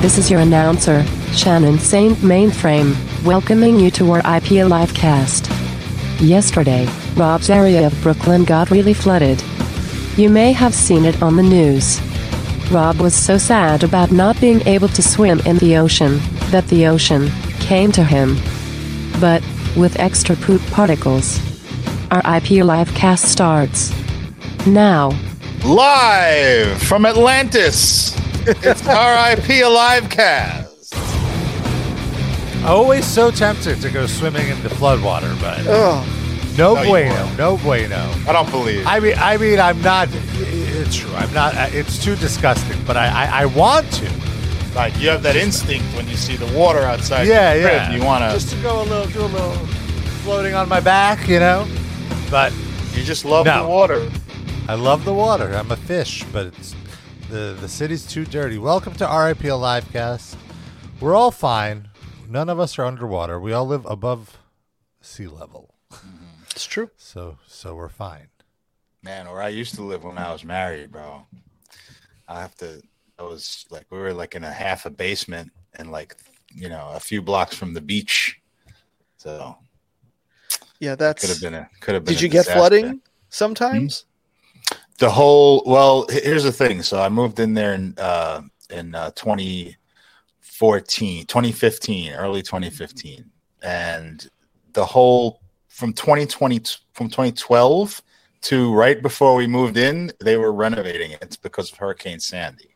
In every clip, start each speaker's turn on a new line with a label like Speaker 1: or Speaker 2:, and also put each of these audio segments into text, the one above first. Speaker 1: This is your announcer, Shannon Saint Mainframe, welcoming you to our IPA livecast. Yesterday, Rob's area of Brooklyn got really flooded. You may have seen it on the news. Rob was so sad about not being able to swim in the ocean that the ocean came to him. But, with extra poop particles, our IP livecast starts. Now,
Speaker 2: Live from Atlantis, it's RIP Alive Cast.
Speaker 3: Always so tempted to go swimming in the floodwater, but no,
Speaker 2: No, you
Speaker 3: bueno,
Speaker 2: won't.
Speaker 3: no bueno.
Speaker 2: I don't believe.
Speaker 3: I mean, I mean, I'm not. It's true. I'm not. uh, It's too disgusting, but I, I, I want to.
Speaker 2: Like you have that instinct when you see the water outside.
Speaker 3: yeah,
Speaker 2: your crib,
Speaker 3: yeah.
Speaker 2: You want
Speaker 3: just
Speaker 2: to.
Speaker 3: to go a little, do a little floating on my back, you know. But
Speaker 2: You just love
Speaker 3: No.
Speaker 2: the water.
Speaker 3: I love the water. I'm a fish, but it's, the the city's too dirty. Welcome to RIP Livecast. We're all fine. None of us are underwater. We all live above sea level,
Speaker 2: It's true.
Speaker 3: so so we're fine.
Speaker 2: Man, where I used to live when I was married, bro. I have to. I was like, we were like in a half a basement and like, you know, a few blocks from the beach. So
Speaker 4: Yeah,
Speaker 2: could have
Speaker 4: that's.
Speaker 2: been a could have been.
Speaker 4: Did
Speaker 2: a
Speaker 4: you get
Speaker 2: disaster. Hmm?
Speaker 4: flooding sometimes?
Speaker 2: the whole well h- here's the thing so i moved in there in uh in uh 2014 2015 early 2015 and the whole from 2020 from 2012 to right before we moved in they were renovating it because of hurricane sandy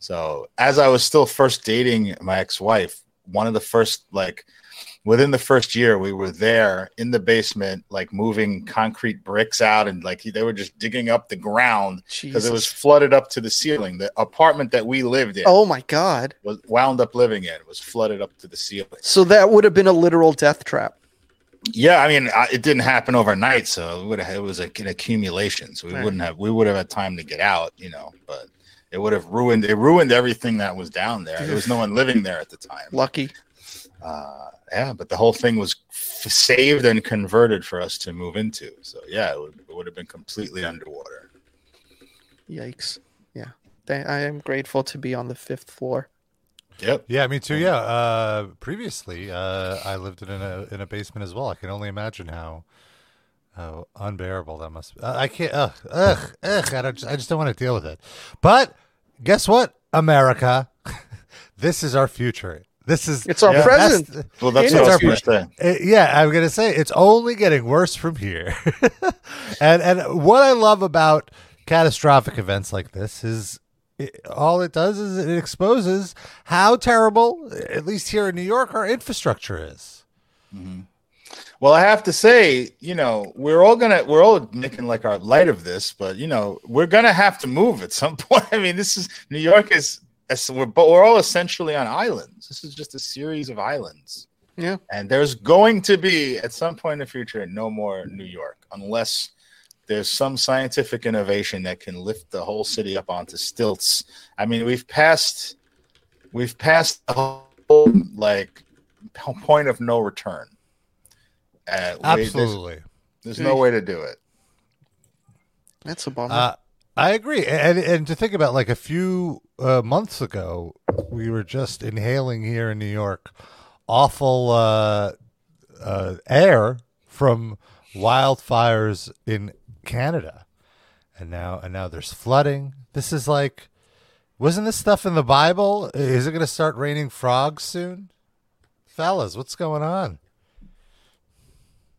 Speaker 2: so as i was still first dating my ex-wife one of the first like within the first year we were there in the basement like moving concrete bricks out and like they were just digging up the ground because it was
Speaker 4: Jesus.
Speaker 2: flooded up to the ceiling the apartment that we lived in
Speaker 4: Oh my God.
Speaker 2: was wound up living in was flooded up to the ceiling
Speaker 4: So that would have been a literal death trap.
Speaker 2: yeah i mean I, it didn't happen overnight so it, would it was like an accumulation so we
Speaker 4: Right.
Speaker 2: wouldn't have we would have had time to get out you know but it would have ruined it ruined everything that was down there there was no one living there at the time
Speaker 4: Lucky.
Speaker 2: uh, yeah, but the whole thing was f- saved and converted for us to move into. So yeah, it would, it would have been completely underwater.
Speaker 4: Yikes. Yeah. Th- I am grateful to be on the fifth floor.
Speaker 2: Yep.
Speaker 3: Yeah, me too. Yeah. Uh, previously, uh, I lived in a in a basement as well. I can only imagine how how unbearable that must. Be. Uh, I can't. Ugh, ugh, ugh. I don't. I just don't want to deal with it. But guess what, America? this is our future. This is
Speaker 4: It's our
Speaker 2: Yeah.
Speaker 4: present.
Speaker 3: that's-
Speaker 2: Well, that's
Speaker 3: It's
Speaker 2: what I
Speaker 3: our
Speaker 2: was going to say.
Speaker 3: uh, yeah, I'm gonna say it's only getting worse from here. and and what I love about catastrophic events like this is it, all it does is it exposes how terrible, at least here in New York, our infrastructure is.
Speaker 2: Well, I have to say, you know, we're all gonna we're all making like our light of this, but you know, we're gonna have to move at some point. I mean, this is New York is as- we're but we're all essentially on islands. This is just a series of islands,
Speaker 4: Yeah.
Speaker 2: and there's going to be at some point in the future no more New York unless there's some scientific innovation that can lift the whole city up onto stilts. I mean, we've passed we've passed the whole like point of no return. Uh, we- there's-
Speaker 3: Absolutely.
Speaker 2: there's no way to do it.
Speaker 4: That's a bummer.
Speaker 3: Uh, I agree, and and to think about like a few uh, months ago, we were just inhaling here in New York awful uh, uh, air from wildfires in Canada, and now and now there's flooding. This is like, wasn't this stuff in the Bible? Is it going to start raining frogs soon, fellas? What's going on?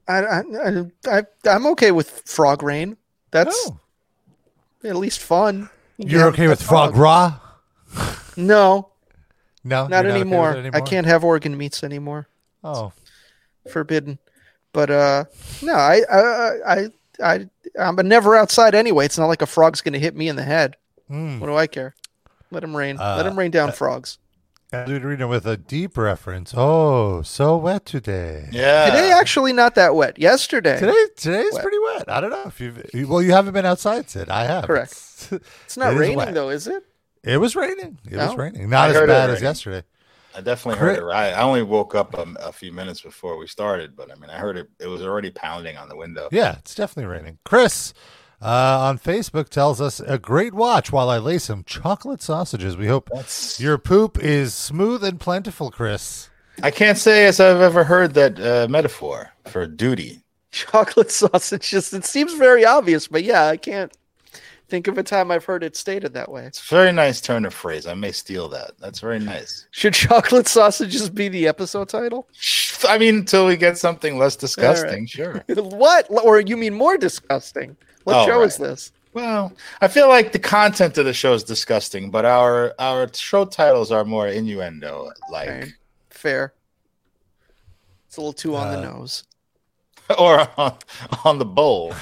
Speaker 4: I, I, I, I, I'm okay with frog rain. That's
Speaker 3: Oh,
Speaker 4: at least fun. You
Speaker 3: you're
Speaker 4: have
Speaker 3: okay
Speaker 4: the
Speaker 3: with frog raw?
Speaker 4: No,
Speaker 3: No,
Speaker 4: not
Speaker 3: you're okay with
Speaker 4: anymore.
Speaker 3: it
Speaker 4: I can't have organ meats anymore.
Speaker 3: Oh,
Speaker 4: Forbidden. But uh, no, I, I, I, I, I'm never outside anyway. It's not like a frog's going to hit me in the head.
Speaker 3: mm.
Speaker 4: What do I care? Let him rain. Let
Speaker 3: Uh,
Speaker 4: him rain down frogs.
Speaker 3: Dude Reno with a deep reference. Oh, so wet today.
Speaker 2: Yeah.
Speaker 4: Today, actually, not that wet. Yesterday,
Speaker 3: Uh, Today, today's
Speaker 4: Wet.
Speaker 3: pretty wet. I don't know if you've. you- Well, you haven't been outside, Sid. I have.
Speaker 4: Correct.
Speaker 3: It's-
Speaker 4: it's not
Speaker 3: it is
Speaker 4: raining
Speaker 3: wet.
Speaker 4: though, is it?
Speaker 3: it was raining. It was
Speaker 4: No?
Speaker 3: raining. Not
Speaker 2: Oh. I
Speaker 3: as
Speaker 2: heard it
Speaker 3: bad as
Speaker 2: raining.
Speaker 3: yesterday.
Speaker 2: I definitely
Speaker 3: Crit-
Speaker 2: heard it. I, I only woke up um, a few minutes before we started, but I mean, I heard it. It was already pounding on the window.
Speaker 3: Yeah, it's definitely raining. Chris, uh, on Facebook tells us a great watch while I lay some chocolate sausages. We hope
Speaker 2: That's-
Speaker 3: your poop is smooth and plentiful, Chris.
Speaker 2: I can't say as I've ever heard that uh, metaphor for duty.
Speaker 4: Chocolate sausage. Just it seems very obvious, but yeah, I can't think of a time I've heard it stated that way.
Speaker 2: It's a very nice turn of phrase. I may steal that. That's very nice.
Speaker 4: Should chocolate sausages be the episode title?
Speaker 2: I mean, until we get something less disgusting, sure.
Speaker 4: what? Or you mean more disgusting? What
Speaker 2: Oh,
Speaker 4: show
Speaker 2: right.
Speaker 4: is this?
Speaker 2: Well, I feel like the content of the show is disgusting, but our our show titles are more innuendo like
Speaker 4: Okay. Fair. It's a little too on the
Speaker 3: Uh,
Speaker 4: nose.
Speaker 2: or on, on the bowl.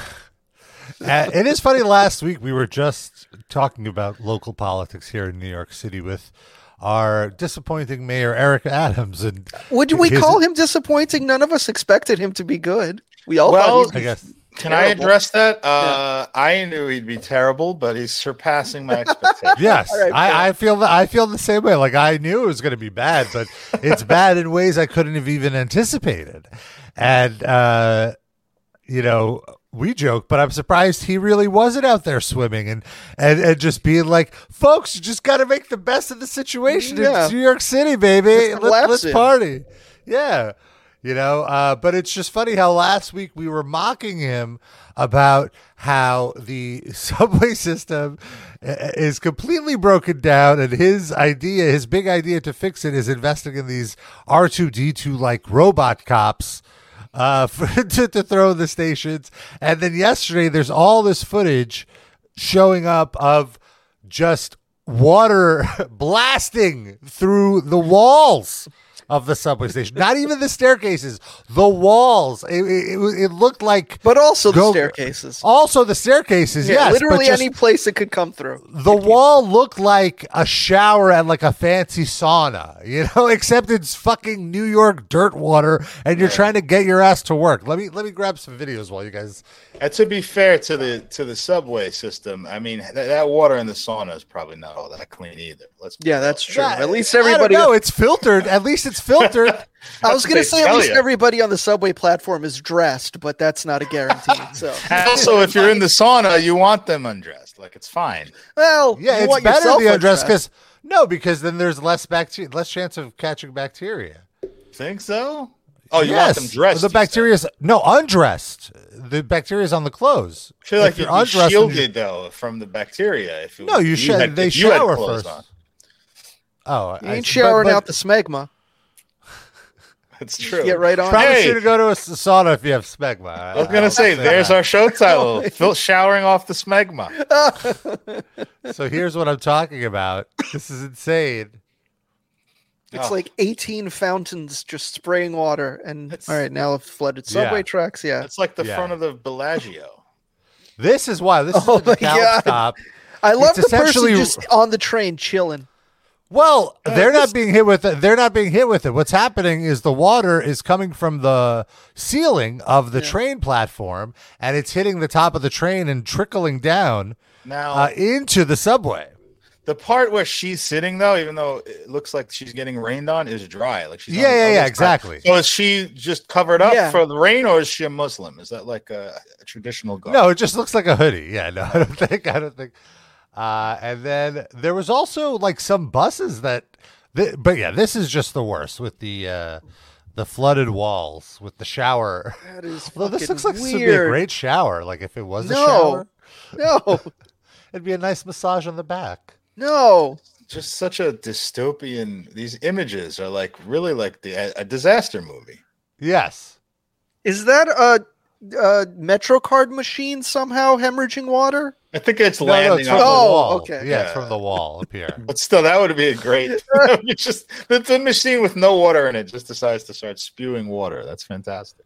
Speaker 3: Uh, it is funny. Last week we were just talking about local politics here in New York City with our disappointing mayor Eric Adams, and
Speaker 4: Would we
Speaker 3: his-
Speaker 4: call him disappointing? None of us expected him to be good. We all
Speaker 2: Well,
Speaker 4: thought
Speaker 3: I guess
Speaker 2: Can I
Speaker 4: Terrible.
Speaker 2: address that? Uh, I knew he'd be terrible, but he's surpassing my expectations.
Speaker 3: yes,
Speaker 4: All right, fair.
Speaker 3: I, I feel the, I feel the same way. Like I knew it was going to be bad, but it's bad in ways I couldn't have even anticipated. And uh, you know, we joke, but I'm surprised he really wasn't out there swimming and and, and just being like, folks, you just got to make the best of the situation.
Speaker 4: Yeah.
Speaker 3: It's New York City, baby. Let,
Speaker 4: Just collapse
Speaker 3: let's
Speaker 4: it.
Speaker 3: party. Yeah. You know, uh, but it's just funny how last week we were mocking him about how the subway system i- is completely broken down, and his idea, his big idea to fix it, is investing in these R two D two like robot cops uh, for, to, to throw the stations. And then yesterday, there's all this footage showing up of just water blasting through the walls of the subway station. Not even the staircases, the walls. It, it, it was- it looked like
Speaker 4: but also the
Speaker 3: Go-
Speaker 4: staircases.
Speaker 3: also the staircases.
Speaker 4: yeah,
Speaker 3: yes, but
Speaker 4: literally
Speaker 3: just-
Speaker 4: any place it could come through.
Speaker 3: the wall looked like a shower at like a fancy sauna, you know, except it's fucking New York dirt water and you're trying to get your ass to work. Let me let me grab some videos while you guys
Speaker 2: And to be fair to the to the subway system, I mean that, that water in the sauna is probably not all that clean either. Let's be
Speaker 4: Yeah, that's
Speaker 2: real.
Speaker 4: true.
Speaker 3: Yeah,
Speaker 4: at least
Speaker 3: I don't
Speaker 4: everybody.
Speaker 3: know, it's filtered. At least it's filtered.
Speaker 4: I was going to
Speaker 2: That's what
Speaker 4: say
Speaker 2: they
Speaker 4: at
Speaker 2: tell
Speaker 4: least
Speaker 2: ya.
Speaker 4: everybody on the subway platform is dressed, but that's not a guarantee. So,
Speaker 2: And also, if you're in the sauna, you want them undressed. Like it's fine.
Speaker 4: well,
Speaker 3: yeah,
Speaker 4: you
Speaker 3: it's
Speaker 4: want
Speaker 3: better
Speaker 4: yourself
Speaker 3: to be undressed
Speaker 4: undressed.
Speaker 3: because no, because then there's less bacteria, less chance of catching bacteria.
Speaker 2: Think so? Oh, you want them dressed?
Speaker 3: The
Speaker 2: you said.
Speaker 3: bacteria's no undressed. The bacteria's on the clothes.
Speaker 2: I feel like
Speaker 3: If
Speaker 2: you'd
Speaker 3: you're
Speaker 2: be
Speaker 3: undressed and you're-
Speaker 2: shielded though from the bacteria. If it
Speaker 3: No, you, should.
Speaker 2: had-
Speaker 3: they
Speaker 2: if you had
Speaker 3: shower
Speaker 2: clothes
Speaker 3: first.
Speaker 2: on.
Speaker 3: Oh,
Speaker 4: You
Speaker 3: I- but-
Speaker 4: ain't showering
Speaker 3: but-
Speaker 4: out the smegma.
Speaker 2: It's true.
Speaker 4: Get right on.
Speaker 3: Promise
Speaker 2: Hey.
Speaker 3: you to go to a s- sauna if you have smegma. I,
Speaker 2: I was gonna say, there's our show title: Phil showering off the smegma.
Speaker 3: our. So here's what I'm talking about. This is insane.
Speaker 4: It's
Speaker 2: Oh.
Speaker 4: like 18 fountains just spraying water. And
Speaker 2: That's-
Speaker 4: all right, now I've flooded subway
Speaker 3: Yeah.
Speaker 4: tracks. Yeah.
Speaker 2: It's like the
Speaker 3: Yeah.
Speaker 2: front of the Bellagio.
Speaker 3: This is why this
Speaker 4: Oh
Speaker 3: is the
Speaker 4: my
Speaker 3: town
Speaker 4: God.
Speaker 3: stop.
Speaker 4: I love
Speaker 3: it's
Speaker 4: the person
Speaker 3: essentially-
Speaker 4: just on the train chilling.
Speaker 3: Well,
Speaker 4: Uh,
Speaker 3: they're not being hit with it. They're not being hit with it. What's happening is the water is coming from the ceiling of the train platform, and it's hitting the top of the train and trickling down
Speaker 4: Oh.
Speaker 2: Now,
Speaker 3: uh, into the subway.
Speaker 2: the part where she's sitting though, even though it looks like she's getting rained on, is dry. Like she's on
Speaker 3: Yeah,
Speaker 2: the
Speaker 3: yeah,
Speaker 2: other
Speaker 3: yeah,
Speaker 2: side.
Speaker 3: exactly.
Speaker 2: So is she just covered up
Speaker 4: Yeah.
Speaker 2: for the rain, or is she a Muslim? Is that like a, a traditional garb?
Speaker 3: No, it just looks like a hoodie. Yeah, no, I don't think. I don't think. Uh, and then there was also like some buses that, th- but yeah, this is just the worst with the uh, the flooded walls with the shower.
Speaker 4: That is
Speaker 3: Well, this looks
Speaker 4: fucking
Speaker 3: like this would be a
Speaker 4: weird.
Speaker 3: great shower. Like if it was a
Speaker 4: No.
Speaker 3: shower,
Speaker 4: No,
Speaker 3: it'd be a nice massage on the back.
Speaker 4: no.
Speaker 2: Just such a dystopian. These images are like really like the a, a disaster movie.
Speaker 3: Yes.
Speaker 4: Is that a, a MetroCard machine somehow hemorrhaging water?
Speaker 2: I think it's
Speaker 3: No, no,
Speaker 2: landing
Speaker 3: it's from
Speaker 2: on.
Speaker 3: the
Speaker 4: Oh,
Speaker 3: wall.
Speaker 4: okay.
Speaker 3: Yeah, it's
Speaker 2: Yeah.
Speaker 3: from the wall up here.
Speaker 2: But still, that would be a great. it's just the, the machine with no water in it just decides to start spewing water. That's fantastic.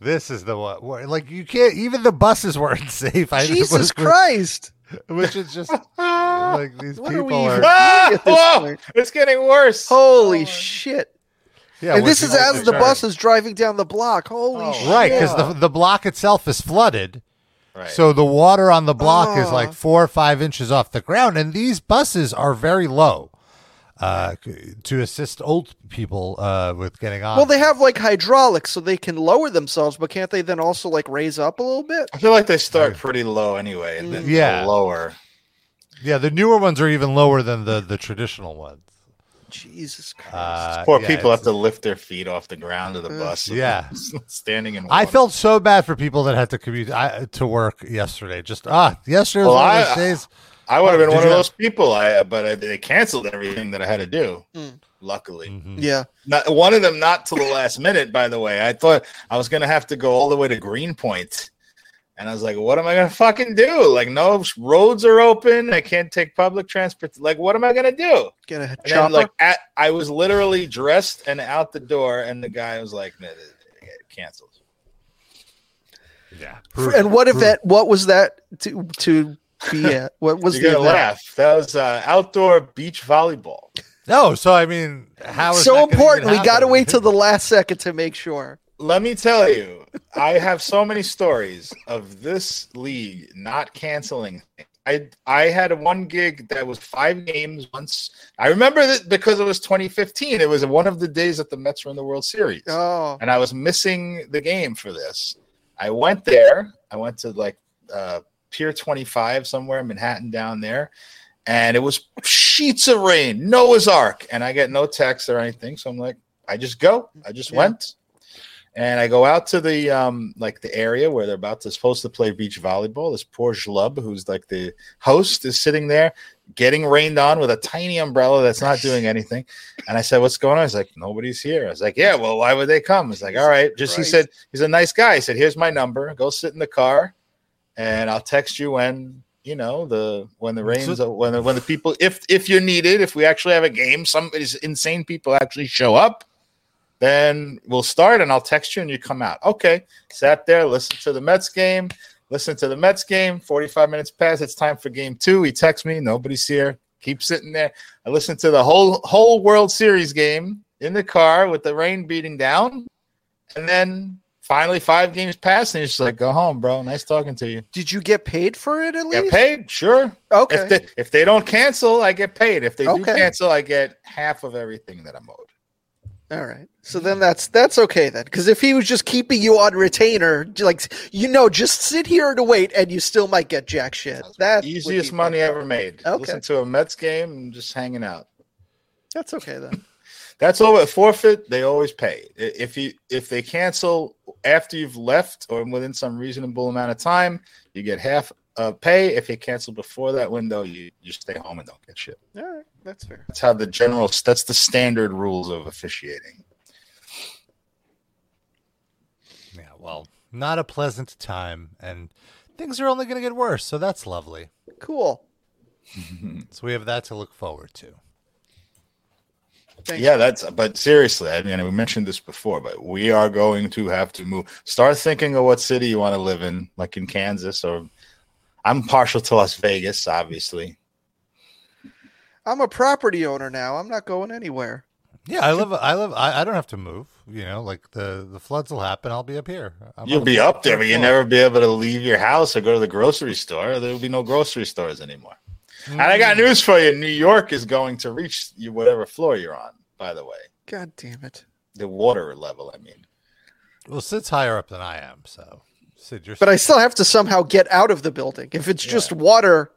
Speaker 3: this is the one. Where, like you can't. Even the buses weren't safe. I
Speaker 4: Jesus
Speaker 3: was-
Speaker 4: Christ.
Speaker 3: Which is just
Speaker 2: Ah!
Speaker 3: like these
Speaker 4: What are
Speaker 3: people
Speaker 4: we
Speaker 3: are.
Speaker 4: even-
Speaker 2: Ah!
Speaker 4: at this
Speaker 2: Whoa!
Speaker 4: point.
Speaker 2: It's getting worse.
Speaker 4: Holy shit.
Speaker 3: Yeah,
Speaker 4: and
Speaker 3: when
Speaker 4: this is
Speaker 3: people-
Speaker 4: as the
Speaker 2: turn.
Speaker 4: bus is driving down the block. Holy
Speaker 2: Oh.
Speaker 4: shit.
Speaker 3: Right, because the the block itself is flooded,
Speaker 2: Right.
Speaker 3: so the water on the block is
Speaker 4: Oh.
Speaker 3: like four or five inches off the ground, and these buses are very low. uh, c- to assist old people uh, with getting on.
Speaker 4: Well, they have like hydraulics, so they can lower themselves, but can't they then also like raise up a little bit?
Speaker 2: I feel like they start pretty low anyway, and then
Speaker 3: Yeah.
Speaker 2: yeah. lower.
Speaker 3: yeah, the newer ones are even lower than the the traditional ones.
Speaker 4: Jesus Christ!
Speaker 3: Uh,
Speaker 2: Poor
Speaker 3: yeah,
Speaker 2: people
Speaker 3: it's-
Speaker 2: have to lift their feet off the ground of the bus.
Speaker 3: Yeah.
Speaker 2: standing in.
Speaker 3: I
Speaker 2: one.
Speaker 3: felt so bad for people that had to commute I, to work yesterday. Just ah, yesterday was
Speaker 2: Well,
Speaker 3: one of those
Speaker 2: I-
Speaker 3: days.
Speaker 2: I would have been
Speaker 3: Did
Speaker 2: one of
Speaker 3: you-
Speaker 2: those people. I but I, they canceled everything that I had to do.
Speaker 4: Mm.
Speaker 2: Luckily,
Speaker 3: Mhm.
Speaker 4: yeah,
Speaker 2: not, one of them not till the last minute. By the way, I thought I was gonna have to go all the way to Greenpoint, and I was like, "What am I gonna fucking do? Like, no roads are open. I can't take public transport. Like, what am I gonna do?"
Speaker 4: get a
Speaker 2: And then,
Speaker 4: chopper.
Speaker 2: like, at, I was literally dressed and out the door, and the guy was like, "No, "Canceled."
Speaker 3: Yeah.
Speaker 4: and what if that? What was that to to be at? What was
Speaker 2: You're
Speaker 4: the
Speaker 2: gonna
Speaker 4: event?
Speaker 2: laugh. That was uh, outdoor beach volleyball.
Speaker 3: No, so I mean, how is that
Speaker 4: so
Speaker 3: gonna
Speaker 4: important?
Speaker 3: even
Speaker 4: We got to
Speaker 3: happen?
Speaker 4: wait till the last second to make sure.
Speaker 2: Let me tell you, I have so many stories of this league not canceling. I I had one gig that was five games once. I remember that because it was 2015. It was one of the days that the Mets were in the World Series,
Speaker 4: Oh,
Speaker 2: and I was missing the game for this. I went there. I went to like uh, Pier 25 somewhere in Manhattan down there, and it was sheets of rain, Noah's Ark, and I get no text or anything. So I'm like, I just go. I just
Speaker 4: Yeah.
Speaker 2: went, and I go out to the um like the area where they're about to supposed to play beach volleyball. This poor schlub who's like the host is sitting there getting rained on with a tiny umbrella that's not doing anything. And I said, What's going on? He's like, Nobody's here. I was like, Yeah, well, why would they come? He's like, All right, just he
Speaker 4: Christ.
Speaker 2: said, He's a nice guy. He said, Here's my number. Go sit in the car and I'll text you when you know the when the rains
Speaker 3: So-
Speaker 2: when the, when the people if if you're needed if we actually have a game some these insane people actually show up then we'll start and I'll text you and you come out okay sat there listened to the Mets game listened to the Mets game 45 minutes past it's time for game 2 he texts me nobody's here keep sitting there I listened to the whole whole World Series game in the car with the rain beating down and then finally five games passed and he's just like go home bro nice talking to you
Speaker 4: did you get paid for it at
Speaker 2: Get
Speaker 4: least?
Speaker 2: paid, sure.
Speaker 4: Okay.
Speaker 2: If they if they don't cancel, I get paid. If they do
Speaker 4: Okay.
Speaker 2: cancel, I get half of everything that I'm owed.
Speaker 4: All right. So then that's that's okay then, because if he was just keeping you on retainer, j- like you know, just sit here to wait, and you still might get jack shit. That would
Speaker 2: Easiest
Speaker 4: be-
Speaker 2: money ever made.
Speaker 4: Okay.
Speaker 2: Listen to a Mets game and just hanging out.
Speaker 4: That's okay then.
Speaker 2: That's all. At forfeit, they always pay. I- If you if they cancel after you've left or within some reasonable amount of time, you get half uh, pay. If you cancel before that window, you you stay home and don't get shit.
Speaker 4: All right, that's fair.
Speaker 2: That's how the general. That's the standard rules of officiating.
Speaker 3: Yeah, well, not a pleasant time, and things are only going to get worse. So that's lovely.
Speaker 4: Cool.
Speaker 3: So we have that to look forward to.
Speaker 4: Thanks.
Speaker 2: Yeah, that's but seriously, I mean, we mentioned this before, but we are going to have to move. Start thinking of what city you want to live in, like in Kansas, or I'm partial to Las Vegas, obviously.
Speaker 4: I'm a property owner now. I'm not going anywhere.
Speaker 3: Yeah, I live. I live. I, I don't have to move. You know, like the the floods will happen. I'll be up here. I'm
Speaker 2: You'll
Speaker 3: on
Speaker 2: be
Speaker 3: the
Speaker 2: up there, but you'll
Speaker 3: floor.
Speaker 2: never be able to leave your house or go to the grocery store. There will be no grocery stores anymore. And I got news for you New York is going to reach you, whatever floor you're on, by the way,
Speaker 4: God damn it.
Speaker 2: the water level, I mean.
Speaker 3: Well, Sid's higher up than I am, so Sid, you're.
Speaker 4: But I still have to somehow get out of the building. If it's just water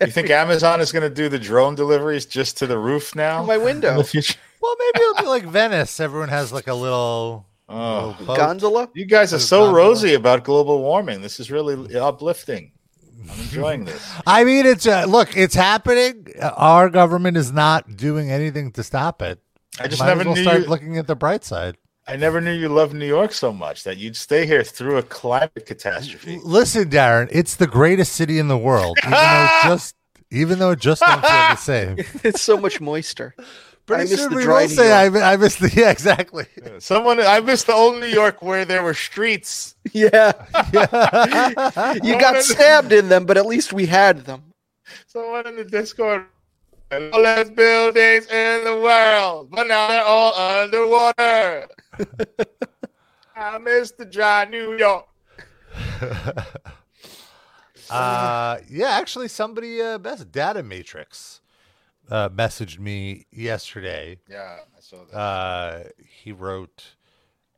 Speaker 2: You think Amazon is going to do the drone deliveries just to the roof now?
Speaker 4: in Oh my
Speaker 2: in the
Speaker 4: window,
Speaker 2: future?
Speaker 3: well, maybe it'll be like Venice. Everyone has like a little.
Speaker 2: Oh.
Speaker 3: little boat.
Speaker 4: gondola.
Speaker 2: You guys are
Speaker 3: Those
Speaker 2: so
Speaker 3: gondolas.
Speaker 2: rosy about global warming. This is really uplifting. I'm enjoying this.
Speaker 3: I mean, it's uh, look, it's happening. Our government is not doing anything to stop it.
Speaker 2: I just
Speaker 3: Might
Speaker 2: never
Speaker 3: as well
Speaker 2: knew
Speaker 3: start
Speaker 2: you-
Speaker 3: looking at the bright side.
Speaker 2: I never knew you loved New York so much that you'd stay here through a climate catastrophe.
Speaker 3: Listen, Darren, it's the greatest city in the world, even though it just even though it just don't feel the same.
Speaker 4: It's so much moister.
Speaker 3: Pretty
Speaker 4: I miss
Speaker 3: soon
Speaker 4: the
Speaker 3: we
Speaker 4: dry
Speaker 3: will
Speaker 4: New
Speaker 3: say I, mi- I missed the yeah exactly.
Speaker 2: Someone, I miss the old New York where there were streets.
Speaker 4: Yeah.
Speaker 3: Yeah.
Speaker 4: You got stabbed in them, but at least we had them.
Speaker 2: Someone in the Discord. "And All those buildings in the world, but now they're all underwater. I miss the dry New York.
Speaker 3: uh, yeah, actually, somebody uh, best data matrix. uh, messaged me yesterday.
Speaker 2: Yeah, I saw that.
Speaker 3: Uh, he wrote,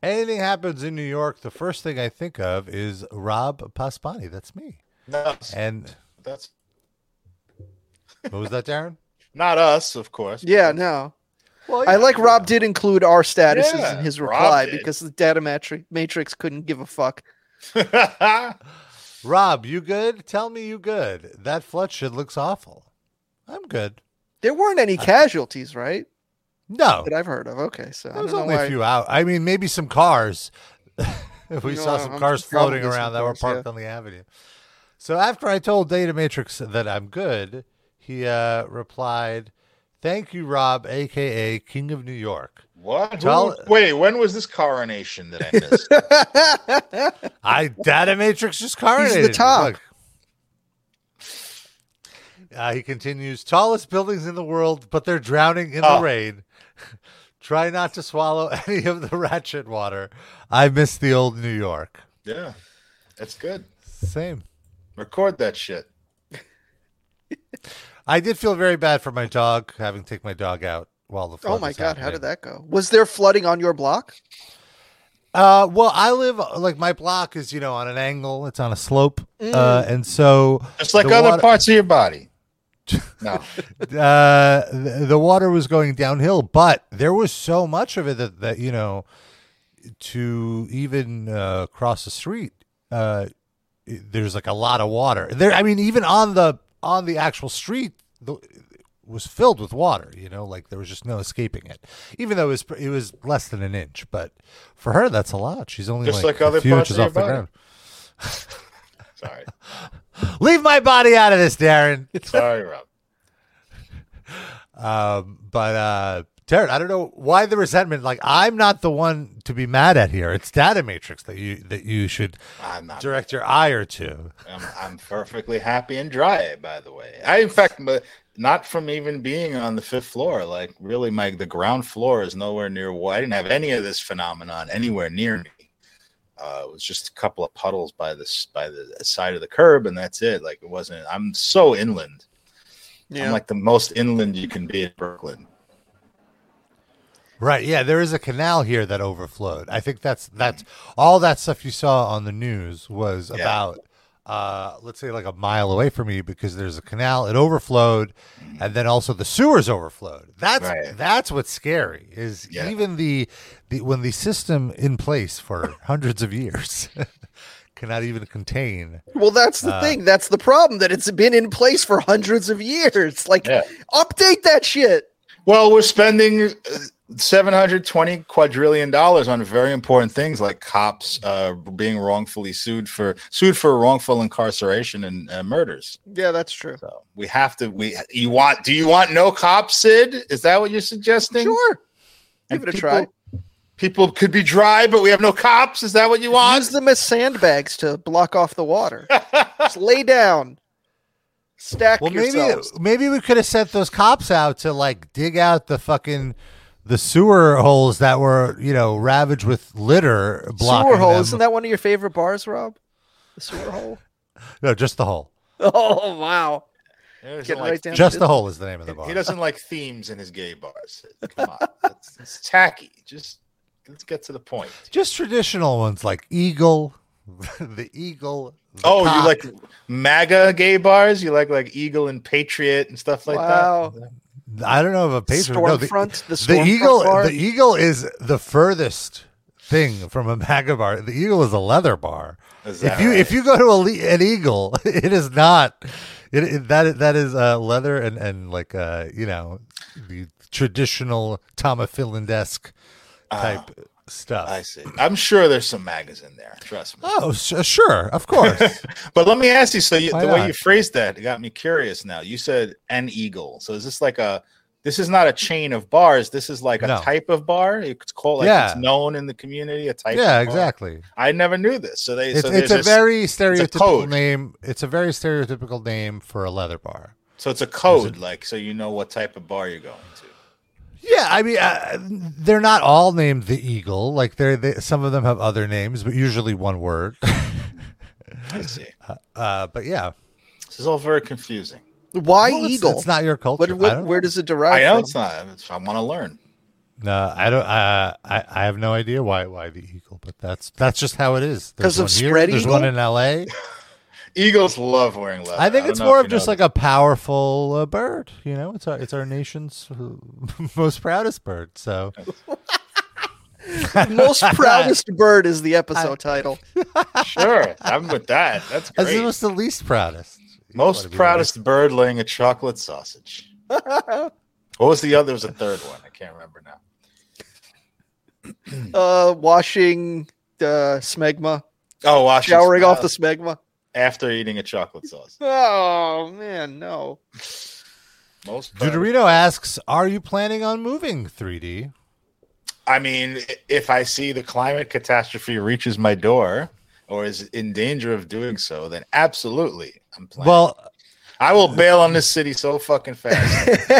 Speaker 3: "Anything happens in New York, the first thing I think of is Rob Paspani. That's me."
Speaker 2: That's,
Speaker 3: And
Speaker 2: that's
Speaker 3: what was that, Darren?
Speaker 2: not us, of course.
Speaker 4: Yeah, no.
Speaker 3: Well,
Speaker 4: I like Rob did include our statuses
Speaker 2: Yeah,
Speaker 4: in his
Speaker 2: Rob
Speaker 4: reply
Speaker 2: did.
Speaker 4: because the data matri- matrix couldn't give a fuck.
Speaker 3: Rob. You good? Tell me you good. That flood shit looks awful. I'm good.
Speaker 4: There weren't any casualties, right?
Speaker 3: No,
Speaker 4: That I've heard of. Okay, so I
Speaker 3: There was
Speaker 4: don't know
Speaker 3: only a
Speaker 4: why.
Speaker 3: few out. I mean, maybe some cars. we
Speaker 4: No,
Speaker 3: saw some
Speaker 4: I'm
Speaker 3: cars
Speaker 4: probably
Speaker 3: floating
Speaker 4: some
Speaker 3: around that were
Speaker 4: cars, yeah.
Speaker 3: parked on the avenue. So after I told Data Matrix that I'm good, he uh, replied, "Thank you, Rob, aka King of New York.
Speaker 2: What? Who-
Speaker 3: Tell-
Speaker 2: wait, when was this coronation that I missed?
Speaker 3: I Data Matrix just coronated. me.
Speaker 4: top.
Speaker 3: Look. Uh, he continues, tallest buildings in the world, but they're drowning in
Speaker 2: Oh.
Speaker 3: the rain. Try not to swallow any of the ratchet water. I miss the old New York.
Speaker 2: yeah, that's good.
Speaker 3: Same.
Speaker 2: Record that shit.
Speaker 3: I did feel very bad for my dog, having to take my dog out while the flood
Speaker 4: Oh my
Speaker 3: was
Speaker 4: god, how
Speaker 3: happening.
Speaker 4: did that go? Was there flooding on your block?
Speaker 3: Uh, well, I live like my block is you know on an angle. It's on a slope, uh,
Speaker 4: Mm.
Speaker 3: and so
Speaker 2: Just like
Speaker 3: the
Speaker 2: other
Speaker 3: water,
Speaker 2: parts of your body. No.
Speaker 3: uh, the, the water was going downhill, but there was so much of it that that you know to even uh, cross the street, uh, it- there's like a lot of water there. I mean, even on the on the actual street. The, was filled with water, you know, like there was just no escaping it. Even though it was it was less than an inch, but for her that's a lot. She's only
Speaker 2: Just like
Speaker 3: a
Speaker 2: other
Speaker 3: few
Speaker 2: parts of
Speaker 3: inches
Speaker 2: your
Speaker 3: off the
Speaker 2: body.
Speaker 3: ground.
Speaker 2: Sorry.
Speaker 3: Leave my body out of this, Darren.
Speaker 2: Sorry, Rob.
Speaker 3: Um, but uh, Taryn, I don't know why the resentment. Like I'm not the one to be mad at here. It's Data Matrix that you that you should
Speaker 2: I'm not.
Speaker 3: direct your ire to.
Speaker 2: I'm, I'm perfectly happy and dry, by the way. I, in fact, m- not from even being on the fifth floor. Like, really, my the ground floor is nowhere near. wa- I didn't have any of this phenomenon anywhere near me. Uh, it was just a couple of puddles by this by the side of the curb, and that's it. Like, it wasn't. I'm so inland. I'm like the most inland you can be in Brooklyn.
Speaker 3: Right? Yeah, there is a canal here that overflowed. I think that's that's all that stuff you saw on the news was about. Uh, let's say like a mile away from you because there's a canal. It overflowed, and then also the sewers overflowed. That's
Speaker 2: Mm-hmm. Right.
Speaker 3: that's what's scary. Is
Speaker 2: Yeah.
Speaker 3: even the the when the system in place for hundreds of years cannot even contain.
Speaker 4: Well, that's
Speaker 2: uh,
Speaker 4: the thing. That's the problem that it's been in place for hundreds of years. Like
Speaker 2: Yeah.
Speaker 4: update that shit.
Speaker 2: Well, we're spending uh, 720 quadrillion dollars on very important things like cops uh, being wrongfully sued for sued for wrongful incarceration and uh, murders.
Speaker 4: Yeah, that's true.
Speaker 2: So we have to we you want do you want no cops, Sid? Is that what you're suggesting?
Speaker 4: Sure.
Speaker 2: And
Speaker 4: give it a
Speaker 2: people-
Speaker 4: try.
Speaker 2: People could be dry, but we have no cops. Is that what you want?
Speaker 4: Use them as sandbags to block off the water. Just lay down. Stack
Speaker 3: Well, maybe
Speaker 4: yourselves.
Speaker 3: maybe we could have sent those cops out to like dig out the fucking the sewer holes that were you know ravaged with litter blocking
Speaker 4: Sewer hole.
Speaker 3: them.
Speaker 4: Isn't that one of your favorite bars, Rob? The sewer hole.
Speaker 3: no, just the hole.
Speaker 4: Oh wow.
Speaker 2: He doesn't
Speaker 4: Get
Speaker 2: like-
Speaker 4: right down.
Speaker 3: Just the hole is the name of the bar.
Speaker 2: He doesn't like themes in his gay bars. Sid. Come on, it's, it's tacky. Just let's get to the point.
Speaker 3: Just traditional ones like eagle, the eagle. the
Speaker 2: Oh,
Speaker 3: cock.
Speaker 2: you like MAGA gay bars? You like like Eagle and Patriot and stuff like
Speaker 4: wow.
Speaker 3: I don't know of a patron. No, the,
Speaker 4: Stormfront. the,
Speaker 3: the
Speaker 4: Stormfront
Speaker 3: eagle.
Speaker 4: bar.
Speaker 3: The eagle is the furthest thing from a MAGA bar. The eagle is a leather bar.
Speaker 2: that? Is
Speaker 3: if
Speaker 2: that
Speaker 3: you
Speaker 2: right?
Speaker 3: if you go to a le- an eagle, it is not. It, it that that is uh, leather and and like uh you know the traditional Tama Finland-esque type stuff.
Speaker 2: Ah, I see. I'm sure there's some MAGAs in there. Trust me.
Speaker 3: Oh, su- sure, of course.
Speaker 2: But let me ask you. So you,
Speaker 3: Why
Speaker 2: the way
Speaker 3: not?
Speaker 2: you phrased that it got me curious. Now you said an Eagle. So is this like a? This is not a chain of bars. This is like a
Speaker 3: No.
Speaker 2: type of bar. It's called like
Speaker 3: Yeah.
Speaker 2: it's known in the community. A type.
Speaker 3: yeah,
Speaker 2: of bar.
Speaker 3: exactly.
Speaker 2: I never knew this. So they.
Speaker 3: It's,
Speaker 2: so
Speaker 3: it's
Speaker 2: there's
Speaker 3: a
Speaker 2: this-
Speaker 3: very
Speaker 2: code.
Speaker 3: stereotypical name. It's a very stereotypical name for a leather bar.
Speaker 2: So it's a code, like so you know what type of bar you're going to.
Speaker 3: Yeah, I mean, uh, they're not all named the eagle. Like they're they, some of them have other names, but usually one word.
Speaker 2: I see.
Speaker 3: uh, but yeah,
Speaker 2: This is all very confusing.
Speaker 4: Why
Speaker 3: Well, it's-
Speaker 4: eagle?
Speaker 3: It's, not your culture.
Speaker 4: What,
Speaker 3: I
Speaker 4: what,
Speaker 3: don't
Speaker 4: where
Speaker 3: know.
Speaker 4: does it derive
Speaker 2: I know
Speaker 4: from?
Speaker 2: it's not. It's, I want to learn.
Speaker 3: No, I don't. Uh, I I have no idea why why the eagle, but that's that's just how it is. There's
Speaker 4: 'Cause of
Speaker 3: one here,
Speaker 4: spread
Speaker 3: There's
Speaker 4: eagle?
Speaker 3: one in L.A.
Speaker 2: Eagles love wearing leather.
Speaker 3: I think
Speaker 2: don't
Speaker 3: it's
Speaker 2: know
Speaker 3: more
Speaker 2: if
Speaker 3: of
Speaker 2: you know
Speaker 3: just like a powerful uh, bird. You know, it's our it's our nation's uh, most proudest bird. So
Speaker 4: Most proudest bird is the episode title.
Speaker 2: that. sure. I'm with that. That's
Speaker 3: as
Speaker 2: great.
Speaker 3: it was the least proudest. You wanna
Speaker 2: Most
Speaker 3: be
Speaker 2: proudest bird laying a chocolate sausage. what was the other? There was a third one. I can't remember now.
Speaker 4: Uh, washing the smegma,
Speaker 2: Oh, washing
Speaker 4: showering off
Speaker 2: uh,
Speaker 4: the smegma.
Speaker 2: after eating a chocolate sauce.
Speaker 4: Oh man, no.
Speaker 2: Most
Speaker 3: the-
Speaker 2: proud-
Speaker 3: Deuterino asks, "Are you planning on moving 3D?"
Speaker 2: I mean, i- if I see the climate catastrophe reaches my door or is in danger of doing so, then absolutely, I'm planning.
Speaker 3: Well,
Speaker 2: I will bail on this city so fucking fast.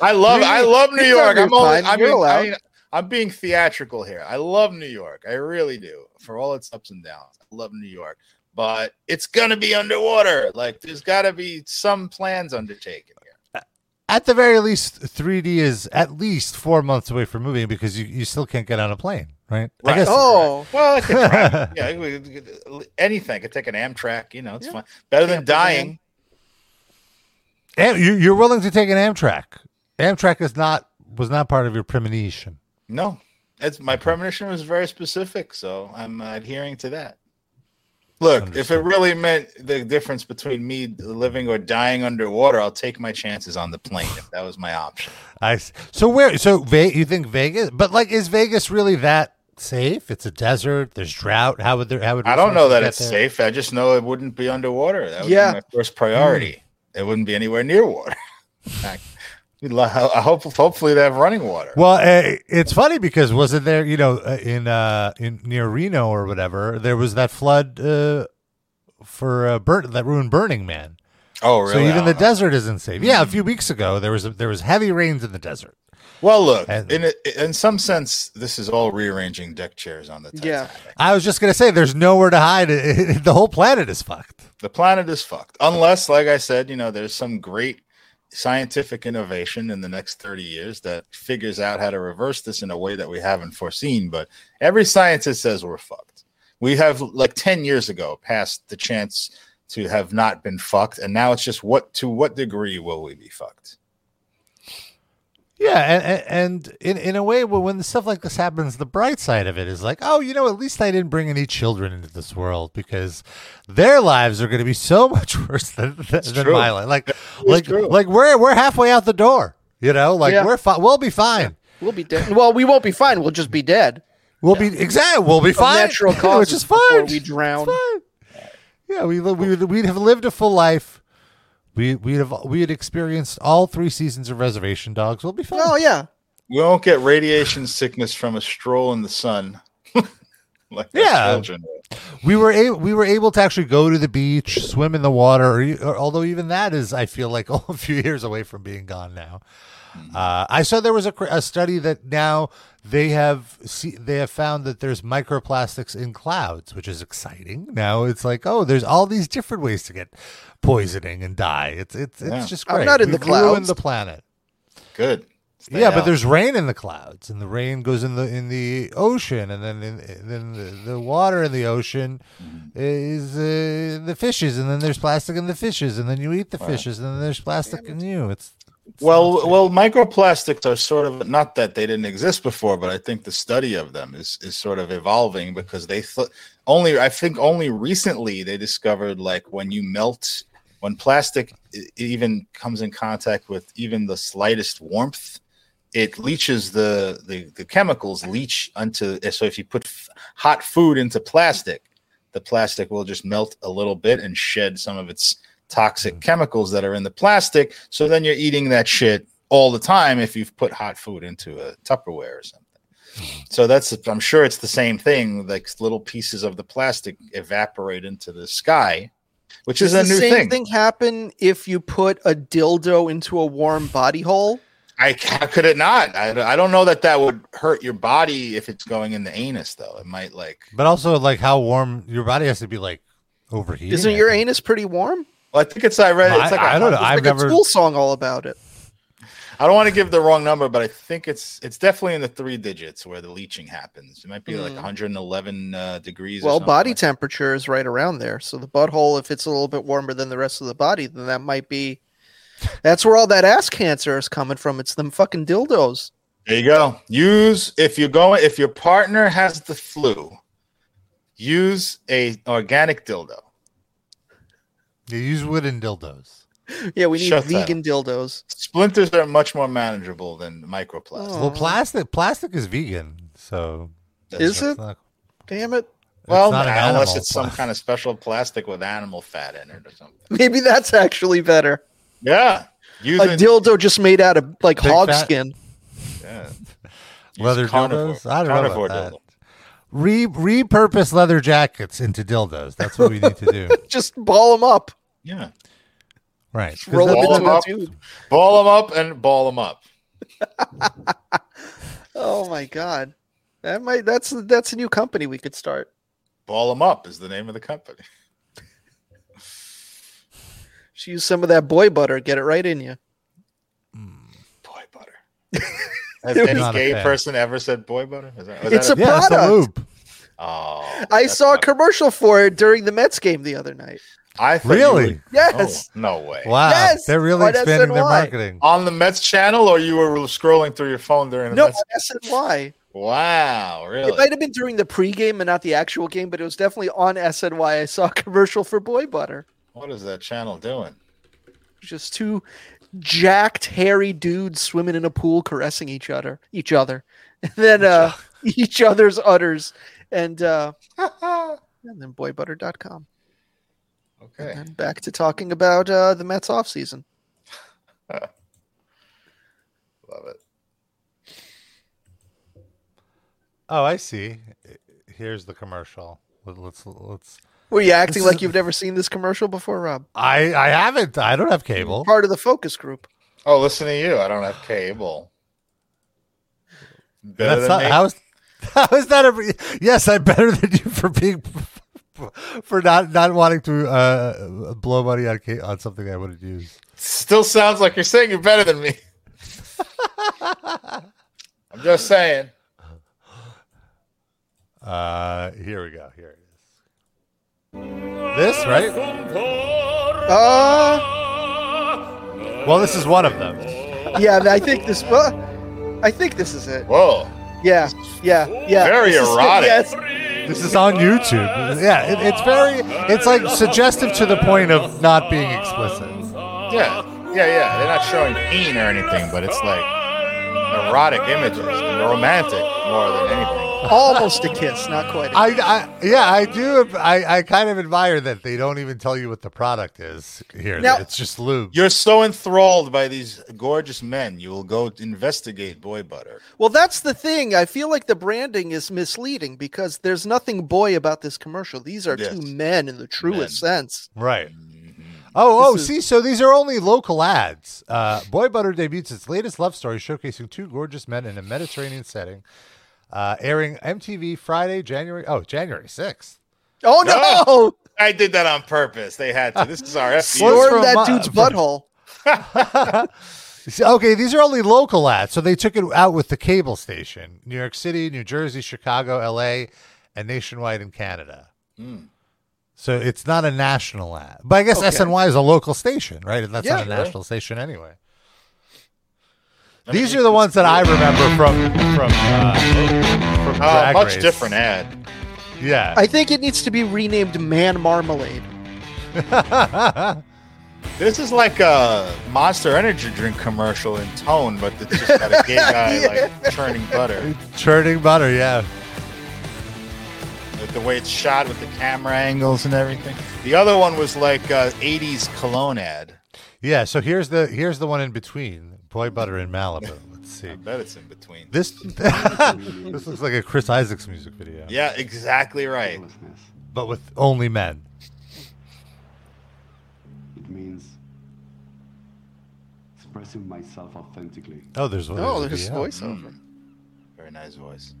Speaker 2: I love, I love New
Speaker 4: You've done
Speaker 2: York. I'm
Speaker 4: your
Speaker 2: only,
Speaker 4: time.
Speaker 2: I
Speaker 4: You're
Speaker 2: mean, I
Speaker 4: allowed.
Speaker 2: mean, I'm being theatrical here. I love New York. I really do. For all its ups and downs, I love New York. But it's gonna be underwater. Like there's got to be some plans undertaken here.
Speaker 3: at the very least, 3D is at least four months away from moving because you, you still can't get on a plane, right? I
Speaker 2: Right.
Speaker 3: guess.
Speaker 4: oh,
Speaker 2: Well, I could drive. yeah, we- we could- anything. I could take an Amtrak. You know, it's fine. Better than
Speaker 4: Camper
Speaker 2: dying.
Speaker 3: Am- you- you're willing to take an Amtrak. Amtrak is not was not part of your premonition.
Speaker 2: No, it's my premonition was very specific, so I'm adhering to that. Look, if it really meant the difference between me living or dying underwater, I'll take my chances on the plane if that was my option.
Speaker 3: I s- so where so Ve- you think Vegas, but like is Vegas really that safe? It's a desert. There's drought. How would there? How would
Speaker 2: I don't know
Speaker 3: resources
Speaker 2: that
Speaker 3: get
Speaker 2: it's
Speaker 3: there?
Speaker 2: safe. I just know it wouldn't be underwater. That would
Speaker 4: Yeah.
Speaker 2: be my first priority.
Speaker 3: Hmm.
Speaker 2: It wouldn't be anywhere near water. I I hope, hopefully, they have running water.
Speaker 3: Well, uh, it's funny because wasn't there? You know, uh, in uh, in near Reno or whatever, there was that flood uh, for uh, Burn that ruined Burning Man.
Speaker 2: oh, really?
Speaker 3: So
Speaker 2: I
Speaker 3: even
Speaker 2: don't
Speaker 3: the
Speaker 2: know.
Speaker 3: desert isn't safe. Yeah, a few weeks ago there was there was heavy rains in the desert.
Speaker 2: Well, look,
Speaker 3: And-
Speaker 2: in a, in some sense, this is all rearranging deck chairs on the Titanic.
Speaker 4: Yeah.
Speaker 3: I was just gonna say there's nowhere to hide. the whole planet is fucked.
Speaker 2: The planet is fucked. Unless, like I said, you know, there's some great scientific innovation in the next 30 years that figures out how to reverse this in a way that we haven't foreseen. But every scientist says we're fucked. We have, like 10 years ago, passed the chance to have not been fucked. And now it's just what to what degree will we be fucked?
Speaker 3: Yeah, and, and in in a way, well, when stuff like this happens, the bright side of it is like, oh, you know, at least I didn't bring any children into this world because their lives are going to be so much worse than than, than
Speaker 2: true.
Speaker 3: my life. Like, like,
Speaker 2: true.
Speaker 3: like we're we're halfway out the door. You know, like
Speaker 4: Yeah.
Speaker 3: we're fi- we'll be fine.
Speaker 4: we'll be dead. Well, we won't be fine. We'll just be dead.
Speaker 3: We'll be exactly. We'll be fine.
Speaker 4: natural
Speaker 3: which
Speaker 4: causes
Speaker 3: is fine.
Speaker 4: before we
Speaker 3: It's
Speaker 4: drown.
Speaker 3: fine. Yeah, we li- we we'd have lived a full life. We we'd have we had experienced all three seasons of Reservation Dogs. We'll be fine.
Speaker 4: Oh yeah.
Speaker 2: We won't get radiation sickness from a stroll in the sun. like our
Speaker 3: Yeah.
Speaker 2: children will.
Speaker 3: we were a- we were able to actually go to the beach, swim in the water. Or, e- or, although even that is, I feel like a few years away from being gone now. Uh, I saw there was a, cr- a study that now they have see, they have found that there's microplastics in clouds, which is exciting. Now it's like oh, there's all these different ways to get poisoning and die. It's it's it's
Speaker 2: Yeah.
Speaker 3: just
Speaker 4: I'm
Speaker 3: great.
Speaker 4: not in
Speaker 3: We've
Speaker 4: the clouds.
Speaker 3: ruined the planet.
Speaker 2: Good. Stay
Speaker 3: yeah, but
Speaker 2: out.
Speaker 3: there's rain in the clouds, and the rain goes in the in the ocean, and then in, then the, the water in the ocean is uh, the fishes, and then there's plastic in the fishes, and then you eat the fishes, and then there's plastic in you. It's
Speaker 2: Well, well, microplastics are sort of not that they didn't exist before, but I think the study of them is is sort of evolving because they thought only I think only recently they discovered like when you melt when plastic i- even comes in contact with even the slightest warmth, it leaches the the, the chemicals leach onto so if you put f- hot food into plastic, the plastic will just melt a little bit and shed some of its
Speaker 3: Mm.
Speaker 2: toxic chemicals that are in the plastic. So then you're eating that shit all the time if you've put hot food into a Tupperware or something.
Speaker 3: Mm-hmm.
Speaker 2: So that's I'm sure it's the same thing. Like little pieces of the plastic evaporate into the sky, which is a
Speaker 4: Does
Speaker 2: new
Speaker 4: the same
Speaker 2: thing.
Speaker 4: thing. happen if you put a dildo into a warm body hole?
Speaker 2: I how could it not? I, I don't know that that would hurt your body if it's going in the anus though. It might like
Speaker 3: but also like how warm your body has to be like overheating.
Speaker 4: Isn't
Speaker 3: I
Speaker 4: your
Speaker 3: think.
Speaker 4: anus pretty warm?
Speaker 2: Well, I think it's I read. It's like
Speaker 3: I-
Speaker 2: a-
Speaker 3: I don't know.
Speaker 4: It's
Speaker 3: I've
Speaker 4: like
Speaker 3: never-
Speaker 4: a Tool song all about it.
Speaker 2: I don't want to give the wrong number, but I think it's it's definitely in the three digits where the leaching happens. It might be like
Speaker 4: Mm.
Speaker 2: 111 uh, degrees. or
Speaker 4: Well,
Speaker 2: something
Speaker 4: body
Speaker 2: like that.
Speaker 4: temperature is right around there. So the butthole, if it's a little bit warmer than the rest of the body, then that might be. That's where all that ass cancer is coming from. It's them fucking dildos.
Speaker 2: There you go. Use if you're going if your partner has the flu, use a organic dildo.
Speaker 3: You use wooden dildos.
Speaker 4: Yeah, we need
Speaker 2: Shut that
Speaker 4: vegan dildos.
Speaker 2: Splinters are much more manageable than microplastics.
Speaker 4: Oh.
Speaker 3: Well, plastic plastic is vegan, so
Speaker 2: That's
Speaker 4: Is
Speaker 2: right.
Speaker 4: it?
Speaker 3: it's not,
Speaker 4: Damn it.
Speaker 3: it's
Speaker 2: Well,
Speaker 3: not an
Speaker 2: unless
Speaker 3: animal
Speaker 2: it's some
Speaker 3: plastic.
Speaker 2: kind of special plastic with animal fat in it or something.
Speaker 4: Maybe that's actually better.
Speaker 2: Yeah.
Speaker 4: A
Speaker 2: Use it-
Speaker 4: dildo just made out of like
Speaker 3: Big
Speaker 4: hog
Speaker 3: fat-
Speaker 4: skin.
Speaker 2: yeah. Use
Speaker 3: leather
Speaker 2: carnivore-
Speaker 3: dildos. I don't know
Speaker 2: carnivore
Speaker 3: about that. Re- repurpose leather jackets into dildos. That's what we need to do.
Speaker 4: Just ball them up.
Speaker 2: Yeah.
Speaker 3: right. 'Cause
Speaker 4: Roll
Speaker 3: that-
Speaker 4: them
Speaker 2: Ball
Speaker 4: into
Speaker 2: 'em
Speaker 4: a
Speaker 2: up.
Speaker 4: dude.
Speaker 2: Ball them up and ball them up.
Speaker 4: Oh my god. That might that's that's a new company we could start.
Speaker 2: Ball them up is the name of the company.
Speaker 4: She used some of that boy butter, get it right in you.
Speaker 2: Boy butter. Has
Speaker 4: It
Speaker 2: any
Speaker 3: was-
Speaker 2: gay
Speaker 3: Not a fan.
Speaker 2: person ever said boy butter? Is that, was
Speaker 4: It's
Speaker 2: that
Speaker 4: a-
Speaker 3: yeah, it's a
Speaker 4: product.
Speaker 3: lube.
Speaker 2: oh,
Speaker 4: I
Speaker 2: that's
Speaker 4: saw a
Speaker 2: not-
Speaker 4: commercial for it during the Mets game the other night.
Speaker 2: I thought you
Speaker 3: Really?
Speaker 2: were- oh,
Speaker 4: Yes.
Speaker 2: no way.
Speaker 3: Wow.
Speaker 4: Yes,
Speaker 3: They're really
Speaker 4: on
Speaker 3: expanding their
Speaker 4: SNY.
Speaker 3: marketing.
Speaker 2: On the Mets channel, or you were scrolling through your phone during the
Speaker 4: No,
Speaker 2: Mets?
Speaker 4: S and Y.
Speaker 2: Wow,
Speaker 4: It might
Speaker 2: really?
Speaker 4: have been during the pregame and not the actual game, but it was definitely on SNY. I saw a commercial for boy butter.
Speaker 2: What is that channel doing?
Speaker 4: Just two jacked, hairy dudes swimming in a pool, caressing each other, each other, and then uh, each other's udders, and uh, and then boybutter.com.
Speaker 2: Okay.
Speaker 4: And back to talking about uh, the Mets offseason.
Speaker 2: Love it.
Speaker 3: Oh, I see. Here's the commercial. Let- Let's let's.
Speaker 4: Were you acting
Speaker 3: is-
Speaker 4: like you've never seen this commercial before, Rob?
Speaker 3: I I haven't. I don't have cable.
Speaker 4: Part of the focus group.
Speaker 2: Oh, listen to you. I don't have cable. Better
Speaker 3: That's
Speaker 2: than
Speaker 3: not,
Speaker 2: me.
Speaker 3: how is how is that? Ever, yes, I'm better than you for being for not not wanting to uh, blow money on ca- on something I wouldn't use.
Speaker 2: Still sounds like you're saying you're better than me. I'm just saying.
Speaker 3: Uh, here we go. Here it is. This right?
Speaker 4: Uh,
Speaker 3: Well, this is one of them.
Speaker 4: yeah, I think this. Uh, I think this is it.
Speaker 2: Whoa.
Speaker 4: Yeah, yeah, yeah.
Speaker 2: Very
Speaker 4: This is it,
Speaker 2: erotic.
Speaker 4: yes.
Speaker 3: This is on YouTube. Yeah, it, it's very. It's like suggestive to the point of not being explicit.
Speaker 2: Yeah, yeah, yeah. They're not showing peen or anything, but it's like erotic images and romantic more than anything.
Speaker 4: Almost a kiss, not quite. A
Speaker 3: I, I yeah, I do. I, I kind of admire that they don't even tell you what the product is here.
Speaker 4: Now-
Speaker 3: it's just lube.
Speaker 2: You're so enthralled by these gorgeous men, you will go investigate boy butter.
Speaker 4: Well, that's the thing. I feel like the branding is misleading because there's nothing boy about this commercial. These are
Speaker 2: Yes.
Speaker 4: two men in the truest sense.
Speaker 3: Right. Oh, oh,
Speaker 4: Mm-hmm. This is-
Speaker 3: see, so these are only local ads. Uh, Boy Butter debuts its latest love story showcasing two gorgeous men in a Mediterranean setting, uh, airing MTV Friday, January, oh, January 6th.
Speaker 4: Oh no!
Speaker 2: Oh! I did that on purpose. They had to. This is our
Speaker 3: Well,
Speaker 2: FBO.
Speaker 4: Storm
Speaker 3: from
Speaker 4: that
Speaker 3: my-
Speaker 4: dude's
Speaker 3: from-
Speaker 4: butthole.
Speaker 3: See, Okay, these are only local ads, so they took it out with the cable station, New York City, New Jersey, Chicago, LA, and nationwide in Canada. So it's not a national ad. But I guess
Speaker 4: Hmm. Okay.
Speaker 3: SNY is a local station, right? And that's
Speaker 4: Yeah,
Speaker 3: not a
Speaker 2: sure.
Speaker 3: national station anyway. These are the ones that I remember from from uh, from
Speaker 2: Uh,
Speaker 3: Drag
Speaker 2: much
Speaker 3: Race.
Speaker 2: different ad.
Speaker 3: Yeah.
Speaker 4: I think it needs to be renamed Man Marmalade.
Speaker 2: This is like a Monster Energy drink commercial in tone, but it's just got a gay guy like churning butter.
Speaker 3: Churning butter, yeah.
Speaker 2: Like the way it's shot with the camera angles and everything. The other one was like uh, 80s cologne ad.
Speaker 3: Yeah, so here's the here's the one in between. Boy butter in Malibu. Let's see.
Speaker 2: I bet it's in between.
Speaker 3: This This looks like a Chris Isaacs music video.
Speaker 2: Yeah, exactly right.
Speaker 5: Fearlessness.
Speaker 3: But with only men.
Speaker 5: It means expressing myself authentically.
Speaker 3: Oh, there's one.
Speaker 4: Oh, there's voiceover.
Speaker 2: Very nice voice.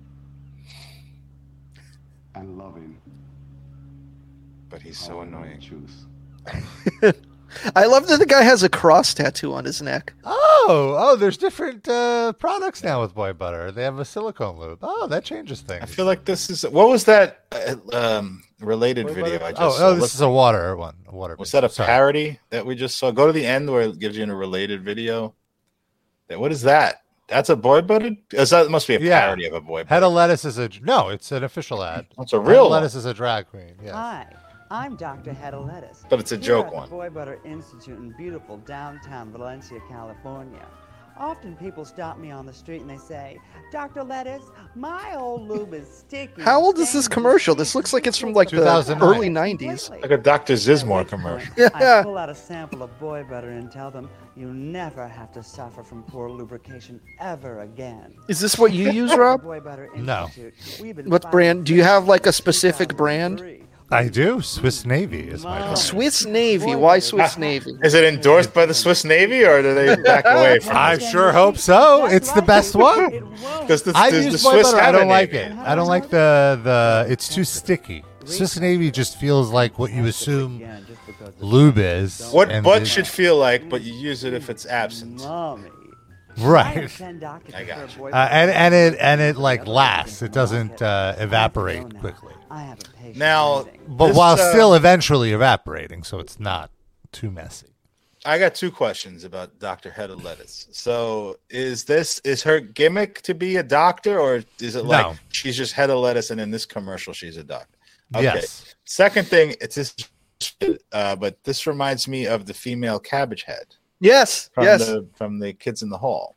Speaker 5: and loving.
Speaker 2: But he's
Speaker 5: how
Speaker 2: so
Speaker 5: I wanna
Speaker 2: annoying.
Speaker 5: Choose.
Speaker 4: I love that the guy has a cross tattoo on his neck.
Speaker 3: Oh, oh, there's different uh, products now with boy butter. They have a silicone lube. Oh, that changes things.
Speaker 2: I feel like this is what was that uh, um, related video I just
Speaker 3: oh,
Speaker 2: saw?
Speaker 3: oh, this
Speaker 2: Let's-
Speaker 3: is a water one. A water.
Speaker 2: was
Speaker 3: video.
Speaker 2: that a
Speaker 3: Sorry.
Speaker 2: parody that we just saw? Go to the end where it gives you a related video. That what is that? That's a boy butted. Is that must be a
Speaker 3: Yeah.
Speaker 2: parody of a boy?
Speaker 3: Head
Speaker 2: butted.
Speaker 3: of lettuce is a no. It's an official ad.
Speaker 2: That's a
Speaker 3: Head
Speaker 2: real
Speaker 3: of
Speaker 2: one.
Speaker 3: lettuce is a drag queen. Yeah.
Speaker 6: Hi, I'm Dr. Hedda Lettuce.
Speaker 2: But it's a
Speaker 6: here
Speaker 2: joke
Speaker 6: at
Speaker 2: one.
Speaker 6: The Boy Butter Institute in beautiful downtown Valencia, California. Often people stop me on the street and they say, Dr. Lettuce, my old lube is sticky.
Speaker 4: How old is this
Speaker 6: stains
Speaker 4: commercial?
Speaker 6: the
Speaker 4: This looks
Speaker 6: sink
Speaker 4: like
Speaker 6: and
Speaker 4: it's from like the
Speaker 3: 2009.
Speaker 4: early 90s.
Speaker 6: completely."
Speaker 2: Like a Dr.
Speaker 6: At
Speaker 2: Zismore
Speaker 6: which
Speaker 2: commercial.
Speaker 6: point,
Speaker 4: Yeah.
Speaker 6: I pull out a sample of boy butter and tell them, you never have to suffer from poor lubrication ever again.
Speaker 4: Is this what you use, Rob?
Speaker 6: Boy Butter
Speaker 3: No.
Speaker 6: Institute, we've been
Speaker 4: What
Speaker 6: fighting
Speaker 4: brand? Do you have like a specific
Speaker 6: since
Speaker 4: brand?
Speaker 6: 2003.
Speaker 3: I do. Swiss Navy is my.
Speaker 6: Mom.
Speaker 3: brand.
Speaker 4: Swiss Navy. Why Swiss Navy?
Speaker 2: Is it endorsed by the Swiss Navy or do they back away from
Speaker 3: I
Speaker 2: it?
Speaker 3: sure hope so.
Speaker 6: That's
Speaker 3: It's the
Speaker 6: right.
Speaker 3: best one.
Speaker 6: It won't.
Speaker 2: Because the,
Speaker 3: I
Speaker 2: the, the
Speaker 3: use boy
Speaker 2: Swiss
Speaker 3: butter. I
Speaker 2: have a
Speaker 3: don't like
Speaker 2: navy.
Speaker 3: it. I don't like the the. It's too sticky. Swiss Navy just feels like what you assume
Speaker 6: Again, just because it's
Speaker 3: lube is.
Speaker 2: What
Speaker 3: and
Speaker 2: butt
Speaker 3: it-
Speaker 2: should feel like, but you use it if it's absent.
Speaker 6: Mommy. I
Speaker 3: right?
Speaker 6: have 10 documents
Speaker 2: I got
Speaker 6: for a
Speaker 2: you.
Speaker 6: boy
Speaker 3: Uh, and and it and it like
Speaker 6: butter.
Speaker 3: lasts. It doesn't uh,
Speaker 6: I have to
Speaker 3: evaporate
Speaker 6: go now.
Speaker 3: quickly,
Speaker 6: I have a patient
Speaker 2: Now,
Speaker 6: waiting.
Speaker 3: but
Speaker 2: this,
Speaker 3: while
Speaker 2: uh,
Speaker 3: still eventually evaporating, so it's not too messy.
Speaker 2: I got two questions about Dr. Head of Lettuce. So, is this is her gimmick to be a doctor, or is it like
Speaker 3: No.
Speaker 2: she's just head of lettuce, and in this commercial she's a doctor?
Speaker 3: Yes.
Speaker 2: Second thing, it's this, uh, but this reminds me of the female cabbage head
Speaker 4: Yes.
Speaker 2: from
Speaker 4: yes.
Speaker 2: the from the Kids in the Hall.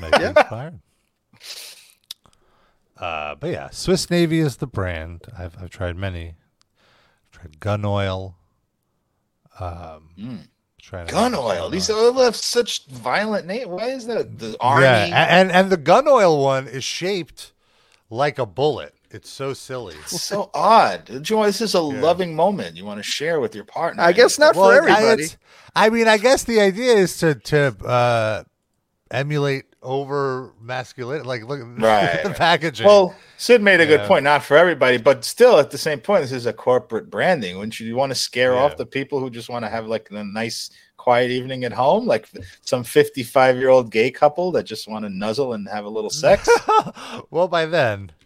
Speaker 3: Might be expired. Uh, but yeah, Swiss Navy is the brand. I've I've tried many. I've tried gun oil. Um, trying
Speaker 2: Mm. Gun oil. These all have such violent name. Why is that the army?
Speaker 3: Yeah, a- and and the gun oil one is shaped like a bullet. It's so silly.
Speaker 2: It's so odd. Don't you want- This is a loving moment you want to share with your partner.
Speaker 4: I guess not for
Speaker 3: Well, I-
Speaker 4: everybody.
Speaker 3: it's- I, mean, I guess the idea is to to uh, emulate over masculinity. Like, look at
Speaker 2: Right,
Speaker 3: the
Speaker 2: right.
Speaker 3: packaging.
Speaker 2: Well, Sid made a good
Speaker 3: Yeah.
Speaker 2: point. Not for everybody, but still, at the same point, this is a corporate branding. Wouldn't you, you want to scare
Speaker 3: Yeah.
Speaker 2: off the people who just want to have like a nice, quiet evening at home, like some fifty-five-year-old gay couple that just want to nuzzle and have a little sex?
Speaker 3: well, by then.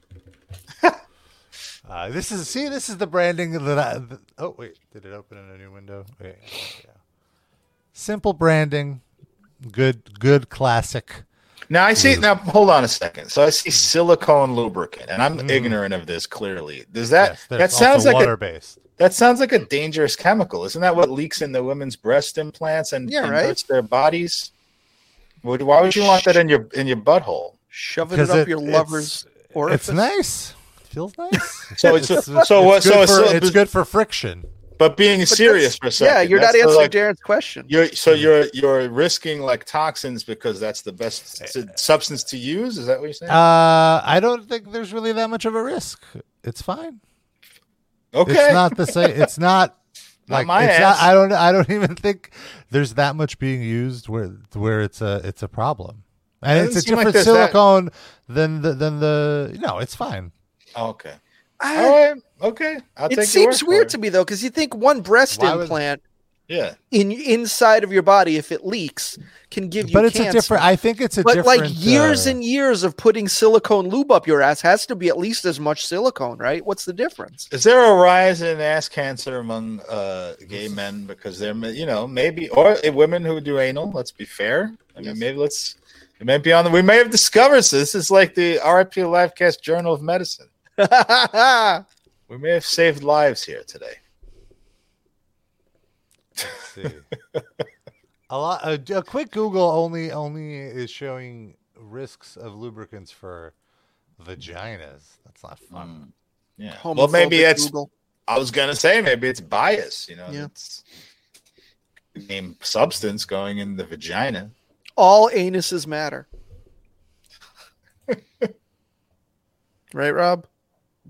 Speaker 3: Uh, this is see. This is the branding that I. th- oh wait, did it open in a new window? Wait, yeah. Simple branding, good, good classic.
Speaker 2: Now I see. Now hold on a second. So I see silicone lubricant, and I'm ignorant of this. Clearly, does that
Speaker 3: Mm. Yes,
Speaker 2: that sounds like
Speaker 3: water
Speaker 2: a,
Speaker 3: based.
Speaker 2: that sounds like a dangerous chemical? Isn't that what leaks into women's breast implants and,
Speaker 4: Yeah,
Speaker 2: and
Speaker 4: right.
Speaker 2: hurts their bodies? Would, why would you want that in your in your butthole?
Speaker 4: Shoving it
Speaker 3: Because
Speaker 4: up
Speaker 3: it-
Speaker 4: your
Speaker 3: it's-
Speaker 4: lover's orifice.
Speaker 3: It's nice. It feels nice.
Speaker 2: So it's- so what-
Speaker 3: good
Speaker 2: so-
Speaker 3: for,
Speaker 2: so-
Speaker 3: it's good for friction.
Speaker 2: But being
Speaker 4: But
Speaker 2: serious
Speaker 4: that's-
Speaker 2: for a second,
Speaker 4: Yeah, you're not
Speaker 2: that's the,
Speaker 4: answering
Speaker 2: like,
Speaker 4: Darren's question.
Speaker 2: You're so you're you're risking like toxins because that's the best s- substance to use. Is that what you're saying?
Speaker 3: Uh, I don't think there's really that much of a risk. It's fine.
Speaker 2: okay,
Speaker 3: It's not the same. It's not
Speaker 2: Not
Speaker 3: like
Speaker 2: my
Speaker 3: it's
Speaker 2: ass.
Speaker 3: not, I don't. I don't even think there's that much being used where where it's a it's a problem. And
Speaker 2: Doesn't
Speaker 3: it's a
Speaker 2: seem like
Speaker 3: different
Speaker 2: there's that-
Speaker 3: silicone than the than the. No, it's fine.
Speaker 2: okay,
Speaker 4: I-
Speaker 2: all right, okay. I'll take
Speaker 4: Ah, it
Speaker 2: your
Speaker 4: seems
Speaker 2: word
Speaker 4: weird
Speaker 2: for
Speaker 4: to me though, because you think one breast
Speaker 3: Why would-
Speaker 4: implant
Speaker 2: it. yeah.
Speaker 4: in inside of your body, if it leaks, can give you.
Speaker 3: But it's
Speaker 4: cancer.
Speaker 3: a different. I think it's a
Speaker 4: But
Speaker 3: different.
Speaker 4: like years
Speaker 3: uh,
Speaker 4: and years of putting silicone lube up your ass has to be at least as much silicone, right? What's the difference?
Speaker 2: Is there a rise in ass cancer among uh, gay men because they're ma- you know maybe or uh, women who do anal? Let's be fair. I mean, maybe let's. It may be on the. We may have discovered so this is like the RIP Livecast Journal of Medicine. We may have saved lives here today.
Speaker 3: see. a lot. A, a quick Google only only is showing risks of lubricants for vaginas. That's not fun.
Speaker 2: Yeah. Well,
Speaker 4: Homophobic
Speaker 2: maybe it's
Speaker 4: Google.
Speaker 2: I was gonna say maybe it's bias, you know.
Speaker 4: Yeah.
Speaker 2: It's name substance going in the vagina.
Speaker 4: all anuses matter. right, Rob?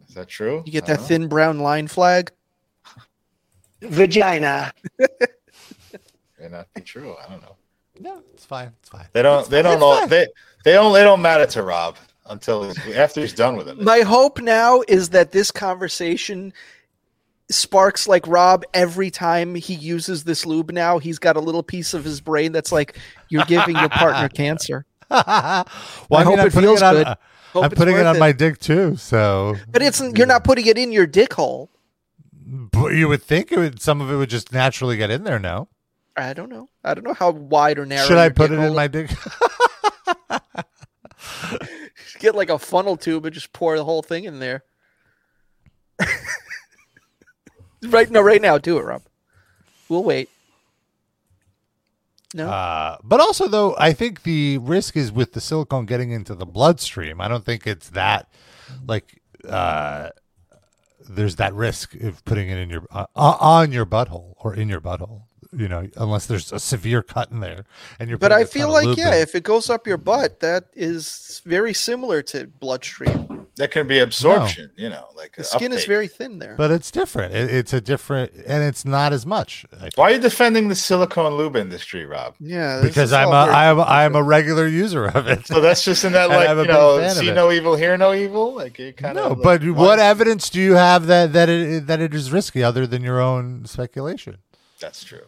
Speaker 2: Is that true?
Speaker 4: You get
Speaker 2: I
Speaker 4: that
Speaker 3: Uh-huh.
Speaker 2: don't
Speaker 4: thin brown line flag.
Speaker 7: Vagina.
Speaker 2: know. May not be true. I don't know.
Speaker 3: No, it's fine. It's fine.
Speaker 2: They don't. They don't
Speaker 3: it's
Speaker 2: all.
Speaker 3: fine.
Speaker 2: They they don't. They don't matter to Rob until he's, after he's done with it.
Speaker 4: My hope now is that this conversation sparks like Rob every time he uses this lube now. He's got a little piece of his brain that's like, you're giving your partner cancer.
Speaker 3: well, I, mean,
Speaker 4: hope
Speaker 3: I'm
Speaker 4: it
Speaker 3: putting
Speaker 4: feels
Speaker 3: it on,
Speaker 4: good. Hope
Speaker 3: I'm
Speaker 4: it's
Speaker 3: putting it
Speaker 4: worth
Speaker 3: on
Speaker 4: it.
Speaker 3: my dick too. So,
Speaker 4: But it's you're not putting it in your dick hole.
Speaker 3: but you would think it would, some of it would just naturally get in there. No,
Speaker 4: I don't know. I don't know how wide or narrow.
Speaker 3: should I
Speaker 4: your
Speaker 3: put it
Speaker 4: dick
Speaker 3: in
Speaker 4: hole
Speaker 3: my dick?
Speaker 4: is. Get like a funnel tube and just pour the whole thing in there. right no, right now, do it, Rob. We'll wait. No,
Speaker 3: Uh, but also, though, I think the risk is with the silicone getting into the bloodstream. I don't think it's that like uh, there's that risk of putting it in your uh, on your butthole or in your butthole. You know, unless there's a severe cut in there, and you're.
Speaker 4: but
Speaker 3: putting
Speaker 4: I
Speaker 3: a ton
Speaker 4: feel
Speaker 3: of
Speaker 4: like
Speaker 3: lube
Speaker 4: yeah,
Speaker 3: in.
Speaker 4: if it goes up your butt, that is very similar to bloodstream.
Speaker 2: That can be absorption, you know, like
Speaker 4: The skin is
Speaker 2: uptake.
Speaker 4: very thin there.
Speaker 3: but it's different. It, it's a different, and it's not as much. I think.
Speaker 2: Why are you defending the silicone lube industry, Rob?
Speaker 4: yeah, this
Speaker 3: Because
Speaker 4: is
Speaker 3: I'm a,
Speaker 4: all very-
Speaker 3: I'm I'm a regular user of it.
Speaker 2: So that's just in that
Speaker 3: And
Speaker 2: like
Speaker 3: I'm a
Speaker 2: you
Speaker 3: big
Speaker 2: know,
Speaker 3: fan of
Speaker 2: see
Speaker 3: it.
Speaker 2: no evil, hear no evil. Like you kind
Speaker 3: No,
Speaker 2: of like,
Speaker 3: but
Speaker 2: why-
Speaker 3: what evidence do you have that that it that it is risky other than your own speculation?
Speaker 2: That's true.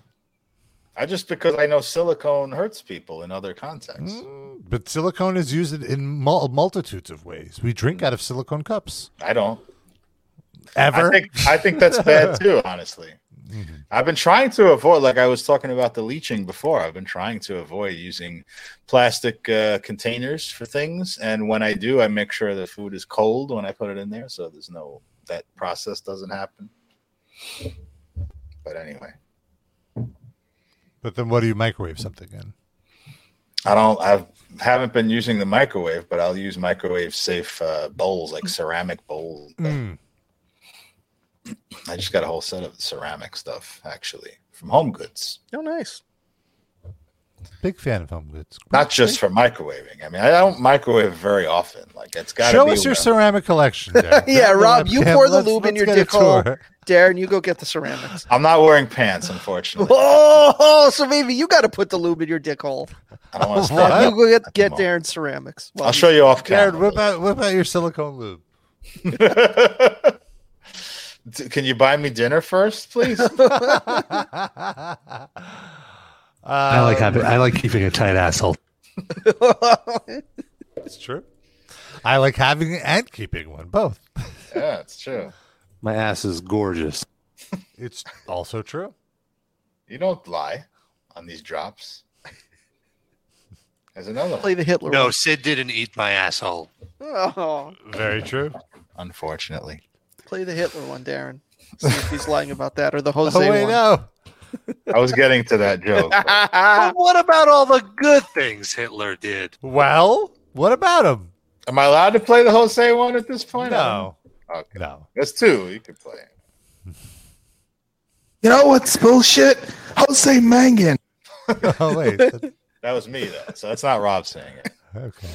Speaker 2: I just because I know silicone hurts people in other contexts.
Speaker 3: Mm. But silicone is used in mul- multitudes of ways. We drink out of silicone cups.
Speaker 2: I don't.
Speaker 3: Ever?
Speaker 2: I think I think that's bad too, honestly. I've been trying to avoid, like I was talking about the leaching before. I've been trying to avoid using plastic uh, containers for things, and when I do, I make sure the food is cold when I put it in there, so there's no that process doesn't happen. But anyway,
Speaker 3: but then what do you microwave something in?
Speaker 2: I don't. I haven't been using the microwave, but I'll use microwave safe uh, bowls,
Speaker 3: Mm.
Speaker 2: like ceramic bowls. I just got a whole set of ceramic stuff actually from Home Goods.
Speaker 4: oh, nice.
Speaker 3: Big fan of home goods.
Speaker 2: not just for microwaving. I mean, I don't microwave very often. Like it's got to
Speaker 3: Show
Speaker 2: be
Speaker 3: us your
Speaker 2: when-
Speaker 3: ceramic collection. Darren.
Speaker 4: Yeah,
Speaker 3: Don't
Speaker 4: Rob,
Speaker 3: let-
Speaker 4: you
Speaker 3: Damn,
Speaker 4: pour the
Speaker 3: let's-
Speaker 4: lube in
Speaker 3: let's
Speaker 4: your
Speaker 3: get a
Speaker 4: dick hole,
Speaker 3: tour.
Speaker 4: Darren. You go get the ceramics.
Speaker 2: I'm not wearing pants, unfortunately.
Speaker 4: Oh, so maybe you got to put the lube in your dick hole.
Speaker 2: I don't want to
Speaker 3: What?
Speaker 2: stop.
Speaker 4: You go get get
Speaker 2: Come on.
Speaker 4: Darren's ceramics. Well,
Speaker 2: I'll show you off
Speaker 3: Darren,
Speaker 2: camera.
Speaker 3: whip out whip out your silicone lube.
Speaker 2: D- Can you buy me dinner first, please?
Speaker 7: I like
Speaker 3: Um,
Speaker 7: having, I like keeping a tight asshole.
Speaker 3: It's true. I like having and keeping one both.
Speaker 2: yeah, it's true.
Speaker 7: My ass is gorgeous.
Speaker 3: It's also true.
Speaker 2: You don't lie on these drops. There's another
Speaker 4: play
Speaker 2: one.
Speaker 4: the Hitler.
Speaker 7: No,
Speaker 4: one.
Speaker 7: Sid didn't eat my asshole.
Speaker 4: Oh,
Speaker 3: Very true.
Speaker 2: Unfortunately,
Speaker 4: play the Hitler one, Darren. See if he's lying about that or the
Speaker 3: Oh
Speaker 4: Jose
Speaker 3: wait,
Speaker 4: one.
Speaker 3: no.
Speaker 2: I was getting to that joke.
Speaker 7: But what about all the good things Hitler did?
Speaker 3: Well, what about him?
Speaker 2: Am I allowed to play the Jose one at this point?
Speaker 3: No,
Speaker 2: Okay.
Speaker 3: no.
Speaker 2: That's two. You can play. it.
Speaker 8: You know what's bullshit? Jose Mangan.
Speaker 3: Oh wait. That's-
Speaker 2: That was me though, so that's not Rob saying it.
Speaker 3: Okay.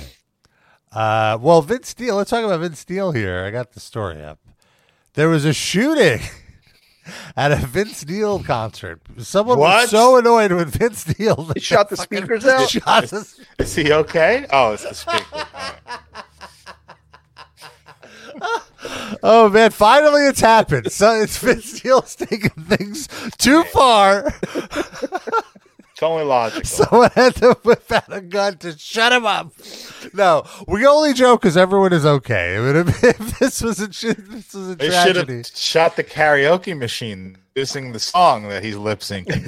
Speaker 3: Uh, well, Vince Steele. Let's talk about Vince Steele here. I got the story up. There was a shooting at a Vince Steele concert. Someone
Speaker 2: What?
Speaker 3: was so annoyed with Vince Steele.
Speaker 4: He shot the speakers out.
Speaker 3: shot his-
Speaker 2: Is he okay? Oh, it's the speaker. All right.
Speaker 3: oh man! Finally, it's happened. So it's Vince Steele's taking things too far.
Speaker 2: It's only logical.
Speaker 3: Someone had to whip out a gun to shut him up. No, we only joke because everyone is okay. It would have, if this was a sh- this was a
Speaker 2: they should
Speaker 3: tragedy.
Speaker 2: have shot the karaoke machine missing the song that he's lip syncing.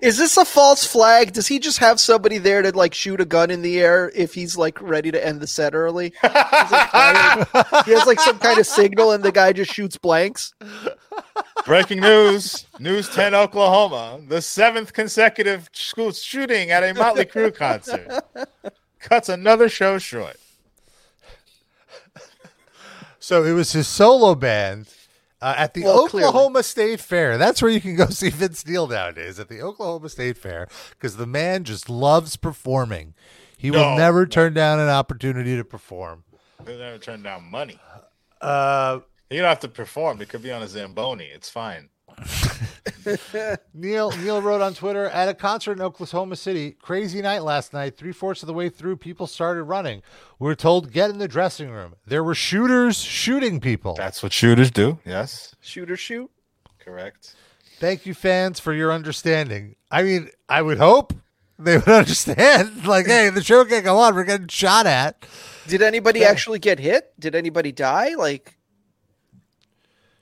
Speaker 4: Is this a false flag? Does he just have somebody there to like shoot a gun in the air if he's like ready to end the set early? He's, like, fired. he has like some kind of signal and the guy just shoots blanks.
Speaker 2: Breaking news: News 10 Oklahoma, the seventh consecutive school shooting at a Motley Crue concert cuts another show short.
Speaker 3: So it was his solo band uh, at the
Speaker 4: Well, clearly.
Speaker 3: Oklahoma State Fair. That's where you can go see Vince Neil nowadays at the Oklahoma State Fair because the man just loves performing. He will
Speaker 2: No.
Speaker 3: never turn down an opportunity to perform.
Speaker 2: They never turned down money.
Speaker 3: Uh,
Speaker 2: You don't have to perform; it could be on a Zamboni. It's fine.
Speaker 3: Neil Neil wrote on Twitter at a concert in Oklahoma City, crazy night last night. Three fourths of the way through, people started running. We were told get in the dressing room. There were shooters shooting people.
Speaker 2: That's what shooters do. Yes,
Speaker 4: Shoot or shoot.
Speaker 2: correct.
Speaker 3: Thank you, fans, for your understanding. I mean, I would hope they would understand. Like, hey, the show can't go on. We're getting shot at.
Speaker 4: Did anybody actually get hit? Did anybody die? Like,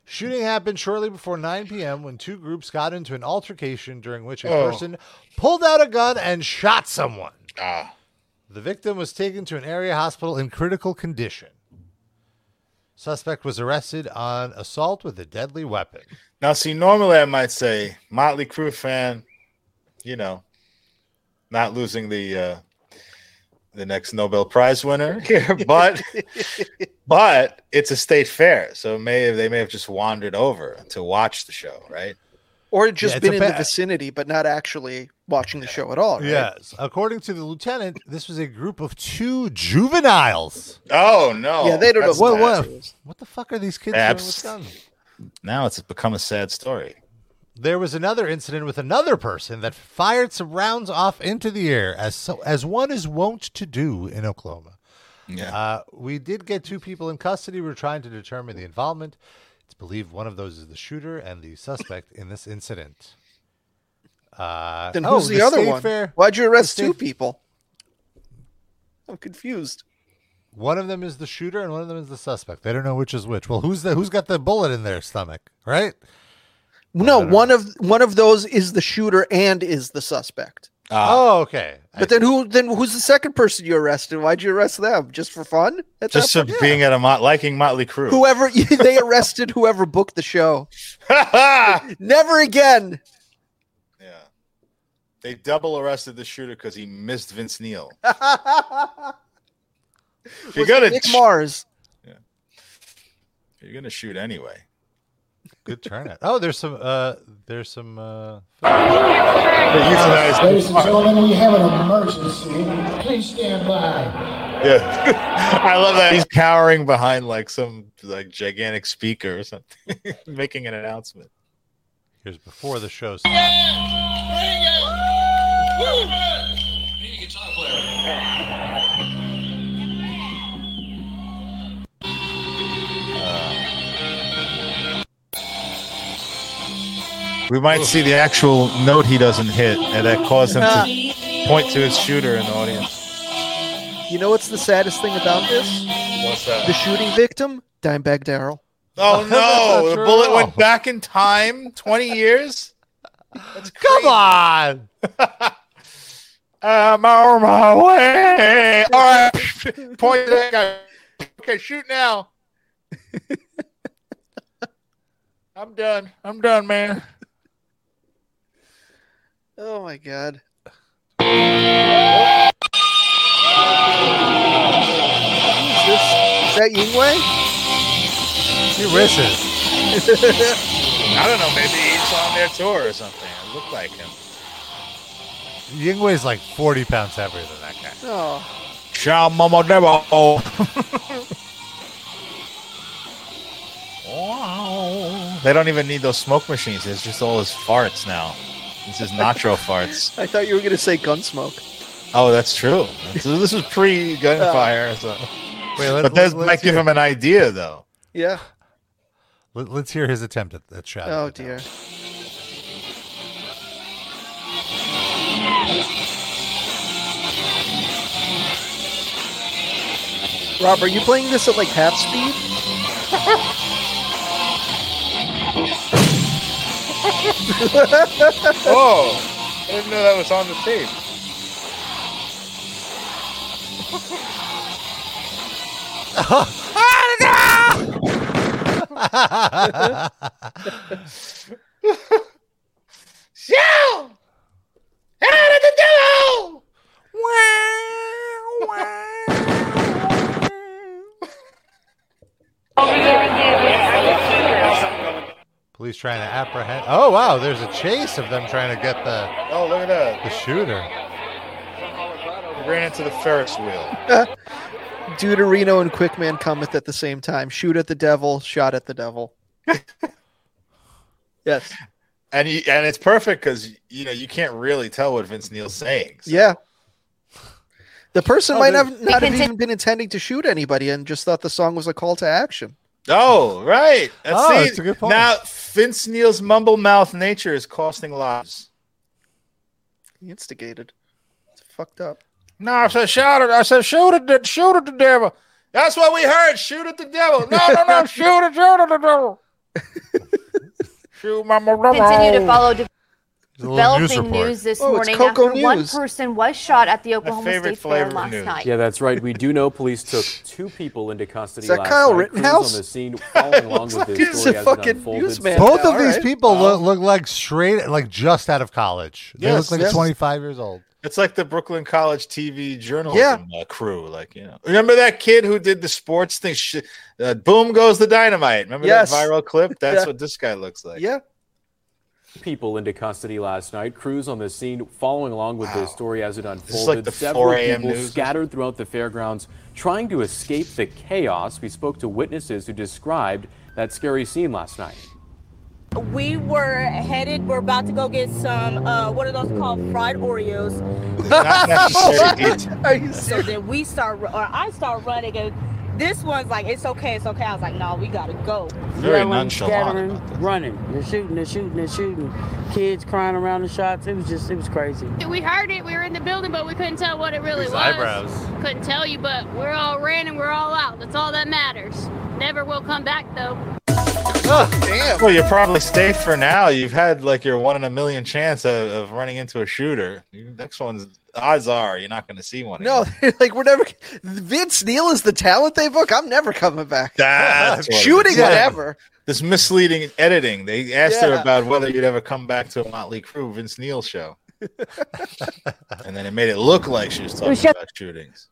Speaker 3: Shooting happened shortly before 9 p.m. when two groups got into an altercation during which a
Speaker 2: Oh.
Speaker 3: person pulled out a gun and shot someone.
Speaker 2: Ah,
Speaker 3: The victim was taken to an area hospital in critical condition. Suspect was arrested on assault with a deadly weapon.
Speaker 2: now see, normally I might say Motley Crue fan, you know, not losing the uh, the next Nobel Prize winner here, but but it's a state fair, so may they may have just wandered over to watch the show, right?
Speaker 4: or just
Speaker 3: Yeah, it's
Speaker 4: been
Speaker 3: a
Speaker 4: in
Speaker 3: ba-
Speaker 4: the vicinity but not actually watching the show at all. right?
Speaker 3: Yes. According to the lieutenant, this was a group of two juveniles.
Speaker 2: Oh no!
Speaker 4: Yeah, they don't know
Speaker 2: That's
Speaker 4: what-
Speaker 2: bad.
Speaker 4: what-
Speaker 3: What the fuck are these kids
Speaker 2: Abs-
Speaker 3: doing with guns?
Speaker 2: Now it's become a sad story.
Speaker 3: There was another incident with another person that fired some rounds off into the air, as so, as one is wont to do in Oklahoma.
Speaker 2: Yeah.
Speaker 3: Uh, we did get two people in custody. We're trying to determine the involvement. It's believed one of those is the shooter and the suspect in this incident. Uh,
Speaker 4: Then
Speaker 3: oh,
Speaker 4: who's the, other
Speaker 3: state
Speaker 4: one?
Speaker 3: fair-
Speaker 4: Why'd you arrest
Speaker 3: state-
Speaker 4: two people? I'm confused.
Speaker 3: One of them is the shooter, and one of them is the suspect. They don't know which is which. Well, who's the who's got the bullet in their stomach, right?
Speaker 4: No,
Speaker 3: don't
Speaker 4: one of one of those is the shooter and is the suspect.
Speaker 2: Ah,
Speaker 3: oh, okay. I-
Speaker 4: But then who? Then who's the second person you arrested? Why'd you arrest them? Just for fun? At
Speaker 2: just
Speaker 4: that
Speaker 2: for being at a mot- liking Motley Crue.
Speaker 4: point? whoever they arrested, whoever booked the show.
Speaker 2: yeah.
Speaker 4: Never again.
Speaker 2: They double arrested the shooter because he missed Vince Neil. If you're
Speaker 4: Was
Speaker 2: gonna
Speaker 4: Nick
Speaker 2: sh-
Speaker 4: Mars.
Speaker 2: if you're gonna shoot anyway.
Speaker 3: good turnout. Oh, there's some. Uh, there's some. Uh,
Speaker 2: They euthanized the
Speaker 9: Ladies and gentlemen, we have an emergency. Please stand by.
Speaker 2: Yeah, I love that. He's cowering behind like some like gigantic speaker or something, making an announcement.
Speaker 3: here's before the show.
Speaker 2: We might see the actual note he doesn't hit, and that caused him to point to his shooter in the audience.
Speaker 4: You know what's the saddest thing about this?
Speaker 2: What's
Speaker 4: The
Speaker 2: that?
Speaker 4: shooting victim, Dimebag Daryl.
Speaker 2: Oh
Speaker 3: That's
Speaker 2: no!
Speaker 3: not
Speaker 2: The
Speaker 3: true at
Speaker 2: bullet
Speaker 3: all.
Speaker 2: went back in time. Twenty years.
Speaker 3: Come on.
Speaker 2: I'm on my way. All right, point to that guy. Okay, shoot now. I'm done. I'm done, man.
Speaker 4: Oh my god. Who's this? Is that Yingwei?
Speaker 3: She wishes.
Speaker 2: I don't know. Maybe he's on their tour or something. It looked like him.
Speaker 3: Ying weighs like 40 pounds heavier than that guy.
Speaker 4: Oh,
Speaker 2: Ciao, Mama Debo. They don't even need those smoke machines. It's just all his farts now. This is nacho farts.
Speaker 4: I thought you were gonna say Gunsmoke.
Speaker 2: Oh, that's true. That's- This is pre gunfire. So.
Speaker 3: Wait, let,
Speaker 2: But that
Speaker 3: let,
Speaker 2: might
Speaker 3: let's,
Speaker 2: give
Speaker 3: hear,
Speaker 2: him an idea, though.
Speaker 4: Yeah.
Speaker 3: let, let's hear his attempt at that shot.
Speaker 4: Oh dear. Rob, are you playing this at like half speed?
Speaker 2: Oh, I didn't know that was on the tape. Oh,
Speaker 3: Police trying to apprehend. Oh, wow. There's a chase of them trying to get the,
Speaker 2: Oh, look at that.
Speaker 3: the shooter.
Speaker 2: He ran into the Ferris wheel.
Speaker 4: Deuterino and Quickman cometh at the same time. Shoot at the devil, shot at the devil. Yes.
Speaker 2: and you, and it's perfect because you know you can't really tell what Vince Neil's saying. So
Speaker 4: Yeah. The person
Speaker 2: Oh,
Speaker 4: might
Speaker 2: they-
Speaker 4: have not have even been intending to shoot anybody and just thought the song was a call to action.
Speaker 2: Oh, right. That's
Speaker 3: Oh,
Speaker 2: it.
Speaker 3: that's a good point.
Speaker 2: Now, Vince Neil's mumble mouth nature is costing lives.
Speaker 4: He instigated. It's fucked up.
Speaker 2: No, I said shout it. I said shoot it. the- Shoot at the devil. That's what we heard. Shoot at the devil. No, no, no. shoot it. Shoot at the devil. shoot my
Speaker 10: Continue to follow
Speaker 3: A little news
Speaker 10: developing
Speaker 3: report.
Speaker 10: news this
Speaker 4: Oh, it's
Speaker 10: morning
Speaker 4: Cocoa
Speaker 10: after one
Speaker 4: News.
Speaker 10: person was shot at the Oklahoma
Speaker 2: favorite
Speaker 10: State Fair
Speaker 2: flavor of
Speaker 10: last
Speaker 2: news.
Speaker 10: night.
Speaker 11: Yeah, that's right. We do know police took two people into custody
Speaker 4: Is that
Speaker 11: last
Speaker 4: Kyle
Speaker 11: night. Crews
Speaker 4: Rittenhouse?
Speaker 11: on the scene following along with
Speaker 4: like
Speaker 11: this
Speaker 4: he's
Speaker 11: story
Speaker 4: a
Speaker 11: as it
Speaker 4: fucking
Speaker 11: unfolded.
Speaker 4: newsman.
Speaker 3: Both
Speaker 4: Yeah,
Speaker 3: of these
Speaker 4: alright.
Speaker 3: people look, look like straight, like just out of college. They
Speaker 2: Yes,
Speaker 3: look like
Speaker 2: yes.
Speaker 3: 25 years old.
Speaker 2: It's like the Brooklyn College TV journalism uh, crew. Like you know, remember that kid who did the sports thing? Sh- uh, boom goes the dynamite. Remember
Speaker 4: Yes.
Speaker 2: that viral clip? That's
Speaker 4: Yeah.
Speaker 2: what this guy looks like.
Speaker 4: Yeah.
Speaker 11: People into custody last night. Crews on the scene following along with this story as it unfolded.
Speaker 2: is like the
Speaker 11: Several
Speaker 2: 4 a.m.
Speaker 11: people
Speaker 2: news.
Speaker 11: scattered throughout the fairgrounds trying to escape the chaos. We spoke to witnesses who described that scary scene last night.
Speaker 12: We were headed, we're about to go get some, uh, what are those called? Fried Oreos.
Speaker 2: Not necessary detail.
Speaker 4: Are you
Speaker 12: So then we start, or I start running, and this one's like, it's okay, it's okay. I was like, no, we gotta go.
Speaker 2: Very nonchalant. about this.
Speaker 13: running. They're shooting, they're shooting, they're shooting. Kids crying around the shots. It was just, it was crazy.
Speaker 14: We heard it. We were in the building, but we couldn't tell what it really
Speaker 15: His
Speaker 14: was.
Speaker 15: eyebrows.
Speaker 14: Couldn't tell you, but we're all ran and we're all out. That's all that matters. Never will come back though.
Speaker 4: damn.
Speaker 2: Well, you're probably safe for now. You've had like your one in a million chance of, of running into a shooter. Your Next one's odds are you're not going to see one.
Speaker 4: No, they're like we're never. Vince Neil is the talent they book. I'm never coming back.
Speaker 2: That's what it
Speaker 4: Shooting
Speaker 2: is. Yeah.
Speaker 4: whatever.
Speaker 2: This misleading editing. They asked her
Speaker 4: Yeah.
Speaker 2: about whether you'd ever come back to a Motley Crue Vince Neil show, and then it made it look like she was talking about shootings.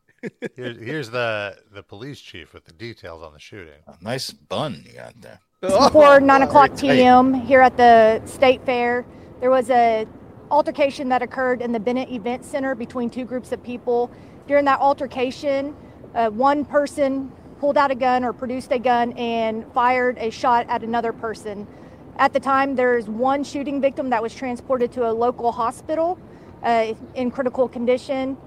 Speaker 3: Here, here's the the police chief with the details on the shooting.
Speaker 2: A nice bun you got there.
Speaker 4: Oh,
Speaker 16: before 9 o'clock
Speaker 2: Very tight.
Speaker 16: p.m. here at the state fair. There was a altercation that occurred in the Bennett Event Center between two groups of people. During that altercation, uh, one person pulled out a gun or produced a gun and fired a shot at another person. At the time, there's one shooting victim that was transported to a local hospital uh, in critical condition.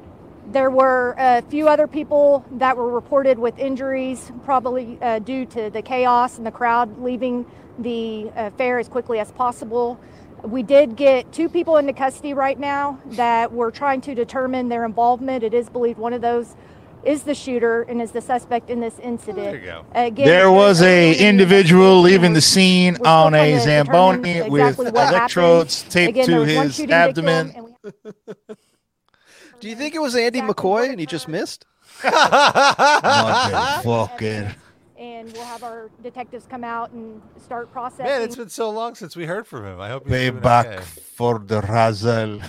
Speaker 16: There were a few other people that were reported with injuries, probably uh, due to the chaos and the crowd leaving the uh, fair as quickly as possible. We did get two people into custody right now that we're trying to determine their involvement. It is believed one of those is the shooter and is the suspect in this incident. There you
Speaker 3: go.
Speaker 16: Again,
Speaker 2: There was a
Speaker 16: it's-
Speaker 2: individual leaving the scene
Speaker 16: we're still
Speaker 2: on
Speaker 16: trying
Speaker 2: a
Speaker 16: to
Speaker 2: zamboni
Speaker 16: determine
Speaker 2: with
Speaker 16: exactly what
Speaker 2: electrodes
Speaker 16: happened.
Speaker 2: taped
Speaker 16: Again, there
Speaker 2: to
Speaker 16: was one
Speaker 2: his
Speaker 16: shooting victim
Speaker 2: abdomen.
Speaker 16: and we-
Speaker 4: Do you think it was Andy McCoy and he just missed?
Speaker 2: Fucking.
Speaker 16: And we'll have our detectives come out and start processing.
Speaker 3: Man, it's been so long since we heard from him. I hope he's
Speaker 2: Way
Speaker 3: doing
Speaker 2: back
Speaker 3: okay.
Speaker 2: for the razzle.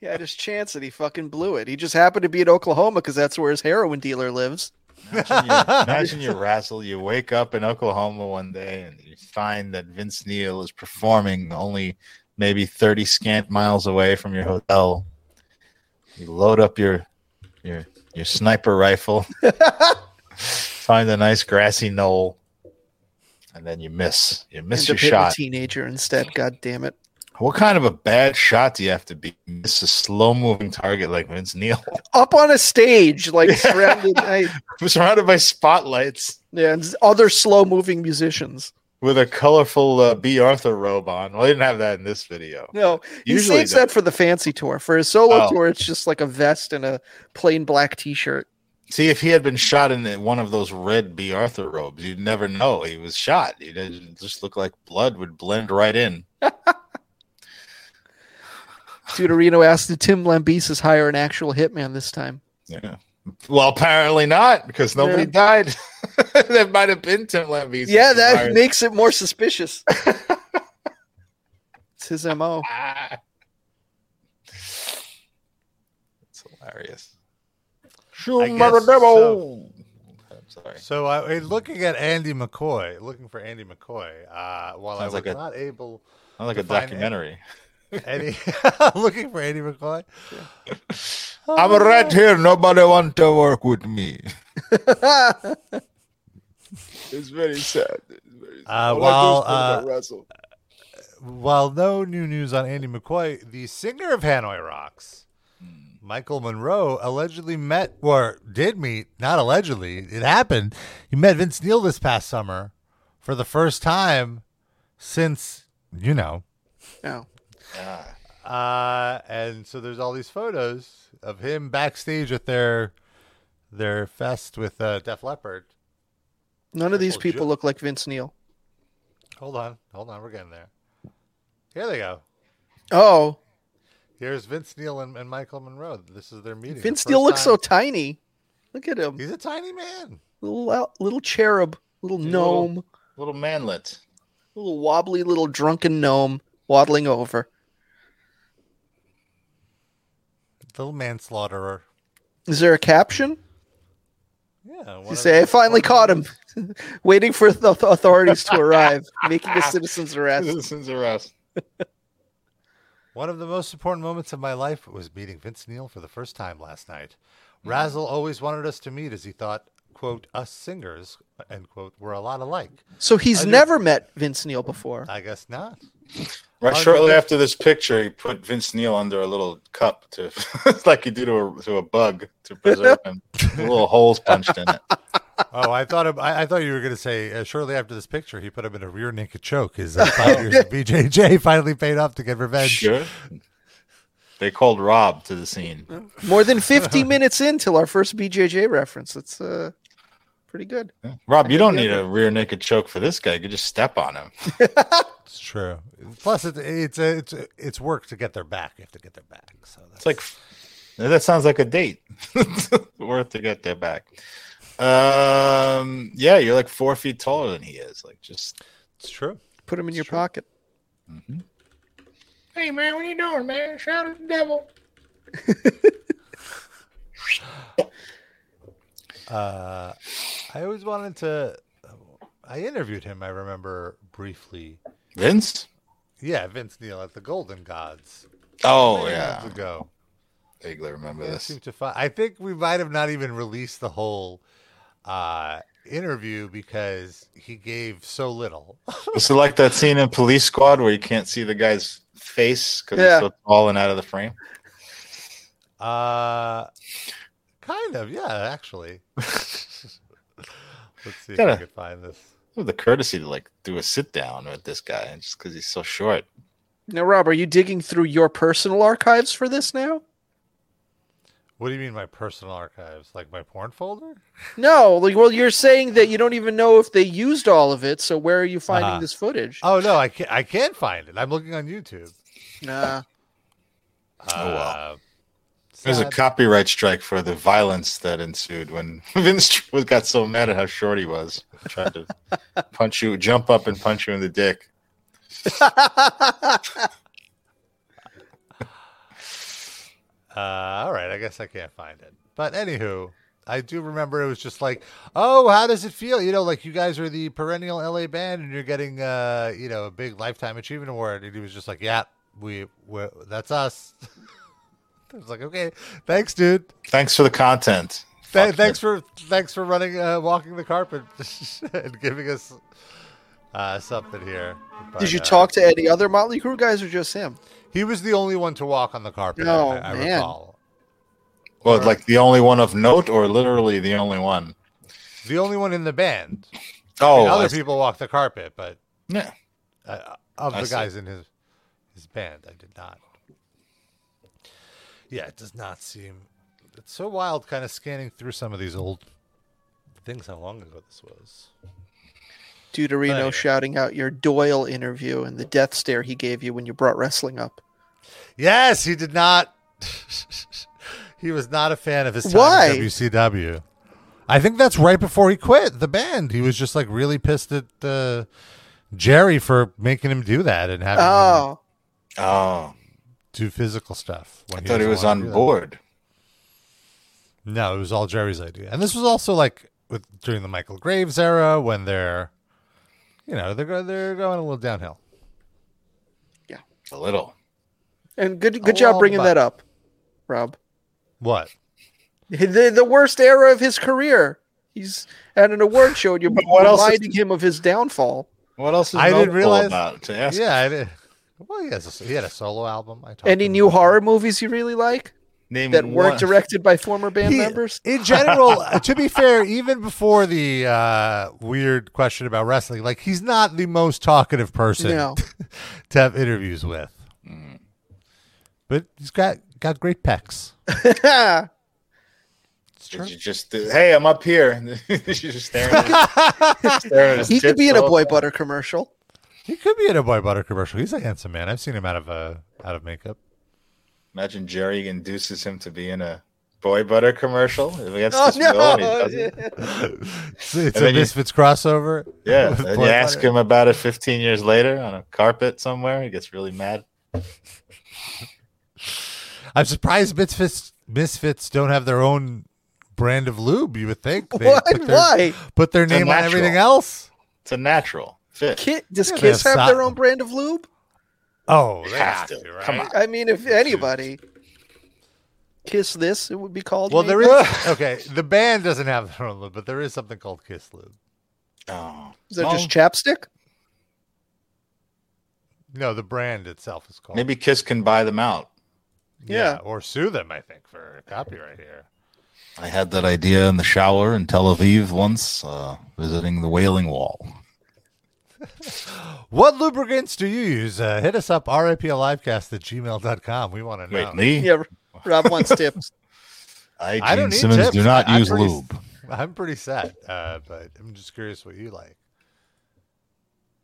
Speaker 4: He had his chance and he fucking blew it. He just happened to be in Oklahoma because that's where his heroin dealer lives.
Speaker 2: Imagine you, imagine you razzle. You wake up in Oklahoma one day and you find that Vince Neil is performing only maybe 30 scant miles away from your hotel. You load up your your your sniper rifle, find a nice grassy knoll, and then you miss. You miss
Speaker 4: End
Speaker 2: your
Speaker 4: up hitting
Speaker 2: shot.
Speaker 4: A teenager instead. God damn it.
Speaker 2: What kind of a bad shot do you have to be? to Miss a slow moving target like Vince Neil.
Speaker 4: Up on a stage, like surrounded, I,
Speaker 2: surrounded by spotlights.
Speaker 4: yeah, and other slow-moving musicians.
Speaker 2: with a colorful uh, B. Arthur robe on. Well, they didn't have that in this video.
Speaker 4: No, he
Speaker 2: Usually
Speaker 4: saves that for the fancy tour. For his solo
Speaker 2: Oh.
Speaker 4: tour, it's just like a vest and a plain black T-shirt.
Speaker 2: See, if he had been shot in the- one of those red B. Arthur robes, you'd never know he was shot. He didn't just look like blood would blend right in.
Speaker 4: Tutorino asked, "Did Tim Lambesis hire an actual hitman this time?"
Speaker 2: Yeah. Well, apparently not, because nobody
Speaker 4: Yeah.
Speaker 2: died. that might have been Tim Lambesis.
Speaker 4: Yeah, that
Speaker 2: Virus.
Speaker 4: makes it more suspicious. it's his mo.
Speaker 2: Ah. It's hilarious.
Speaker 3: I
Speaker 2: Shoot, mother
Speaker 3: guess
Speaker 2: devil. I'm sorry.
Speaker 3: So I in looking at Andy McCoy, looking for Andy McCoy. Uh, while
Speaker 2: Sounds
Speaker 3: I was
Speaker 2: like a-
Speaker 3: not able,
Speaker 2: Not like
Speaker 3: to
Speaker 2: a
Speaker 3: find
Speaker 2: documentary.
Speaker 3: Any, looking for Andy McCoy.
Speaker 2: I'm right here. Nobody want to work with me. it's very sad. It's
Speaker 8: crazy.
Speaker 3: Uh, while,
Speaker 8: I like those people that
Speaker 3: uh,
Speaker 8: wrestle.
Speaker 3: While no new news on Andy McCoy, the singer of Hanoi Rocks, Michael Monroe, allegedly met or did meet, not allegedly, it happened. He met Vince Neil this past summer for the first time since, you know.
Speaker 4: No.
Speaker 3: Uh, and so there's all these photos of him backstage at their their fest with uh, Def Leppard.
Speaker 4: None of these
Speaker 3: Triple J.
Speaker 4: people look like Vince Neil.
Speaker 3: Hold on, hold on, we're getting there. Here they go.
Speaker 4: Oh,
Speaker 3: Here's Vince Neil and, and Michael Monroe. This is their meeting.
Speaker 4: Vince
Speaker 3: First
Speaker 4: Neil looks so
Speaker 3: time-
Speaker 4: tiny. Look at him.
Speaker 3: He's a tiny man.
Speaker 4: Little little cherub, little gnome,
Speaker 2: little
Speaker 4: little,
Speaker 2: manlet,
Speaker 4: little wobbly little drunken gnome waddling over.
Speaker 3: little manslaughterer.
Speaker 4: Is there a caption?
Speaker 3: Yeah.
Speaker 4: You say, I finally caught him. Waiting for the the authorities to arrive, making a citizen's arrest.
Speaker 2: Citizen's arrest.
Speaker 3: One of the most important moments of my life was meeting Vince Neil for the first time last night. Razzle always wanted us to meet as he thought, quote, us singers, end quote, were a lot alike.
Speaker 4: So he's
Speaker 3: Under-
Speaker 4: never met Vince Neil before.
Speaker 3: I guess not.
Speaker 2: Right
Speaker 3: Under-
Speaker 2: shortly after this picture, he put Vince Neil under a little cup to, like you do to a to a bug to preserve him. little holes punched in it.
Speaker 3: Oh, I thought of- I, I thought you were going to say uh, shortly after this picture, he put him in a rear naked choke. His uh, five years of BJJ finally paid off to get revenge.
Speaker 2: Sure. They called Rob to the scene.
Speaker 4: More than 50 minutes in till our first BJJ reference. That's uh, pretty good.
Speaker 2: Rob, you don't need a rear naked choke for this guy. You could just step on him.
Speaker 3: It's true. Plus, it, it's a, it's a, it's work to get their back. You have to get their back. So
Speaker 2: It's
Speaker 3: that's
Speaker 2: like that sounds like a date. Worth to get their back. Um, yeah, you're like four feet taller than he is. Like just
Speaker 3: it's true.
Speaker 4: Put him in your pocket.
Speaker 9: Hey man, what you doing, man? Shout at the devil.
Speaker 3: Uh, I always wanted to. I interviewed him. I remember briefly.
Speaker 2: Vince?
Speaker 3: Yeah, Vince Neil at the Golden Gods.
Speaker 2: Oh,
Speaker 3: Many
Speaker 2: yeah.
Speaker 3: months ago.
Speaker 2: Vaguely remember
Speaker 3: I
Speaker 2: this.
Speaker 3: seem to find. I think we might have not even released the whole uh, interview because he gave so little.
Speaker 2: This is like that scene in Police Squad where you can't see the guy's face because
Speaker 3: Yeah.
Speaker 2: he's so tall and out of the frame.
Speaker 3: Uh, kind of. Yeah, actually. Let's see if I
Speaker 2: Gotta-
Speaker 3: can find this.
Speaker 2: The courtesy to like do a sit down with this guy and just because he's so short.
Speaker 4: Now, Rob, are you digging through your personal archives for this now?
Speaker 3: What do you mean, my personal archives? Like my porn folder?
Speaker 4: No. Like, well, you're saying that you don't even know if they used all of it. So where are you finding
Speaker 3: Uh-huh.
Speaker 4: this footage?
Speaker 3: Oh no, I can't. I can't find it. I'm looking on YouTube.
Speaker 4: Nah.
Speaker 2: Oh, well.
Speaker 3: Uh,
Speaker 2: There's a
Speaker 3: sad.
Speaker 2: copyright strike for the violence that ensued when Vince was got so mad at how short he was, tried to punch you, jump up and punch you in the dick.
Speaker 3: Uh, all right, I guess I can't find it. But anywho, I do remember it was just like, oh, how does it feel? You know, like you guys are the perennial LA band, and you're getting, uh, you know, a big lifetime achievement award. And he was just like, yeah, we, we that's us. I was like, okay, thanks, dude.
Speaker 2: Thanks for the content.
Speaker 3: Th- thanks for thanks for running, uh, walking the carpet, and giving us uh, something here.
Speaker 4: Did you
Speaker 3: But, uh,
Speaker 4: talk to any other Motley Crue guys or just him?
Speaker 3: He was the only one to walk on the carpet.
Speaker 4: Oh,
Speaker 3: I, I
Speaker 4: man.
Speaker 3: recall.
Speaker 2: Well, like the only one of note, or literally the only one.
Speaker 3: The only one in the band. I
Speaker 2: Oh,
Speaker 3: mean,
Speaker 2: I
Speaker 3: other
Speaker 2: see.
Speaker 3: people walk the carpet, but
Speaker 2: Yeah.
Speaker 3: uh, of
Speaker 2: I
Speaker 3: the
Speaker 2: see.
Speaker 3: guys in his his band, I did not. Yeah, it does not seem. It's so wild, kind of scanning through some of these old things. How long ago this was?
Speaker 4: Deuterino
Speaker 3: Anyway.
Speaker 4: shouting out your Doyle interview and the death stare he gave you when you brought wrestling up.
Speaker 3: Yes, he did not. he was not a fan of his time
Speaker 4: Why?
Speaker 3: at WCW. I think that's right before he quit the band. He was just like really pissed at uh, Jerry for making him do that and having him
Speaker 4: Oh,
Speaker 2: Oh,
Speaker 3: do physical stuff. when
Speaker 2: I thought he
Speaker 3: doesn't
Speaker 2: was
Speaker 3: wanna do
Speaker 2: on
Speaker 3: that.
Speaker 2: board.
Speaker 3: No, it was all Jerry's idea, and this was also like with during the Michael Graves era when they're, you know, they're go- they're going a little downhill.
Speaker 2: A little.
Speaker 4: and good good
Speaker 3: Oh,
Speaker 4: job
Speaker 3: well,
Speaker 4: bringing
Speaker 3: but-
Speaker 4: that up, Rob.
Speaker 3: What?
Speaker 4: The, the worst era of his career. He's at an award show and you're
Speaker 2: What else is-
Speaker 4: reminding him of his downfall.
Speaker 2: What else is
Speaker 3: I didn't
Speaker 2: Nopal
Speaker 3: realize.
Speaker 2: about to ask?
Speaker 3: Yeah, I did. Well, he has a, he had a solo album. I talked
Speaker 4: Any new horror movies you really like
Speaker 2: Name
Speaker 4: that weren't
Speaker 3: one.
Speaker 4: directed by former band members?
Speaker 3: In general, uh, to be fair, even before the uh, weird question about wrestling, like he's not the most talkative person
Speaker 4: No.
Speaker 3: to have interviews with. But he's got got great pecs.
Speaker 2: Did you just do- hey, I'm up here. She's just staring. At his, staring at his
Speaker 4: he could
Speaker 2: tits
Speaker 4: be in a
Speaker 2: all-
Speaker 4: boy butter commercial.
Speaker 3: He could be in a boy butter commercial. He's a handsome man. I've seen him out of uh, out of makeup.
Speaker 2: Imagine Jerry induces him to be in a boy butter commercial. If he gets
Speaker 4: Oh,
Speaker 2: this bill and he
Speaker 4: no.
Speaker 2: doesn't.
Speaker 3: It's, it's
Speaker 2: And
Speaker 3: a
Speaker 2: then you-
Speaker 3: Misfits crossover.
Speaker 2: Yeah,
Speaker 3: with
Speaker 2: and
Speaker 3: Boy
Speaker 2: you ask
Speaker 3: Butter.
Speaker 2: him about it 15 years later on a carpet somewhere. He gets really mad.
Speaker 3: I'm surprised Misfits Misfits don't have their own brand of lube. You would think. They
Speaker 4: Why?
Speaker 3: Put their,
Speaker 4: Why?
Speaker 3: Put their
Speaker 2: It's a
Speaker 3: name on
Speaker 2: natural.
Speaker 3: everything else.
Speaker 2: It's a natural fit.
Speaker 4: Ki- does
Speaker 3: Yeah,
Speaker 4: Kiss
Speaker 3: they're
Speaker 4: have their
Speaker 3: so-
Speaker 4: own brand of lube?
Speaker 3: Oh, they
Speaker 2: have
Speaker 3: have
Speaker 2: to.
Speaker 3: to, right?
Speaker 2: Come on.
Speaker 4: I mean, if anybody Kiss this, it would be called.
Speaker 3: Well, there
Speaker 4: maybe?
Speaker 3: is okay. The band doesn't have their own lube, but there is something called Kiss Lube.
Speaker 2: Oh,
Speaker 4: Is that just chapstick?
Speaker 3: no, the brand itself is called.
Speaker 2: Maybe Kiss can buy them out.
Speaker 4: Yeah.
Speaker 3: or sue them. I think for copyright here.
Speaker 2: I had that idea in the shower in Tel Aviv once, uh, visiting the Wailing Wall.
Speaker 3: What lubricants do you use? Uh, hit us up, ripalivecast at gmail.com. We want to know.
Speaker 2: Wait, me?
Speaker 4: Yeah, Rob wants tips.
Speaker 2: I,
Speaker 3: I
Speaker 2: Gene
Speaker 3: don't need
Speaker 2: Simmons,
Speaker 3: tips.
Speaker 2: do not
Speaker 3: I'm
Speaker 2: use
Speaker 3: pretty-
Speaker 2: lube.
Speaker 3: I'm pretty set, uh, but I'm just curious what you like.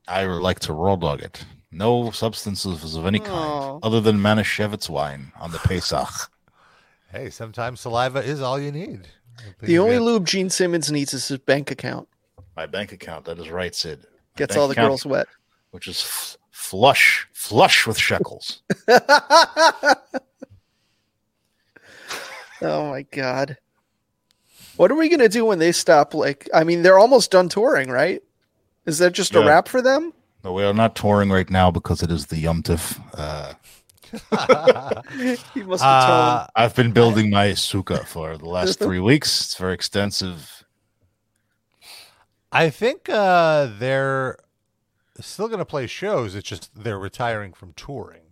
Speaker 2: I would like to raw dog it. No substances of any
Speaker 4: Oh.
Speaker 2: kind other than Manischewitz wine on the Pesach.
Speaker 3: Hey, sometimes saliva is all you need.
Speaker 4: The only lube Gene Simmons needs is his bank account.
Speaker 2: My bank account, that is right, Sid. My
Speaker 4: Gets
Speaker 2: bank
Speaker 4: all the
Speaker 2: account,
Speaker 4: girls wet.
Speaker 2: Which is f- flush, flush with shekels.
Speaker 4: Oh my god. What are we gonna do when they stop? Like, I mean, they're almost done touring, right? Is that just a
Speaker 2: Yeah.
Speaker 4: wrap for them?
Speaker 2: no, we are not touring right now because it is the Yom Tif. Uh,
Speaker 4: He must have told
Speaker 3: Uh,
Speaker 2: I've been building my sukkah for the last three weeks. It's very extensive.
Speaker 3: I think uh, they're still going to play shows. It's just they're retiring from touring.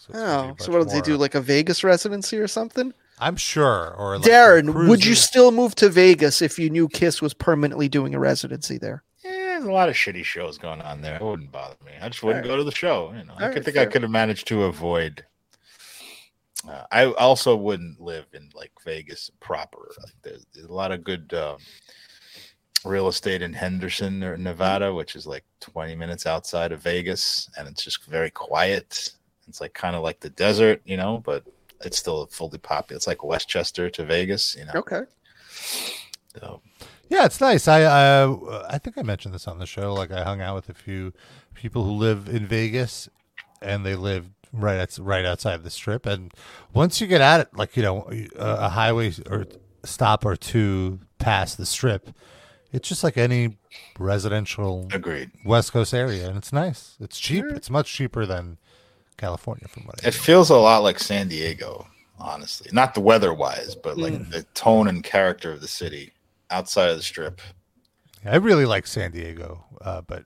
Speaker 3: So it's gonna be
Speaker 4: Oh, so
Speaker 3: much
Speaker 4: what did they
Speaker 3: more-
Speaker 4: do? Like a Vegas residency or something?
Speaker 3: I'm sure. Or like
Speaker 4: Darren, would you
Speaker 3: cruises.
Speaker 4: still move to Vegas if you knew Kiss was permanently doing a residency there?
Speaker 2: Eh, there's a lot of shitty shows going on there. It wouldn't bother me. I just wouldn't
Speaker 4: Alright.
Speaker 2: go to the show. You know, I
Speaker 4: Alright,
Speaker 2: could think I
Speaker 4: fair.
Speaker 2: could have managed to avoid. Uh, I also wouldn't live in like Vegas proper. Like, there's, there's a lot of good um, real estate in Henderson or Nevada, which is like 20 minutes outside of Vegas, and it's just very quiet. It's like kind of like the desert, you know, but it's still fully popular. It's like Westchester to Vegas, you know.
Speaker 4: Okay.
Speaker 2: So,
Speaker 3: Yeah, it's nice. I uh, I think I mentioned this on the show. Like I hung out with a few people who live in Vegas, and they live right at, right outside the Strip. And once you get at it, like you know, a, a highway or stop or two past the Strip, it's just like any residential
Speaker 2: Agreed.
Speaker 3: West Coast area, and it's nice. It's cheap. It's much cheaper than California, from what I
Speaker 2: It feels a lot like San Diego, honestly. Not the weather wise, but like the tone and character of the city outside of the strip.
Speaker 3: I really like San Diego, uh, but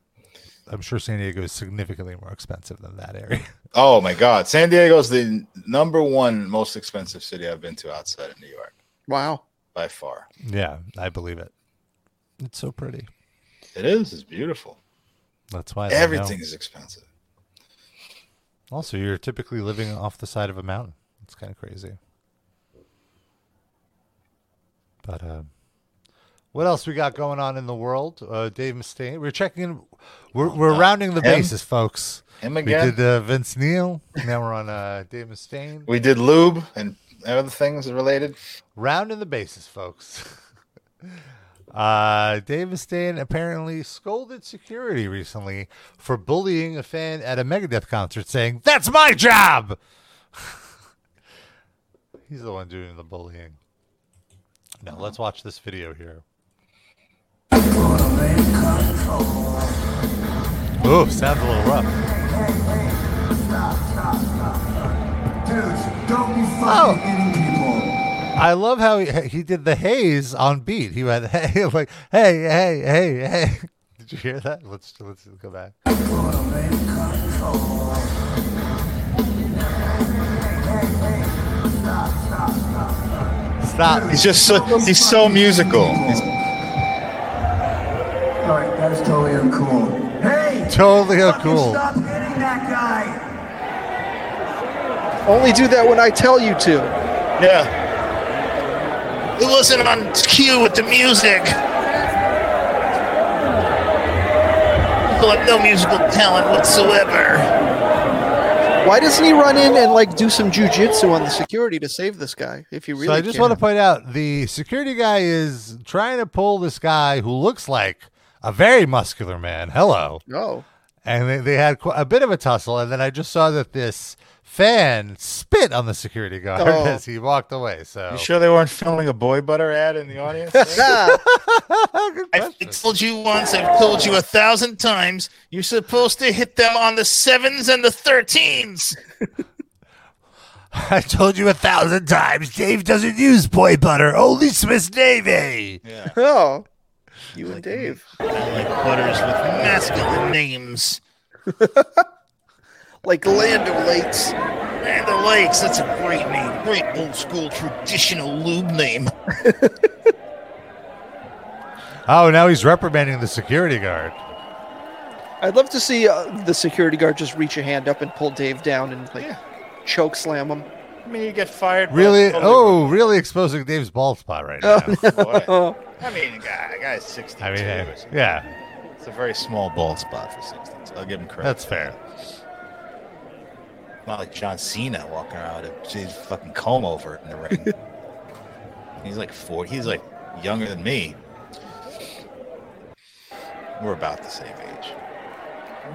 Speaker 3: I'm sure San Diego is significantly more expensive than that area.
Speaker 2: Oh my God. San Diego's the number one most expensive city I've been to outside of New York
Speaker 4: Wow.
Speaker 2: by far.
Speaker 3: yeah, I believe it. It's so pretty.
Speaker 2: It is. It's beautiful.
Speaker 3: That's why they know.
Speaker 2: Everything is expensive.
Speaker 3: Also, you're typically living off the side of a mountain. It's kind of crazy. But uh, what else we got going on in the world? Uh, Dave Mustaine. We're checking. In. We're we're rounding the
Speaker 2: Him?
Speaker 3: bases, folks.
Speaker 2: Oh, Him
Speaker 3: We
Speaker 2: again?
Speaker 3: did uh, Vince Neil. Now we're on uh, Dave Mustaine.
Speaker 2: We did lube and other things related.
Speaker 3: Rounding the bases, folks. Uh, Dave Mustaine apparently scolded security recently for bullying a fan at a Megadeth concert, saying, That's my job! He's the one doing the bullying. Now, let's watch this video here. Oh, sounds a little rough.
Speaker 9: Don't be
Speaker 3: Oh.
Speaker 9: fucking hitting people.
Speaker 3: I love how he, he did the haze on beat. He went, hey, like, hey, hey, hey, hey. Did you hear that? Let's let's go back. Stop.
Speaker 2: He's just so he's so musical. He's
Speaker 9: All right, that is totally uncool. Hey!
Speaker 3: Totally
Speaker 9: fucking
Speaker 3: uncool.
Speaker 9: Stop hitting that guy!
Speaker 4: Only do that when I tell you to.
Speaker 2: Yeah. It wasn't on cue with the music. People have no musical talent whatsoever.
Speaker 4: Why doesn't he run in and like do some jujitsu on the security to save this guy? If you really
Speaker 3: so I just
Speaker 4: care?
Speaker 3: want to point out the security guy is trying to pull this guy who looks like a very muscular man. Hello.
Speaker 4: Oh.
Speaker 3: And they, they had qu- a bit of a tussle, and then I just saw that this fan spit on the security guard
Speaker 2: Oh.
Speaker 3: as he walked away. So
Speaker 2: You sure they weren't filming a boy butter ad in the audience?
Speaker 3: I
Speaker 2: told you once, I've told you a thousand times, you're supposed to hit them on the sevens and the thirteens.
Speaker 3: I told you a thousand times, Dave doesn't use boy butter, only Swiss Navy.
Speaker 2: Yeah.
Speaker 4: Oh. You and Dave.
Speaker 2: Butters with masculine names.
Speaker 4: like Land of Lakes.
Speaker 2: Land of Lakes, that's a great name. Great old school traditional lube name.
Speaker 3: Oh, now he's reprimanding the security guard.
Speaker 4: I'd love to see uh, the security guard just reach a hand up and pull Dave down and like choke slam him.
Speaker 2: I mean, you get fired. but
Speaker 3: Really?
Speaker 2: totally
Speaker 3: Oh, really exposing Dave's bald spot right now.
Speaker 2: Boy. I mean, a guy, a guy's 62.
Speaker 3: I mean,
Speaker 2: or
Speaker 3: eh,
Speaker 2: something.
Speaker 3: yeah,
Speaker 2: It's a very small bald spot for 62. I'll give him credit.
Speaker 3: that's fair.
Speaker 2: Not like John Cena walking around with a his fucking comb over in the ring. he's like 40. He's like younger than me. We're about the same age.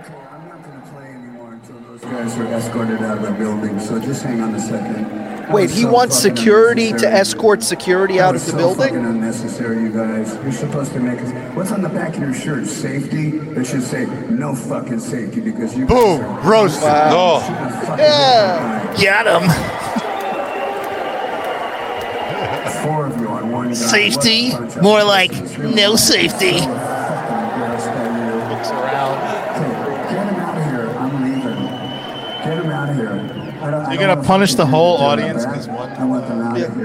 Speaker 9: Okay, I'm not gonna play anymore until those guys are escorted out of the building, so just hang on a second. That
Speaker 4: Wait,
Speaker 9: was
Speaker 4: he
Speaker 9: so
Speaker 4: wants
Speaker 9: fucking
Speaker 4: security to
Speaker 9: unnecessary.
Speaker 4: escort security
Speaker 9: That
Speaker 4: out
Speaker 9: was
Speaker 4: of the
Speaker 9: so
Speaker 4: building?
Speaker 9: fucking unnecessary, you guys. You're supposed to make us. What's on the back of your shirt? Safety? It should say no fucking safety because you. Boom!
Speaker 3: Roasted.
Speaker 9: Wow.
Speaker 4: Yeah.
Speaker 2: Got him.
Speaker 9: Four of you on one. guy.
Speaker 2: Safety?
Speaker 9: What a bunch of
Speaker 2: More like
Speaker 9: pussies. You're
Speaker 2: no
Speaker 9: so
Speaker 2: safety.
Speaker 9: fucking embarrassed by you. Okay, Get him out of here. I'm leaving. Get him out of here. I don't, I
Speaker 2: You're
Speaker 9: don't
Speaker 2: gonna
Speaker 9: know if
Speaker 2: punish
Speaker 9: I
Speaker 2: the
Speaker 9: can
Speaker 2: whole
Speaker 9: do that,
Speaker 2: audience
Speaker 9: but I-
Speaker 2: 'cause one-
Speaker 9: I want them out of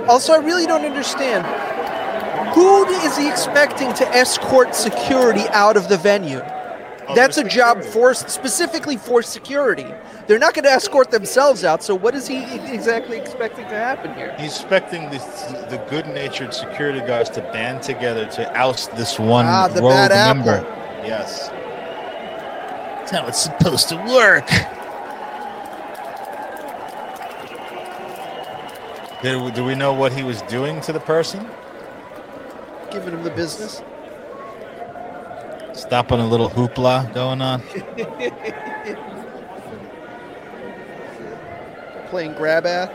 Speaker 9: here.
Speaker 4: Also, I really don't understand. Who is he expecting to escort security out of the venue? That's a job for specifically for security. They're not going to escort themselves out. So what is he exactly expecting to happen here?
Speaker 2: He's expecting the, the good natured security guards to band together to oust this one
Speaker 4: Ah, the
Speaker 2: rogue
Speaker 4: bad apple.
Speaker 2: member. Yes. That's how it's supposed to work. Did, do we know what he was doing to the person?
Speaker 4: Giving him the business.
Speaker 2: Stopping a little hoopla going on.
Speaker 4: Playing grab at.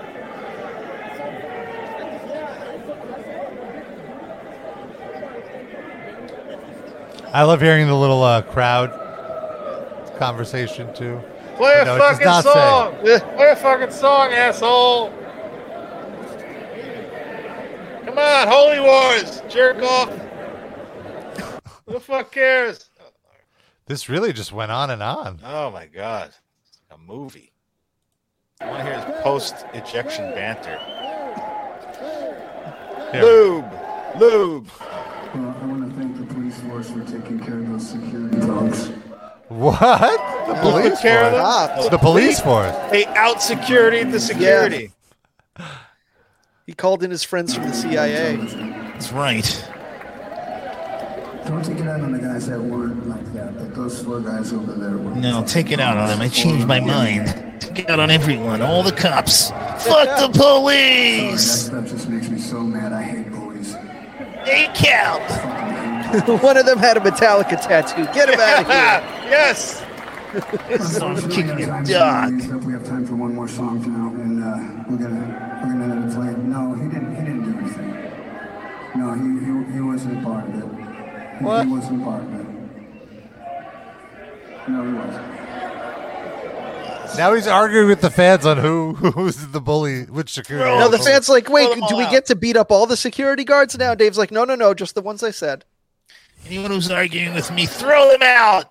Speaker 3: I love hearing the little uh, crowd conversation too.
Speaker 7: Play a
Speaker 3: No, it does
Speaker 7: fucking
Speaker 3: not say.
Speaker 7: song. Play a fucking song, asshole. Come on, Holy Wars, jerk off. Who the fuck cares?
Speaker 3: This really just went on and on.
Speaker 2: Oh my god. It's like a movie. I want to hear his post ejection banter.
Speaker 3: Here.
Speaker 2: Lube! Lube!
Speaker 9: Well, I want to thank the police force for taking care of those security dogs.
Speaker 3: What? The
Speaker 9: Who
Speaker 3: police
Speaker 9: cares?
Speaker 3: force. The police force.
Speaker 2: They out security the security.
Speaker 4: He called in his friends from the CIA.
Speaker 2: That's right.
Speaker 9: Don't take it out on the guys that weren't like that, but those four guys over there were.
Speaker 2: No, take it out on him. I changed my mind. Take it out on everyone, all the cops. Fuck the police!
Speaker 9: Sorry, that stuff just makes me so mad. I hate police.
Speaker 2: They count!
Speaker 4: One of them had a Metallica tattoo. Get him out of here.
Speaker 2: yes!
Speaker 9: kicking your dog. uh, We have time for one more song now, and uh, we're gonna we're gonna let it play. No, he didn't. He didn't do anything. No, he he, he wasn't part of it. He,
Speaker 3: What?
Speaker 9: he wasn't part of it. No, he wasn't.
Speaker 3: Now he's arguing with the fans on who who's the bully, which security.
Speaker 4: No, the fans like, wait,
Speaker 2: them all
Speaker 4: do we
Speaker 2: out.
Speaker 4: get to beat up all the security guards now? Dave's like, no, no, no, just the ones I said.
Speaker 7: Anyone who's arguing with me, throw them out.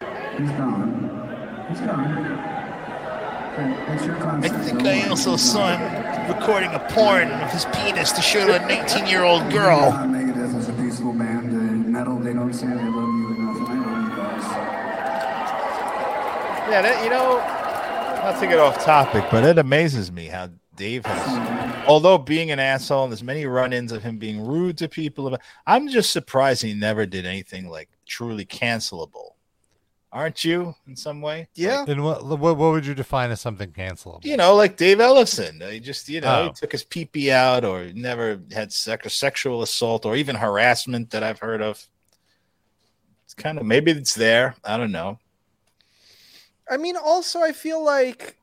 Speaker 9: He's gone. He's gone. Okay, It's your
Speaker 7: I
Speaker 9: concept.
Speaker 7: think I also saw him recording a porn of his penis to show to a 19 year old girl.
Speaker 9: Uh, Megadeth is a peaceful band. They metal. They don't say they love you enough. and I love you guys.
Speaker 2: Yeah, that, you know, not to get off topic, but it amazes me how Dave has, although being an asshole, and there's many run-ins of him being rude to people. I'm just surprised he never did anything like truly cancelable. Aren't you in some way?
Speaker 4: Yeah.
Speaker 3: And what, what what would you define as something cancelable?
Speaker 2: You know, like Dave Ellison. He just, you know,
Speaker 3: Oh.
Speaker 2: he took his pee out or never had sex or sexual assault or even harassment that I've heard of. It's kind of maybe it's there. I don't know.
Speaker 4: I mean, also, I feel like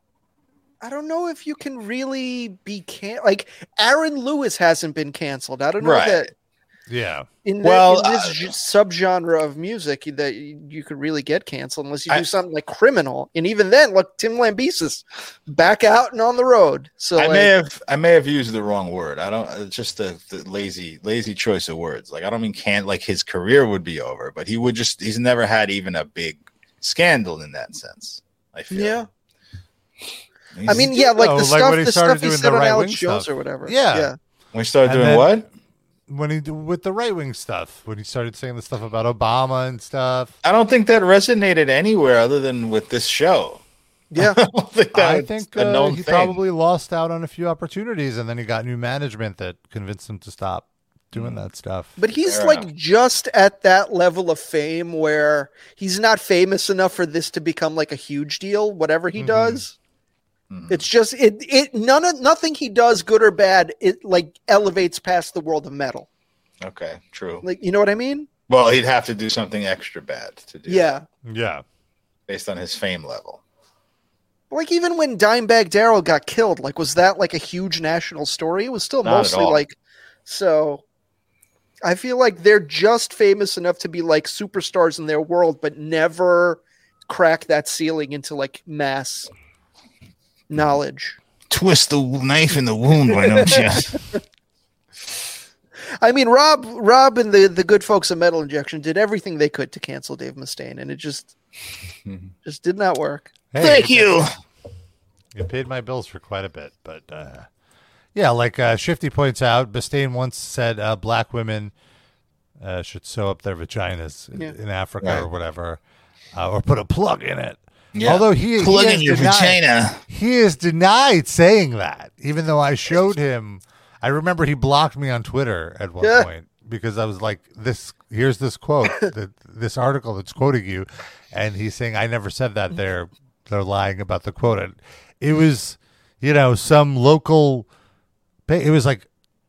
Speaker 4: I don't know if you can really be can like Aaron Lewis hasn't been canceled. I don't know
Speaker 2: Right.
Speaker 4: that
Speaker 3: Yeah.
Speaker 4: in, the,
Speaker 2: Well,
Speaker 4: in this
Speaker 2: uh,
Speaker 4: g- subgenre of music that you you could really get canceled unless you do
Speaker 2: I-
Speaker 4: something like criminal. And even then, look, Tim Lambesis back out and on the road. So
Speaker 2: I
Speaker 4: like,
Speaker 2: may have I may have used the wrong word. I don't. It's just the, the lazy lazy choice of words. Like I don't mean can't like his career would be over, but he would just he's never had even a big scandal in that sense. I feel.
Speaker 4: yeah.
Speaker 2: He's-
Speaker 4: I mean, yeah, like
Speaker 3: No,
Speaker 4: the
Speaker 3: oh, like
Speaker 4: stuff,
Speaker 3: when he
Speaker 4: the
Speaker 3: started
Speaker 4: stuff he
Speaker 3: doing
Speaker 4: said
Speaker 3: the
Speaker 4: on
Speaker 3: right
Speaker 4: Alex
Speaker 3: wing
Speaker 4: Jones
Speaker 3: stuff.
Speaker 4: or whatever.
Speaker 3: Yeah.
Speaker 2: when he started
Speaker 3: And
Speaker 2: doing
Speaker 3: then-
Speaker 2: what?
Speaker 3: When he d- with the right wing stuff, when he started saying the stuff about Obama and stuff.
Speaker 2: I don't think that resonated anywhere other than with this show.
Speaker 4: yeah,
Speaker 2: I don't think that
Speaker 3: I
Speaker 2: was
Speaker 3: think
Speaker 2: a
Speaker 3: uh,
Speaker 2: known
Speaker 3: he
Speaker 2: thing.
Speaker 3: probably lost out on a few opportunities, and then he got new management that convinced him to stop doing that stuff.
Speaker 4: But he's
Speaker 3: Fair
Speaker 4: like
Speaker 3: enough.
Speaker 4: just at that level of fame where he's not famous enough for this to become like a huge deal. Whatever
Speaker 3: Mm-hmm.
Speaker 4: he does, it's just it it none of nothing he does, good or bad, it like elevates past the world of metal.
Speaker 2: Okay, true.
Speaker 4: Like you know what I mean?
Speaker 2: well, he'd have to do something extra bad to do.
Speaker 4: Yeah.
Speaker 3: Yeah.
Speaker 2: Based on his fame level.
Speaker 4: Like even when Dimebag Daryl got killed, like was that like a huge national story? It was still
Speaker 2: Not at
Speaker 4: mostly
Speaker 2: all.
Speaker 4: like so. I feel like they're just famous enough to be like superstars in their world, but never crack that ceiling into like mass knowledge.
Speaker 7: Twist the knife in the wound, why don't you?
Speaker 4: I mean, Rob, Rob, and the the good folks at Metal Injection did everything they could to cancel Dave Mustaine, and it just just did not work.
Speaker 3: Hey, Thank you. It paid my bills for quite a bit, but uh, yeah, like uh, Shifty points out, Bastain once said uh, black women uh, should sew up their vaginas in,
Speaker 4: Yeah.
Speaker 3: in Africa
Speaker 2: Right.
Speaker 3: or whatever, uh, or put a plug in it.
Speaker 2: Yeah.
Speaker 3: Although he,
Speaker 2: Plug
Speaker 3: he
Speaker 2: in
Speaker 3: has
Speaker 2: your
Speaker 3: denied,
Speaker 2: vagina.
Speaker 3: he is denied saying that, even though I showed him. I remember he blocked me on Twitter at one
Speaker 4: Yeah.
Speaker 3: point because I was like, "This here's this quote, that this article that's quoting you," and he's saying, "I never said that." They're they're lying about the quote. And it was, you know, some local. pa- It was like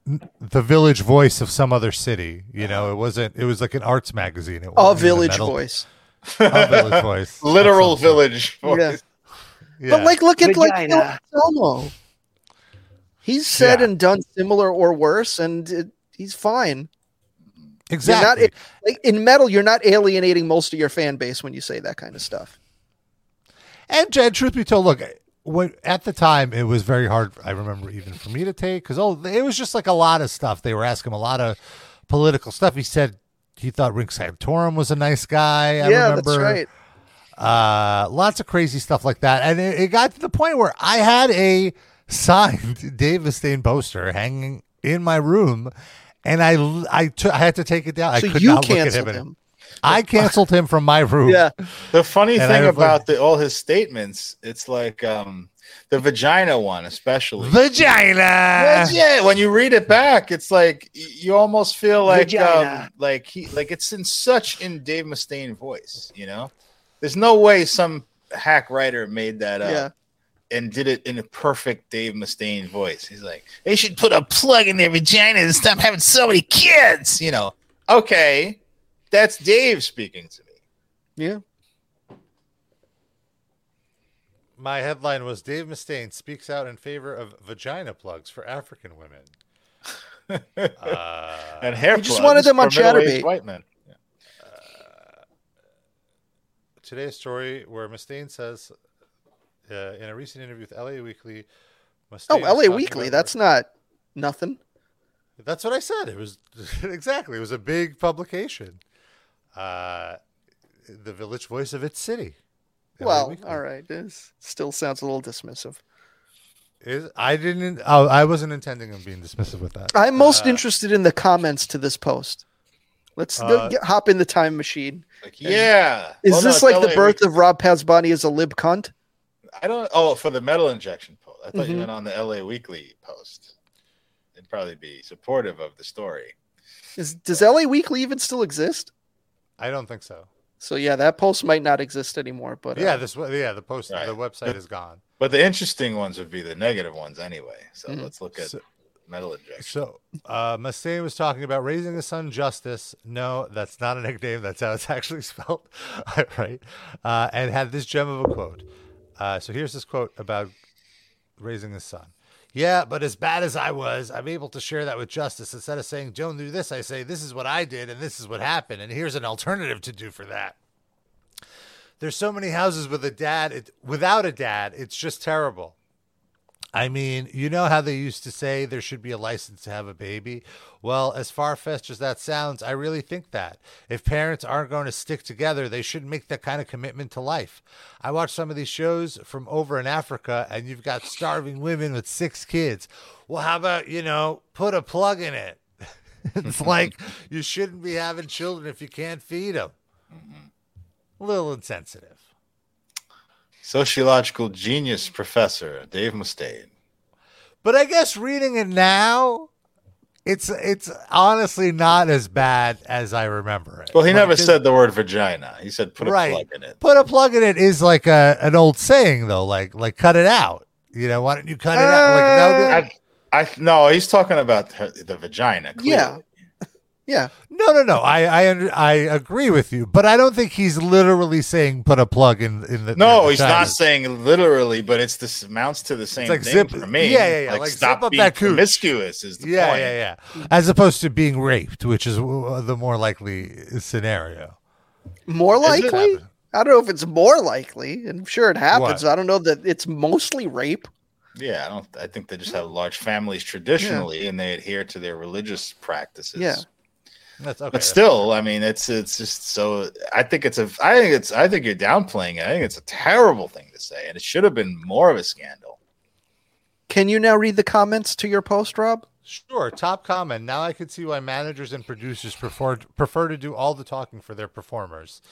Speaker 3: n- the Village Voice of some other city. You know, it wasn't. It was like an arts magazine. It
Speaker 4: A
Speaker 3: wasn't even
Speaker 4: Village
Speaker 3: metal-
Speaker 4: Voice.
Speaker 3: A Village Voice.
Speaker 2: Literal village.
Speaker 4: Yeah.
Speaker 2: voice.
Speaker 4: But like, look at like Phil
Speaker 6: Vagina.
Speaker 4: Anselmo. He's said and done similar or worse, and it, he's fine. You're not-
Speaker 3: exactly.
Speaker 4: like, in metal, you're not alienating most of your fan base when you say that kind of stuff.
Speaker 3: And, and truth be told, look, when, at the time it was very hard. I remember even for me to take because oh, it was just like a lot of stuff. They were asking him a lot of political stuff. He said he thought Rick Santorum was a nice guy. I
Speaker 4: yeah,
Speaker 3: remember.
Speaker 4: that's right.
Speaker 3: Uh, lots of crazy stuff like that, and it, it got to the point where I had a signed Dave Mustaine poster hanging in my room, and I l- I took- I had to take it down.
Speaker 4: So
Speaker 3: I could
Speaker 4: you
Speaker 3: not look at him.
Speaker 4: canceled
Speaker 3: and-
Speaker 4: him.
Speaker 3: I canceled him from my room.
Speaker 4: Yeah.
Speaker 2: The funny
Speaker 3: And I
Speaker 2: thing
Speaker 3: was like-
Speaker 2: about the, all his statements, it's like um, the vagina one, especially.
Speaker 3: Vagina.
Speaker 2: yeah, when you read it back, it's like y- you almost feel like um,
Speaker 6: Vagina.
Speaker 2: like he like it's in such in Dave Mustaine voice. You know, there's no way some hack writer made that up
Speaker 4: Yeah.
Speaker 2: and did it in a perfect Dave Mustaine voice. He's like,
Speaker 7: They should put a plug in their vagina and stop having so many kids.
Speaker 2: you know, okay, that's Dave speaking to me.
Speaker 4: Yeah.
Speaker 3: My headline was Dave Mustaine speaks out in favor of vagina plugs for African women. uh,
Speaker 2: And hair.
Speaker 4: You just wanted
Speaker 2: plugs
Speaker 4: them on
Speaker 2: for middle-aged
Speaker 4: Chatterbait.
Speaker 2: White men.
Speaker 3: today's story where Mustaine says, uh, in a recent interview with LA Weekly, Mustaine
Speaker 4: Oh,
Speaker 3: was
Speaker 4: LA
Speaker 3: talking
Speaker 4: Weekly.
Speaker 3: about-
Speaker 4: That's not nothing.
Speaker 3: That's what I said. It was exactly. It was a big publication. Uh, the village voice of its city. LA
Speaker 4: well,
Speaker 3: Weekly.
Speaker 4: all right. This still sounds a little dismissive.
Speaker 3: Is- I didn't. I, I wasn't intending on being dismissive with that.
Speaker 4: I'm most
Speaker 3: Uh,
Speaker 4: interested in the comments to this post. Let's
Speaker 3: Uh,
Speaker 4: get, hop in the time machine. And-
Speaker 2: yeah.
Speaker 4: Is
Speaker 2: Well, oh, no,
Speaker 4: this
Speaker 2: it's
Speaker 4: like the
Speaker 2: LA
Speaker 4: birth of Rob Pazbani as a lib cunt?
Speaker 2: I don't. Oh, for the metal injection post. I thought
Speaker 4: Mhm.
Speaker 2: you meant on the LA Weekly post. It'd probably be supportive of the story.
Speaker 4: Is, does LA Weekly even still exist?
Speaker 3: I don't think so.
Speaker 4: So yeah, that post might not exist anymore. But uh,
Speaker 3: yeah, this. wa- Yeah, the post. The website is gone.
Speaker 2: But the interesting ones would be the negative ones anyway. So
Speaker 4: Mm-hmm.
Speaker 3: Mhm.
Speaker 2: let's look at
Speaker 3: So-
Speaker 2: metal injection.
Speaker 3: So, uh, Mustaine was talking about raising his son Justice. No, that's not a nickname. That's how it's actually spelled. right. Uh, and had this gem of a quote. Uh, so, here's this quote about raising his son. Yeah, but as bad as I was, I'm able to share that with Justice. Instead of saying, don't do this, I say, this is what I did and this is what happened. And here's an alternative to do for that. There's so many houses with a dad. It, without a dad, it's just terrible. I mean, you know how they used to say there should be a license to have a baby? Well, as far fetched as that sounds, I really think that. If parents aren't going to stick together, they shouldn't make that kind of commitment to life. I watch some of these shows from over in Africa, and you've got starving women with six kids. Well, how about, you know, put a plug in it? it's like you shouldn't be having children if you can't feed them. A little insensitive.
Speaker 2: Sociological genius professor Dave Mustaine.
Speaker 3: But I guess reading it now, it's it's honestly not as bad as I remember it.
Speaker 2: Well, he
Speaker 3: Like,
Speaker 2: never
Speaker 3: this-
Speaker 2: said the word vagina. He said put a
Speaker 3: Right.
Speaker 2: plug in it.
Speaker 3: Put a plug in it is like a an old saying though, like like cut it out. You know, why don't you cut it out? Like that would be-
Speaker 2: I, I no, he's talking about her, the vagina.
Speaker 4: Yeah. Yeah.
Speaker 2: Uh,
Speaker 3: no, no, no. I I under, I agree with you, but I don't think he's literally saying put a plug in in the. in
Speaker 2: No,
Speaker 3: the
Speaker 2: he's not
Speaker 3: Chinese.
Speaker 2: saying literally, but it's this amounts to the same
Speaker 3: like
Speaker 2: thing
Speaker 3: zip-
Speaker 2: for me.
Speaker 3: yeah, yeah, yeah,
Speaker 2: Like,
Speaker 3: like
Speaker 2: stop
Speaker 3: zip up
Speaker 2: being
Speaker 3: that cooch.
Speaker 2: promiscuous is the
Speaker 3: Yeah,
Speaker 2: point.
Speaker 3: yeah, yeah. As opposed to being raped, which is uh, the more likely scenario.
Speaker 4: More
Speaker 3: Does it
Speaker 4: likely? I don't know if it's more likely. I'm sure it happens. I don't know that it's mostly rape.
Speaker 2: Yeah, I don't. I think they just have large families traditionally, and they adhere to their religious practices.
Speaker 4: Yeah.
Speaker 3: That's okay.
Speaker 2: but still, I mean, it's it's just so. I think it's a. I think it's. I think you're downplaying it. I think it's a terrible thing to say, and it should have been more of a scandal.
Speaker 4: Can you now read the comments to your post, Rob?
Speaker 3: Sure. Top comment. Now I could see why managers and producers prefer prefer to do all the talking for their performers.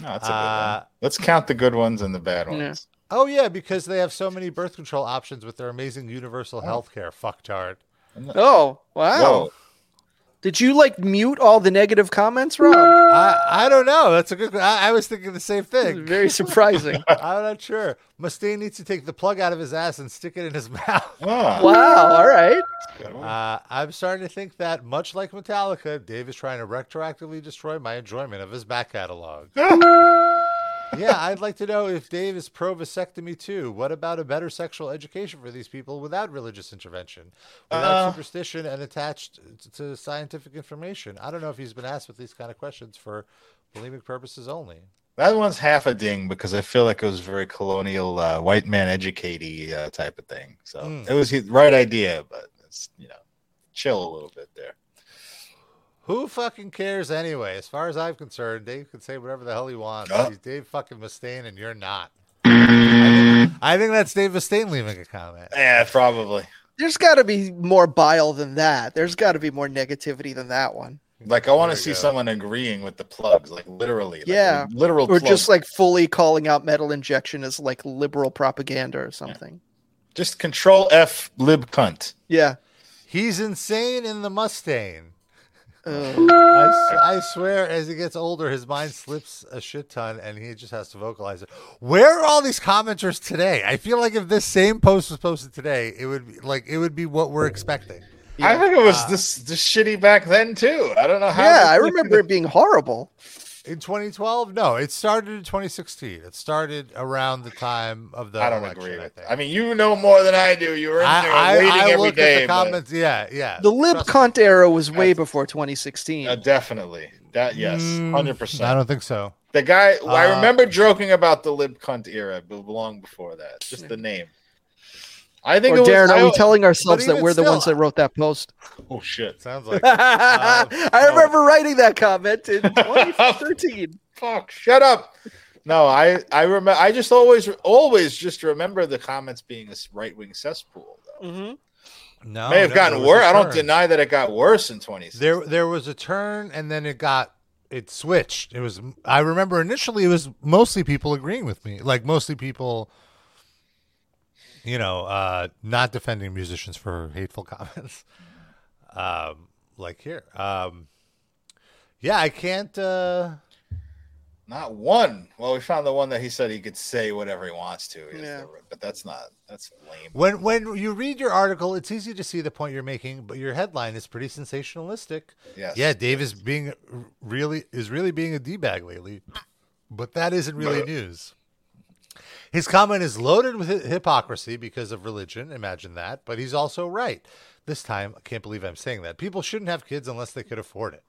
Speaker 2: No, that's a good
Speaker 3: Uh,
Speaker 2: one. Let's count the good ones and the bad ones.
Speaker 3: Oh yeah, because they have so many birth control options with their amazing universal health care. Fucktard.
Speaker 4: Oh, wow.
Speaker 3: Whoa.
Speaker 4: Did you like mute all the negative comments, Rob?
Speaker 3: I, I don't know. That's a good. I, I was thinking the same thing.
Speaker 4: Very surprising.
Speaker 3: I'm not sure. Mustaine needs to take the plug out of his ass and stick it in his mouth.
Speaker 2: Ah,
Speaker 4: Wow. All right.
Speaker 2: Oh.
Speaker 3: Uh, I'm starting to think that, much like Metallica, Dave is trying to retroactively destroy my enjoyment of his back catalog. yeah, I'd like to know if Dave is pro vasectomy too. What about a better sexual education for these people without religious intervention, without
Speaker 2: Uh.
Speaker 3: superstition, and attached t- to scientific information? I don't know if he's been asked with these kind of questions for believing purposes only.
Speaker 2: That one's half a ding because I feel like it was very colonial uh, white man educatey uh, type of thing. So
Speaker 3: Mm.
Speaker 2: it was the right idea, but it's you know chill a little bit there.
Speaker 3: Who fucking cares anyway? As far as I'm concerned, Dave can say whatever the hell he wants.
Speaker 2: Yeah.
Speaker 3: He's Dave fucking Mustaine, and you're not. I think, I think that's Dave Mustaine leaving a comment.
Speaker 2: Yeah, probably.
Speaker 4: There's got to be more bile than that. There's got to be more negativity than that one.
Speaker 2: Like I want to
Speaker 3: There we
Speaker 2: see
Speaker 3: go.
Speaker 2: someone agreeing with the plugs, like literally. like,
Speaker 4: yeah.
Speaker 2: literal.
Speaker 4: Or
Speaker 2: plug.
Speaker 4: just like fully calling out metal injection as like liberal propaganda or something.
Speaker 2: just control F lib cunt.
Speaker 4: Yeah.
Speaker 3: He's insane in the Mustang.
Speaker 4: Ugh.
Speaker 3: I, s- I swear, as he gets older, his mind slips a shit ton, and he just has to vocalize it. Where are all these commenters today? I feel like if this same post was posted today, it would be, like it would be what we're expecting.
Speaker 2: I think it was
Speaker 3: Ah.
Speaker 2: this this shitty back then too. I don't know how.
Speaker 4: yeah,
Speaker 2: this-
Speaker 4: I remember it being horrible.
Speaker 3: In 2012? No, it started in 2016. It started around the time of the
Speaker 2: I don't
Speaker 3: election,
Speaker 2: agree
Speaker 3: I
Speaker 2: with
Speaker 3: think.
Speaker 2: I mean, you know more than I do. You were in there
Speaker 3: I,
Speaker 2: waiting
Speaker 3: I, I
Speaker 2: every
Speaker 3: look at
Speaker 2: day.
Speaker 3: the
Speaker 2: but-
Speaker 3: comments. Yeah, yeah.
Speaker 4: The lib cunt era was way before 2016.
Speaker 2: Uh, definitely. That yes,
Speaker 3: Mm,
Speaker 2: hundred percent.
Speaker 3: I don't think so.
Speaker 2: The guy I
Speaker 3: Uh,
Speaker 4: Ah.
Speaker 2: remember joking about the lib cunt era, but long before that. Just the name. I think
Speaker 4: Or
Speaker 2: it was-
Speaker 4: Darren,
Speaker 2: I-
Speaker 4: are we telling
Speaker 2: but
Speaker 4: ourselves that
Speaker 2: even
Speaker 4: we're the
Speaker 2: still,
Speaker 4: ones that wrote that post?
Speaker 2: Oh shit! Sounds
Speaker 4: I remember writing that comment in 2013.
Speaker 2: Fuck! Shut up. No, I I remember. I just always always just remember the comments being a right wing cesspool.
Speaker 3: No,
Speaker 2: May have
Speaker 3: Oh, no,
Speaker 2: gotten
Speaker 3: there was a
Speaker 2: worse. I don't
Speaker 3: turn.
Speaker 2: deny that it got worse in 20s.
Speaker 3: There, there was a turn, and then it got it switched. It was. I remember initially it was mostly people agreeing with me, like mostly people, you know, uh, not defending musicians for hateful comments, um, like here. Um, yeah, I can't. Uh,
Speaker 2: Not one. Well, we found the one that he said he could say whatever he wants to. He has
Speaker 3: Yeah.
Speaker 2: the right- But that's not. That's lame.
Speaker 3: When when you read your article, it's easy to see the point you're making, but your headline is pretty sensationalistic.
Speaker 2: Yes.
Speaker 3: Yeah, Dave is being really is really being a d-bag lately, but that isn't really news. His comment is loaded with hy- hypocrisy because of religion. Imagine that, but he's also right. This time, I can't believe I'm saying that. People shouldn't have kids unless they could afford it.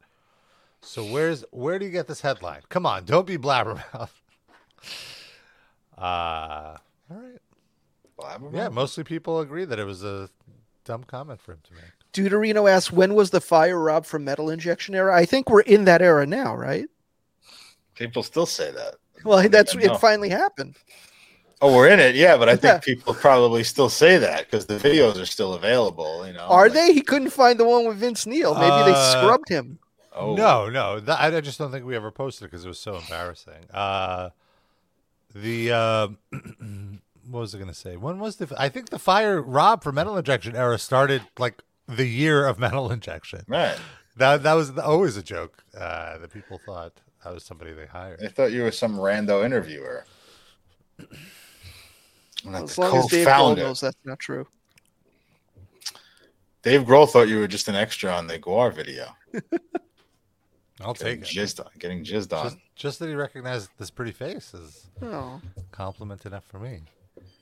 Speaker 3: So where's where do you get this headline? Come on, don't be blabbermouth. Uh all right. Yeah, mostly people agree that it was a dumb comment for him to make.
Speaker 4: Deuterino asks, when was the fire rob from metal injection era? I think we're in that era now, right?
Speaker 2: People still say that.
Speaker 4: Well, that's
Speaker 2: I know.
Speaker 4: it. Finally happened.
Speaker 2: Oh, we're in it. Yeah, but I think people probably still say that because the videos are still available. You know.
Speaker 4: Are they? He couldn't find the one with Vince Neil. Maybe
Speaker 3: Uh,
Speaker 4: they scrubbed him.
Speaker 2: Oh.
Speaker 3: No, no, that, I I just don't think we ever posted because it was so embarrassing. Uh, the uh, what was I going to say? When was the? I think the fire Rob for metal injection era started like the year of metal injection.
Speaker 2: Right.
Speaker 3: That that was always a joke uh, that people thought that was somebody they hired.
Speaker 2: They thought you were some rando interviewer. And that's
Speaker 4: As long as Dave Grohl
Speaker 2: co-founder.
Speaker 4: knows that's not true.
Speaker 2: Dave Grohl thought you were just an extra on the Guar video.
Speaker 3: I'll
Speaker 2: getting
Speaker 3: take it.
Speaker 2: jizzed on, getting jizzed on.
Speaker 3: Just, just that he recognized this pretty face is
Speaker 4: Oh.
Speaker 3: compliment enough for me.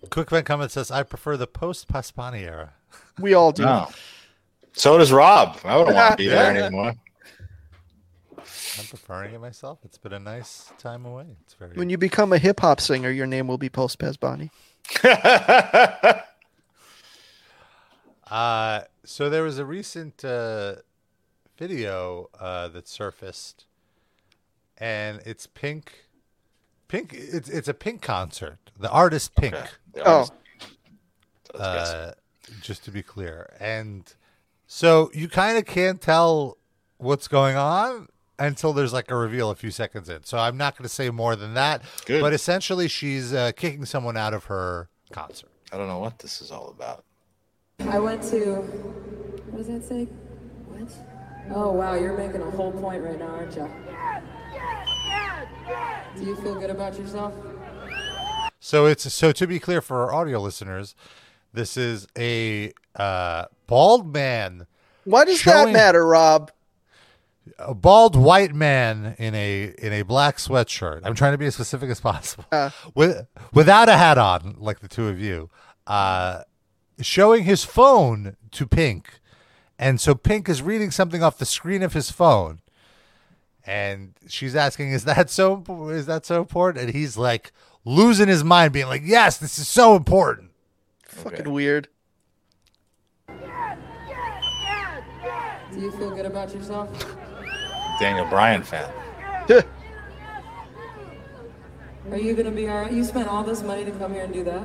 Speaker 3: Quick Vent comment says, "I prefer the post Paspani era."
Speaker 4: We all do.
Speaker 2: No. So does Rob. I wouldn't want to be there anymore.
Speaker 3: I'm preferring it myself. It's been a nice time away. It's very
Speaker 4: When you become a hip hop singer, your name will be Post Pez Bonnie.
Speaker 3: Uh, so there was a recent uh, video uh, that surfaced, and it's Pink. Pink. It's it's a Pink concert. The artist Pink.
Speaker 2: The
Speaker 4: Oh.
Speaker 2: artist.
Speaker 3: Uh, just to be clear, and so you kind of can't tell what's going on until there's like a reveal a few seconds in. So I'm not going to say more than that.
Speaker 2: Good.
Speaker 3: But essentially, she's uh, kicking someone out of her concert.
Speaker 2: I don't know what this is all about.
Speaker 15: I went to. What does that say? What? Oh wow, you're making a whole point right now, aren't you? Do you feel good about yourself?
Speaker 3: So it's so to be clear for our audio listeners, this is a uh, bald man.
Speaker 4: Why does that matter, Rob?
Speaker 3: A bald white man in a in a black sweatshirt. I'm trying to be as specific as possible. With without a hat on, like the two of you, uh, showing his phone to Pink, and so Pink is reading something off the screen of his phone, and she's asking, "Is that so? imp- Is that so important?" And he's like losing his mind, being like, "Yes, this is so important."
Speaker 4: Fucking weird.
Speaker 15: Do you feel good about yourself?
Speaker 2: Daniel Bryan fan.
Speaker 15: Are you gonna be alright? You spent all this money to come here and do that?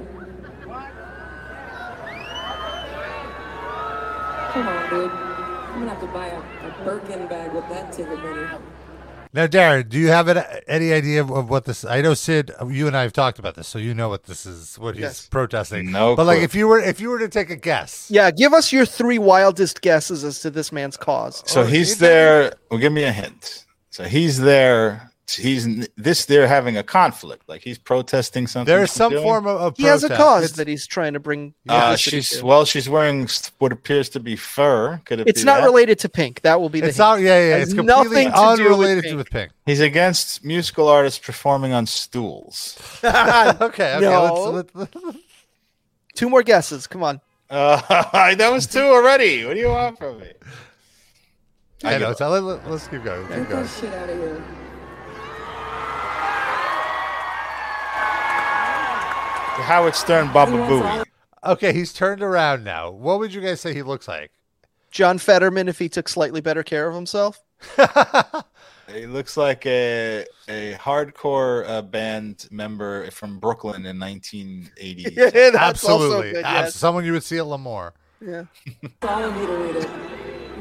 Speaker 15: Come on, dude. I'm gonna have to buy a, a Birkin bag with that ticket money.
Speaker 3: Now, Darren, do you have an, any idea of, of what this? I know Sid, you and I have talked about this, so you know what this is, what he's
Speaker 4: Yes.
Speaker 3: protesting.
Speaker 2: No
Speaker 3: but like
Speaker 2: clue.
Speaker 3: if you were, if you were to take a guess,
Speaker 4: Yeah, give us your three wildest guesses as to this man's cause.
Speaker 2: So he's there. Well, give me a hint. So he's there. He's this. They're having a conflict. Like he's protesting something.
Speaker 3: there is
Speaker 2: she's
Speaker 3: some
Speaker 2: doing.
Speaker 3: form of, of
Speaker 4: He has a
Speaker 3: protest.
Speaker 4: cause
Speaker 3: It's-
Speaker 4: that he's trying to bring.
Speaker 2: Uh,
Speaker 4: publicity
Speaker 2: she's
Speaker 4: to.
Speaker 2: well. She's wearing s- what appears to be fur. Could it
Speaker 4: It's
Speaker 2: be
Speaker 4: not
Speaker 2: that?
Speaker 4: related to Pink. That will be the.
Speaker 3: It's
Speaker 4: hint.
Speaker 3: not- yeah, yeah,
Speaker 4: Has
Speaker 3: it's completely
Speaker 4: nothing to do with
Speaker 3: unrelated
Speaker 4: Pink.
Speaker 3: to with Pink.
Speaker 2: He's against musical artists performing on stools.
Speaker 3: okay, okay.
Speaker 4: No.
Speaker 3: Let's, let
Speaker 4: Two more guesses. Come on.
Speaker 2: Uh, that was two already. What do you want from me?
Speaker 3: I know. So let, let, let's keep going. Keep
Speaker 15: Get
Speaker 3: going.
Speaker 15: that shit out of here.
Speaker 2: Howard Stern, Baba Booey.
Speaker 3: Okay, he's turned around now. What would you guys say he looks like?
Speaker 4: John Fetterman, if he took slightly better care of himself.
Speaker 2: He looks like a a hardcore uh, band member from Brooklyn in 1980.
Speaker 4: That's
Speaker 3: Absolutely. Ab- Someone you would see at Lamore.
Speaker 4: Yeah.
Speaker 15: all of you to read it.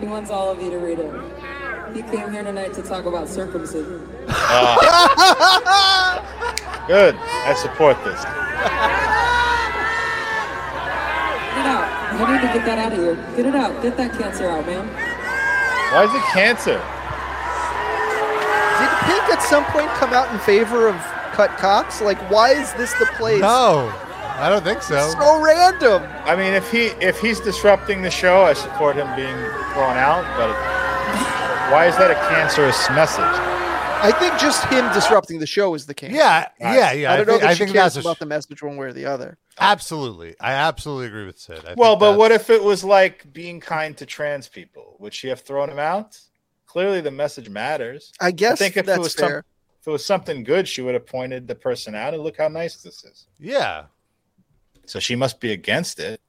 Speaker 15: He wants all of you to read it. He came here tonight to talk about circumcision.
Speaker 2: Good. I support this.
Speaker 15: Get out. You need to get that out of here. Get it out. Get that cancer out, man.
Speaker 2: Why is it cancer?
Speaker 4: Did Pink at some point come out in favor of cut cocks? Like, why is this the place?
Speaker 3: No, I don't think so.
Speaker 4: So random.
Speaker 2: I mean, if he if he's disrupting the show, I support him being thrown out. But why is that a cancerous message?
Speaker 4: I think just him disrupting the show is the case.
Speaker 3: Yeah, yeah, yeah.
Speaker 4: I don't know
Speaker 3: think-
Speaker 4: that
Speaker 3: I
Speaker 4: she
Speaker 3: think
Speaker 4: cares
Speaker 3: that's a sh-
Speaker 4: about the message one way or the other.
Speaker 3: Absolutely. I absolutely agree with Sid. I think
Speaker 2: Well, but
Speaker 3: that-
Speaker 2: what if it was like being kind to trans people? Would she have thrown him out? Clearly, the message matters.
Speaker 4: I guess that's
Speaker 2: was
Speaker 4: fair.
Speaker 2: if it was something good, she would have pointed the person out and look how nice this is.
Speaker 3: Yeah.
Speaker 2: So she must be against it.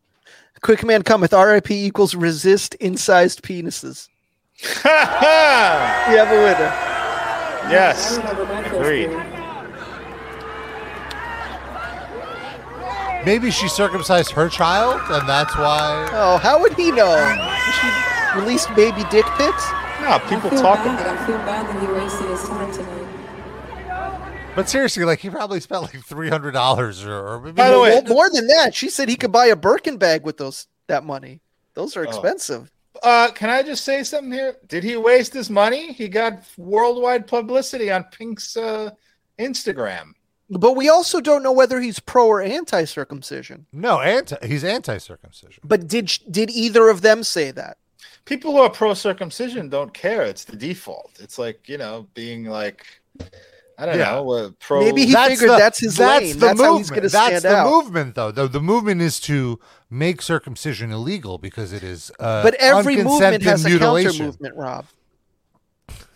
Speaker 4: Quick man cometh. RIP equals resist incised penises. You have a winner.
Speaker 2: Yes.
Speaker 15: Agreed.
Speaker 3: Maybe she circumcised her child, and that's why.
Speaker 4: Oh, how would he know? She released baby dick pics.
Speaker 2: No,
Speaker 15: I feel bad. I feel bad that he wasted his time tonight.
Speaker 3: But seriously, like he probably spent like three hundred dollars, or, or maybe
Speaker 4: By the way, more than that, she said he could buy a Birkin bag with those that money. Those are expensive.
Speaker 2: Uh, can I just say something here? Did he waste his money? He got worldwide publicity on Pink's uh, Instagram.
Speaker 4: But we also don't know whether he's pro or anti circumcision.
Speaker 3: no anti. He's anti-circumcision.
Speaker 4: But did sh- did either of them say that?
Speaker 2: People who are pro circumcision don't care. It's the default. It's like you know, being like, I don't
Speaker 3: Yeah.
Speaker 2: know, uh, pro.
Speaker 4: Maybe he figured that's his
Speaker 3: that's
Speaker 4: lane.
Speaker 3: The
Speaker 4: That's
Speaker 3: movement.
Speaker 4: how he's gonna
Speaker 3: that's
Speaker 4: stand
Speaker 3: the
Speaker 4: out.
Speaker 3: movement, though. The, the movement is to make circumcision illegal because it is. Uh,
Speaker 4: But every movement
Speaker 3: unconsented
Speaker 4: has a counter
Speaker 3: mutilation.
Speaker 4: movement, Rob.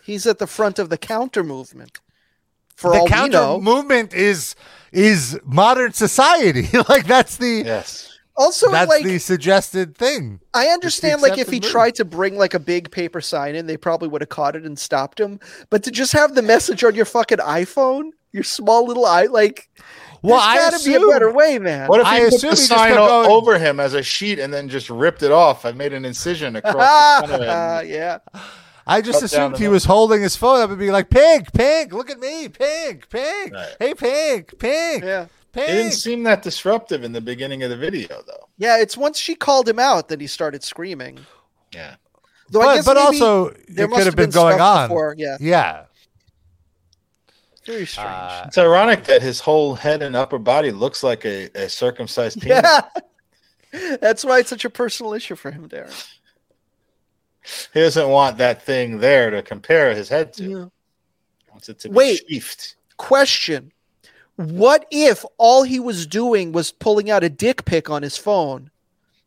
Speaker 4: He's at the front of the counter movement. For
Speaker 3: the
Speaker 4: all
Speaker 3: counter
Speaker 4: we know.
Speaker 3: movement is is modern society. like that's the
Speaker 2: yes.
Speaker 4: Also,
Speaker 3: that's
Speaker 4: like-
Speaker 3: the suggested thing.
Speaker 4: I understand, like, if
Speaker 3: accepted
Speaker 4: he
Speaker 3: move.
Speaker 4: tried to bring like a big paper sign in, they probably would have caught it and stopped him. But to just have the message on your fucking iPhone, your small little eye, like,
Speaker 3: Well,
Speaker 4: there's
Speaker 3: I
Speaker 4: gotta be
Speaker 3: assume-
Speaker 4: a better way, man.
Speaker 2: What if he
Speaker 3: I
Speaker 2: put
Speaker 3: assume
Speaker 2: the
Speaker 3: he just
Speaker 2: sign
Speaker 3: kept
Speaker 2: o-
Speaker 3: going-
Speaker 2: over him as a sheet and then just ripped it off? I made an incision across the front of him.
Speaker 4: Ah, yeah.
Speaker 3: I just
Speaker 2: Cut down
Speaker 3: assumed
Speaker 2: the
Speaker 3: he
Speaker 2: middle.
Speaker 3: was holding his phone up and being like, "Pig, pig, look at me, pig, pig, hey, pig, pig,
Speaker 4: Yeah.
Speaker 2: It didn't
Speaker 3: pig."
Speaker 2: seem that disruptive in the beginning of the video, though.
Speaker 4: Yeah, it's once she called him out that he started screaming.
Speaker 2: Yeah.
Speaker 4: Though I
Speaker 3: But,
Speaker 4: guess
Speaker 3: but
Speaker 4: maybe
Speaker 3: also,
Speaker 4: there
Speaker 3: it
Speaker 4: must
Speaker 3: could have been, going
Speaker 4: stuff
Speaker 3: on.
Speaker 4: Before. Yeah.
Speaker 3: yeah.
Speaker 4: Very strange.
Speaker 2: It's ironic that his whole head and upper body looks like a, a circumcised penis.
Speaker 4: yeah. That's why it's such a personal issue for him, Darren.
Speaker 2: He doesn't want that thing there to compare his head to.
Speaker 4: Yeah.
Speaker 2: He wants it to
Speaker 4: Wait.
Speaker 2: be sheathed.
Speaker 4: Question. What if all he was doing was pulling out a dick pic on his phone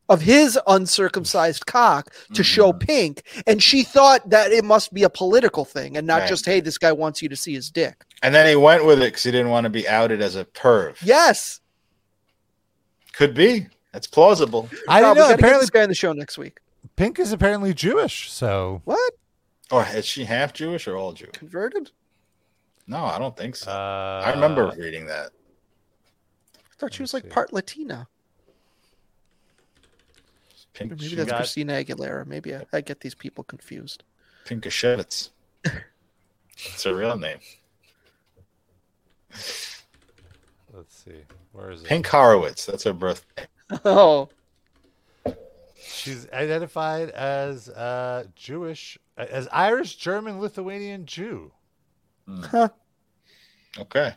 Speaker 4: of his uncircumcised cock to show pink and she thought that it must be a political thing and not
Speaker 2: Right.
Speaker 4: just hey this guy wants you to see his dick.
Speaker 2: And then he went with it because he didn't want to be outed as a perv.
Speaker 4: Yes.
Speaker 2: Could be. That's plausible.
Speaker 3: I don't
Speaker 4: Rob, we
Speaker 3: know.
Speaker 4: gotta get
Speaker 3: Apparently,
Speaker 4: this guy in the show next week.
Speaker 3: Pink is apparently Jewish, so
Speaker 4: What?
Speaker 2: Or is she half Jewish or all Jewish?
Speaker 4: Converted?
Speaker 2: No, I don't think so.
Speaker 3: uh,
Speaker 2: I remember reading that.
Speaker 4: I thought she was like part Latina.
Speaker 2: Pink,
Speaker 4: Maybe
Speaker 2: she
Speaker 4: that's
Speaker 2: got
Speaker 4: Christina Aguilera. Maybe I, I get these people confused.
Speaker 2: Pinkashevitz. It's her real name.
Speaker 3: Let's see. Where is it?
Speaker 2: Pink Horowitz. That's her birth.
Speaker 4: Oh,
Speaker 3: She's identified as uh, Jewish, as Irish, German, Lithuanian Jew.
Speaker 4: huh.
Speaker 2: Okay.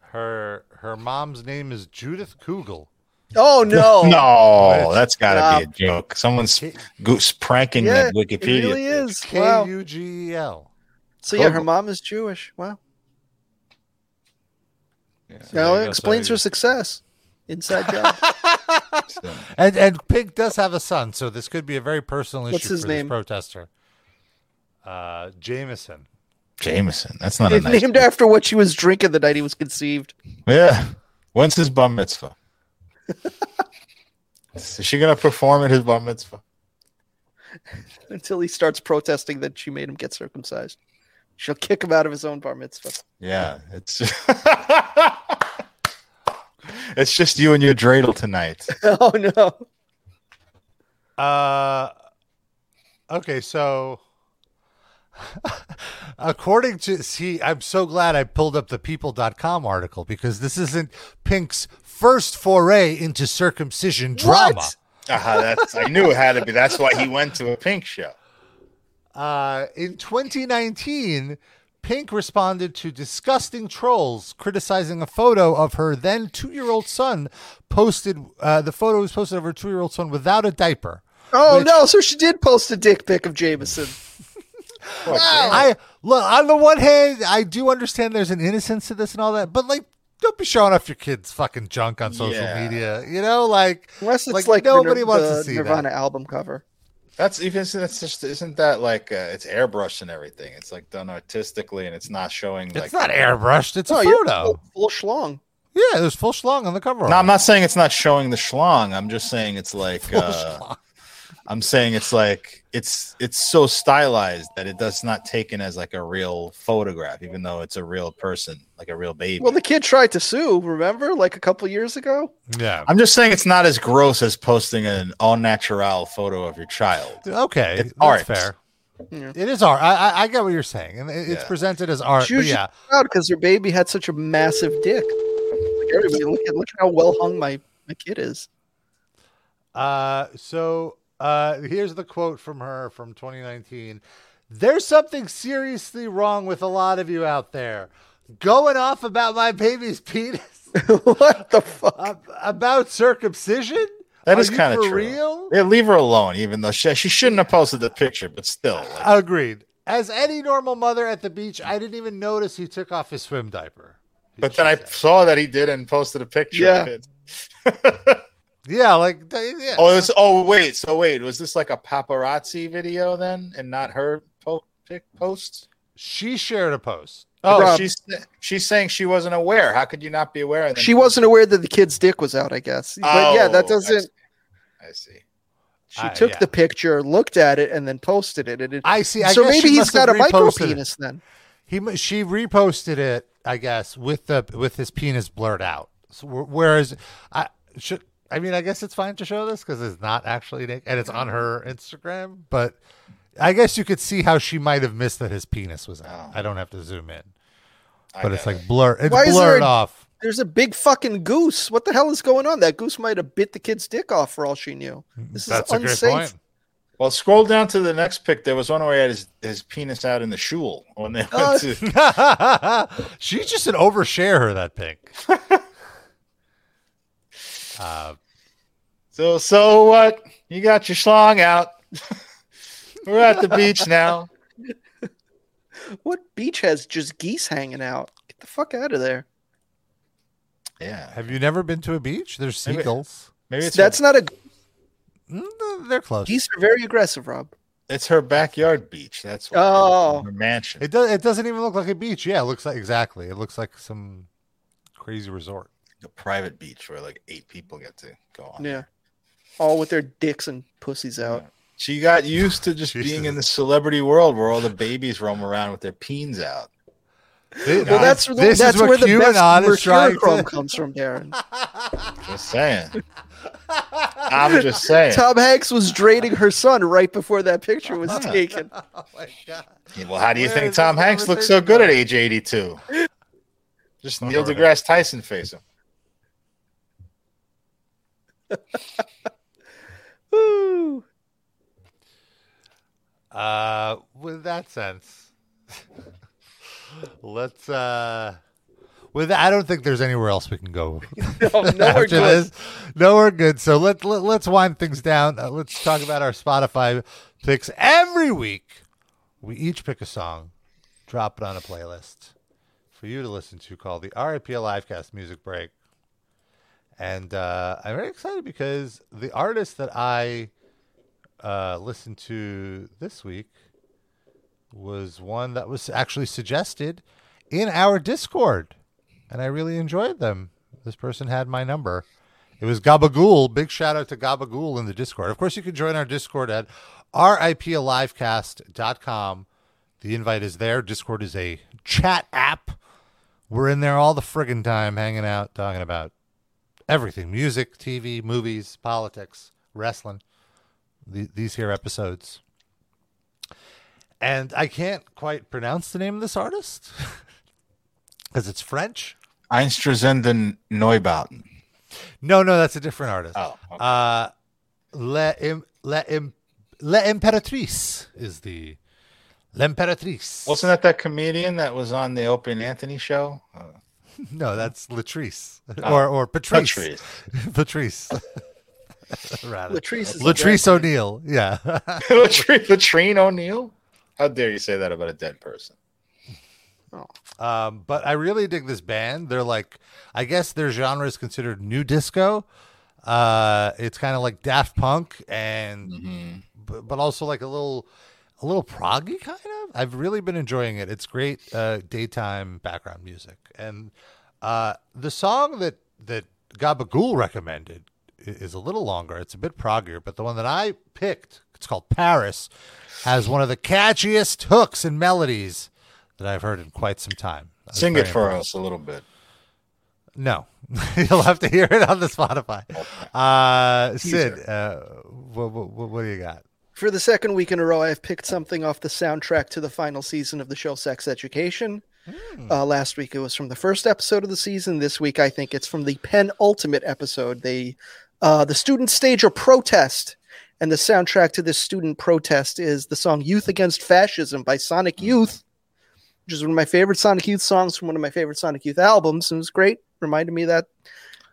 Speaker 3: Her her mom's name is Judith Kugel.
Speaker 4: oh no,
Speaker 2: No, that's got to be a joke. Someone's goose pranking
Speaker 4: Yeah,
Speaker 2: that
Speaker 4: it
Speaker 2: Wikipedia.
Speaker 4: really is.
Speaker 3: K
Speaker 4: Wow.
Speaker 3: U G E L.
Speaker 4: So yeah, her
Speaker 2: Cool.
Speaker 4: mom is Jewish. Wow.
Speaker 3: So
Speaker 4: No,
Speaker 3: there you
Speaker 4: it
Speaker 3: go. So
Speaker 4: explains
Speaker 3: you-
Speaker 4: her success. Inside job.
Speaker 3: And and Pink does have a son, so this could be a very personal issue
Speaker 4: What's his
Speaker 3: for
Speaker 4: name?
Speaker 3: this protester. Uh, Jameson.
Speaker 2: Jameson. That's not a
Speaker 4: It's
Speaker 2: nice.
Speaker 4: named after what she was drinking the night he was conceived.
Speaker 2: Yeah. When's his bar mitzvah? Is she gonna perform at his bar mitzvah?
Speaker 4: until he starts protesting that she made him get circumcised. She'll kick him out of his own bar mitzvah.
Speaker 2: Yeah, it's it's just you and your dreidel tonight.
Speaker 4: oh no.
Speaker 3: Uh, okay, so according to see, I'm so glad I pulled up the people.com article because this isn't Pink's first foray into circumcision drama.
Speaker 2: Uh, that's, I knew it had to be. That's why he went to a pink show.
Speaker 3: Uh, in 2019, Pink responded to disgusting trolls criticizing a photo of her then two year old son posted. Uh, the photo was posted of her two year old son without a diaper.
Speaker 4: Oh no! So she did post a dick pic of Jameson.
Speaker 2: Oh,
Speaker 3: I look on the one hand, I do understand there's an innocence to this and all that, but like, don't be showing off your kids' fucking junk on social
Speaker 2: Yeah.
Speaker 3: media. You know, like
Speaker 4: Unless it's
Speaker 3: like,
Speaker 4: like,
Speaker 3: nobody
Speaker 4: the,
Speaker 3: wants to
Speaker 4: the
Speaker 3: see
Speaker 4: Nirvana
Speaker 3: that.
Speaker 4: album cover.
Speaker 2: That's even that's just isn't that like uh, it's airbrushed and everything. It's like done artistically and it's not showing. Like, Oh,
Speaker 3: It's not airbrushed. It's
Speaker 4: No,
Speaker 3: a
Speaker 4: you're
Speaker 3: photo.
Speaker 4: Full schlong.
Speaker 3: Yeah, there's full schlong on the cover.
Speaker 2: No, I'm not saying it's not showing the schlong. I'm just saying it's like. Uh, I'm saying it's like it's it's so stylized that it does not taken as like a real photograph, even though it's a real person, like a real baby.
Speaker 4: Well, the kid tried to sue. Remember, like a couple years ago.
Speaker 3: Yeah.
Speaker 2: I'm just saying it's not as gross as posting an all natural photo of your child.
Speaker 3: Okay,
Speaker 2: It's
Speaker 3: that's
Speaker 2: art.
Speaker 3: fair.
Speaker 4: Yeah.
Speaker 3: It is art. I, I I get what you're saying, and it- it's
Speaker 2: Yeah.
Speaker 3: presented as art.
Speaker 4: She
Speaker 3: But
Speaker 4: was
Speaker 3: yeah,
Speaker 4: because her baby had such a massive dick. Like everybody, look at look at how well hung my my kid is.
Speaker 3: Uh, so uh, here's the quote from her from 2019. There's something seriously wrong with a lot of you out there. Going off about my baby's penis.
Speaker 4: what the fuck?
Speaker 3: about circumcision?
Speaker 2: That
Speaker 3: Are
Speaker 2: is
Speaker 3: you
Speaker 2: kind of
Speaker 3: for
Speaker 2: true.
Speaker 3: real?
Speaker 2: Yeah, leave her alone, even though she, she shouldn't have posted the picture, but still. like,
Speaker 3: Agreed. As any normal mother at the beach, I didn't even notice he took off his swim diaper.
Speaker 2: but then I saw that he did and posted a picture of
Speaker 3: Yeah.
Speaker 2: it.
Speaker 3: Yeah, like th- yeah.
Speaker 2: Oh, it's, oh wait, so wait, was this like a paparazzi video then, and not her po- pic post?
Speaker 3: She shared a post.
Speaker 2: Oh,
Speaker 4: Rob.
Speaker 2: she's she's saying she wasn't aware. How could you not be aware? and then
Speaker 4: She wasn't aware that the kid's dick was out. I guess. But yeah, that
Speaker 2: Oh, I see.
Speaker 4: doesn't.
Speaker 2: I see.
Speaker 4: She
Speaker 3: Ah,
Speaker 4: took
Speaker 3: yeah.
Speaker 4: the picture, looked at it, and then posted it. And it
Speaker 3: I see. I
Speaker 4: so
Speaker 3: guess
Speaker 4: maybe
Speaker 3: she
Speaker 4: he's
Speaker 3: must have
Speaker 4: got a micro
Speaker 3: reposted it.
Speaker 4: penis then.
Speaker 3: He mu- she reposted it, I guess, with the with his penis blurred out. So, wh- whereas I should, I mean, I guess it's fine to show this because it's not actually naked and it's on her Instagram. But I guess you could see how she might have missed that his penis was out. I don't have to zoom in, but it's like blur. It's
Speaker 4: Why is there
Speaker 3: blurred
Speaker 4: a-
Speaker 3: off.
Speaker 4: There's a big fucking goose. What the hell is going on? That goose might have bit the kid's dick off for all she knew. This is unsafe.
Speaker 2: Well, scroll down to the next pic. There was one where he had his, his penis out in the shul when they went
Speaker 4: Oh.
Speaker 2: to.
Speaker 3: She's just an overshare. That pink. uh,
Speaker 2: So so what? You got your schlong out. We're at the beach now.
Speaker 4: What beach has just geese hanging out? Get the fuck out of there.
Speaker 2: Yeah.
Speaker 3: Have you never been to a beach? There's
Speaker 4: Maybe-
Speaker 3: seagulls. Mm,
Speaker 2: Maybe it's
Speaker 4: That's
Speaker 2: her,
Speaker 4: not a.
Speaker 3: They're close.
Speaker 4: Geese are very aggressive, Rob.
Speaker 2: it's her backyard beach. That's why.
Speaker 4: Oh.
Speaker 2: her mansion.
Speaker 3: It does. It doesn't even look like a beach. Yeah, it looks like exactly. It looks like some crazy resort.
Speaker 2: A private beach where like eight people get to go on.
Speaker 4: Yeah. All with their dicks and pussies out.
Speaker 2: She got used to just being in the celebrity world where all the babies roam around with their peens out.
Speaker 4: Well, that's,
Speaker 3: this
Speaker 4: that's
Speaker 3: is
Speaker 4: where
Speaker 3: what
Speaker 4: the best
Speaker 3: QAnon is trying
Speaker 4: mercurochrome
Speaker 3: to.
Speaker 4: comes from, Darren.
Speaker 2: Just saying. I'm just saying.
Speaker 4: Tom Hanks was draining her son right before that picture was taken.
Speaker 2: Well, how do you think
Speaker 3: Where is this
Speaker 2: Tom Hanks looks so
Speaker 3: conversation
Speaker 2: good at age 82? Just Neil
Speaker 3: Alright.
Speaker 2: deGrasse Tyson face him.
Speaker 4: Woo.
Speaker 3: Uh, with that sense, let's. uh With that, I don't think there's anywhere else we can go.
Speaker 4: No, nowhere
Speaker 3: after
Speaker 4: good.
Speaker 3: this. No, we're good. So let, let let's wind things down. Uh, let's talk about our Spotify picks. Every week, we each pick a song, drop it on a playlist for you to listen to called the RIP Livecast Music Break. And uh, I'm very excited because the artist that I uh, listened to this week was one that was actually suggested in our Discord, and I really enjoyed them. This person had my number. It was Gabagool. Big shout out to Gabagool in the Discord. Of course, you can join our Discord at riplivecast.com. The invite is there. Discord is a chat app. We're in there all the friggin' time, hanging out, talking about everything music, TV, movies, politics, wrestling, the, these here episodes. And I can't quite pronounce the name of this artist because it's French.
Speaker 2: Einstrasenden Neubauten.
Speaker 3: No, no, that's a different artist. Oh, uh, La, Im, La, Im, La Imperatrice is the L'Imperatrice.
Speaker 2: Wasn't that that comedian that was on the Open Anthony show? Uh,
Speaker 3: No, that's Latrice
Speaker 2: Oh.
Speaker 3: or or Patrice.
Speaker 2: Patrice.
Speaker 3: Patrice. Rather.
Speaker 2: Latrice is a
Speaker 3: Latrice
Speaker 2: guy.
Speaker 3: O'Neill. Yeah.
Speaker 2: Latrine, Latrine O'Neill? How dare you say that about a dead person?
Speaker 3: Um, but I really dig this band. They're like, I guess their genre is considered new disco. Uh, it's kind of like Daft Punk
Speaker 2: Mm-hmm.
Speaker 3: and, but, but also like a little, a little proggy kind of. I've really been enjoying it. It's great uh, daytime background music, and uh, the song that that Gabagool recommended i- is a little longer. It's a bit proggier, but the one that I picked, it's called Paris, has one of the catchiest hooks and melodies that I've heard in quite some time. I was
Speaker 2: Sing it
Speaker 3: very
Speaker 2: for
Speaker 3: impressed.
Speaker 2: us a little bit.
Speaker 3: No, you'll have to hear it on the Spotify. Uh, Sid, uh, what, what, what do you got?
Speaker 4: For the second week in a row, I've picked something off the soundtrack to the final season of the show Sex Education. Uh, last week it was from the first episode of the season. This week I think it's from the penultimate episode. They, uh, the students stage a protest, and the soundtrack to this student protest is the song "Youth Against Fascism" by Sonic Youth, which is one of my favorite Sonic Youth songs from one of my favorite Sonic Youth albums, and it was great. Reminded me of that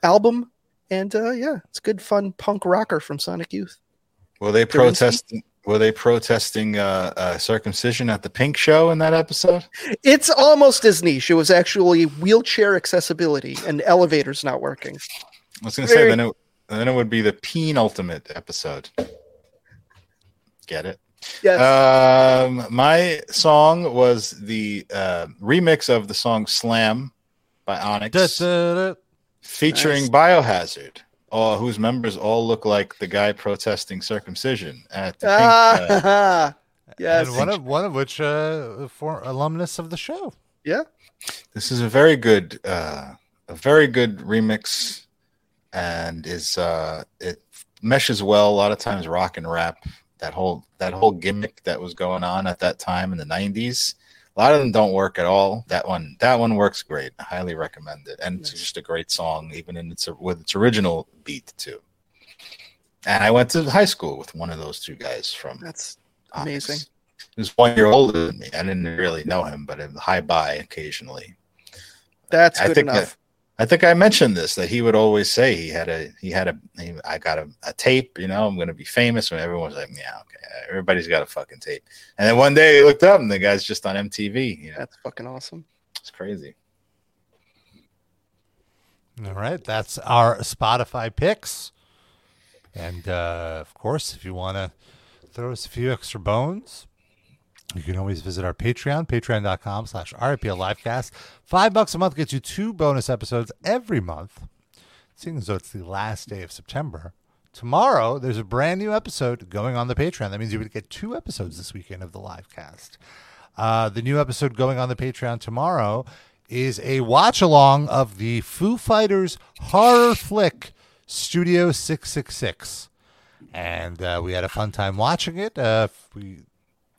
Speaker 4: album, and uh, yeah, it's good, fun punk rocker from Sonic Youth.
Speaker 2: Were they
Speaker 4: They're in-
Speaker 2: protesting? Were they protesting uh, uh, circumcision at the Pink Show in that episode?
Speaker 4: It's almost as niche. It was actually wheelchair accessibility and elevators not working.
Speaker 2: I was going to
Speaker 4: Very-
Speaker 2: say then it then it would be the penultimate episode. Get it?
Speaker 4: Yes.
Speaker 2: Um, my song was the uh, remix of the song "Slam" by Onyx, featuring Biohazard, uh, whose members all look like the guy protesting circumcision at the Pink, uh,
Speaker 4: Ah, yes.
Speaker 3: And one of one of which uh, for alumnus of the show.
Speaker 4: yeah.
Speaker 2: this is a very good uh a very good remix and is uh it meshes well a lot of times rock and rap that whole that whole gimmick that was going on at that time in the 90s a lot of them don't work at all that one that one works great i highly recommend it and it's just a great song even in its with its original beat too and i went to high school with one of those two guys from
Speaker 4: That's
Speaker 2: amazing he was one year older than me i didn't really know him but I high by occasionally
Speaker 4: That's
Speaker 2: I
Speaker 4: good
Speaker 2: think
Speaker 4: enough.
Speaker 2: I, I think I mentioned this that he would always say he had a he had a he, I got a, a tape, you know, I'm gonna be famous. When everyone's like, yeah, okay, everybody's got a fucking tape. And then one day he looked up and the guy's just on MTV. You know,
Speaker 4: That's fucking awesome.
Speaker 2: it's crazy.
Speaker 3: All right, that's our Spotify picks, and uh, of course, if you want to throw us a few extra bones, you can always visit our Patreon, patreon.com slash RIPL Livecast. Five bucks a month gets you two bonus episodes every month. Seeing as though it's the last day of September. Tomorrow, there's a brand new episode going on the Patreon. That means you would get two episodes this weekend of the live cast. Uh, the new episode going on the Patreon tomorrow is a watch along of the Foo Fighters horror flick Studio 666. And uh, we had a fun time watching it. Uh, we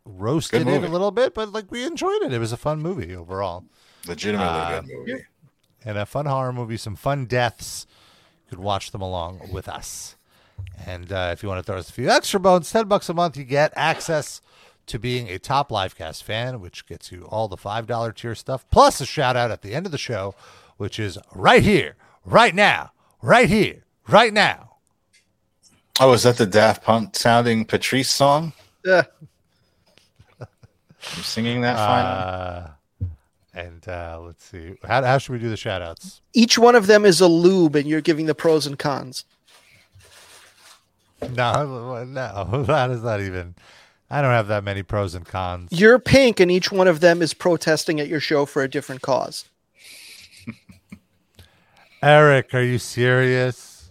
Speaker 3: roasted
Speaker 2: Good
Speaker 3: it a
Speaker 2: movie.
Speaker 3: little bit, but like we enjoyed it. It was a fun movie overall.
Speaker 2: Legitimately
Speaker 3: Uh,
Speaker 2: good movie.
Speaker 3: And a fun horror movie, some fun deaths. You could watch them along with us. And uh, if you want to throw us a few extra bones, 10 bucks a month, you get access to being a top livecast fan, which gets you all the $5 tier stuff, plus a shout out at the end of the show, which is right here, right now, right here, right now.
Speaker 2: Oh, is that the Daft Punk sounding Patrice song?
Speaker 4: Yeah.
Speaker 2: I'm singing that finally.
Speaker 3: Uh, and uh, let's see. How, how should we do the shout outs?
Speaker 4: Each one of them is a lube, and you're giving the pros and cons.
Speaker 3: No, no, that is not even. I don't have that many pros and cons.
Speaker 4: You're pink, and each one of them is protesting at your show for a different cause.
Speaker 3: Eric, are you serious?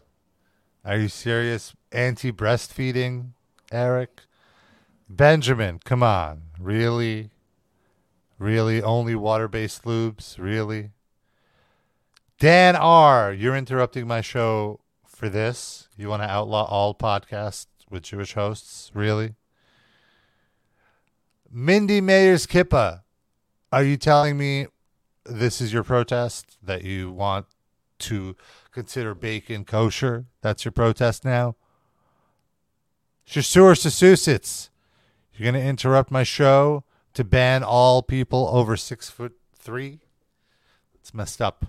Speaker 3: Are you serious? Anti breastfeeding, Eric? Benjamin, come on. Really? Really? Only water based lubes? Really? Dan R., you're interrupting my show for this. You want to outlaw all podcasts with Jewish hosts? Really? Mindy Mayers Kippa, are you telling me this is your protest that you want to consider bacon kosher? That's your protest now? Shasur Sasusetts, you're going to interrupt my show to ban all people over six foot three? It's messed up.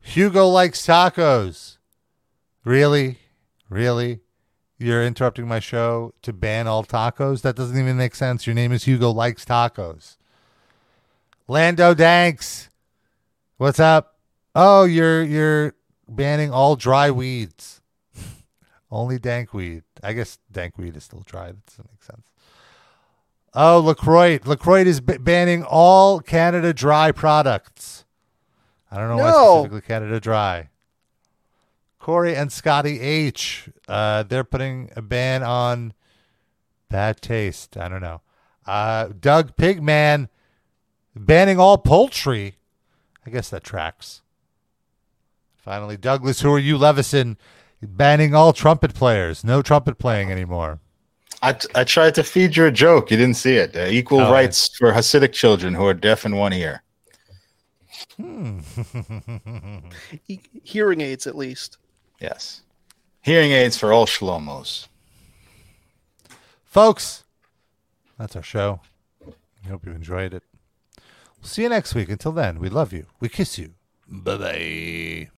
Speaker 3: Hugo likes tacos. Really? Really? You're interrupting my show to ban all tacos? That doesn't even make sense. Your name is Hugo likes tacos. Lando Danks. What's up? Oh, you're you're banning all dry weeds. Only dank weed. I guess dank weed is still dry. That doesn't make sense. Oh, Lacroix. Lacroix is b- banning all Canada Dry products. I don't know why
Speaker 4: No.
Speaker 3: specifically Canada Dry. Corey and Scotty H. Uh, they're putting a ban on bad taste. I don't know. Uh, Doug Pigman banning all poultry. I guess that tracks. Finally, Douglas, who are you, Levison, banning all trumpet players? No trumpet playing anymore.
Speaker 2: I, I tried to feed you a joke. You didn't see it. Uh, equal
Speaker 3: Oh,
Speaker 2: rights for Hasidic children who are deaf in one ear.
Speaker 4: He- E, hearing aids, at least.
Speaker 2: Yes. Hearing aids for all shlomos.
Speaker 3: Folks, that's our show. We hope you enjoyed it. We'll see you next week. Until then, we love you. We kiss you. Bye bye.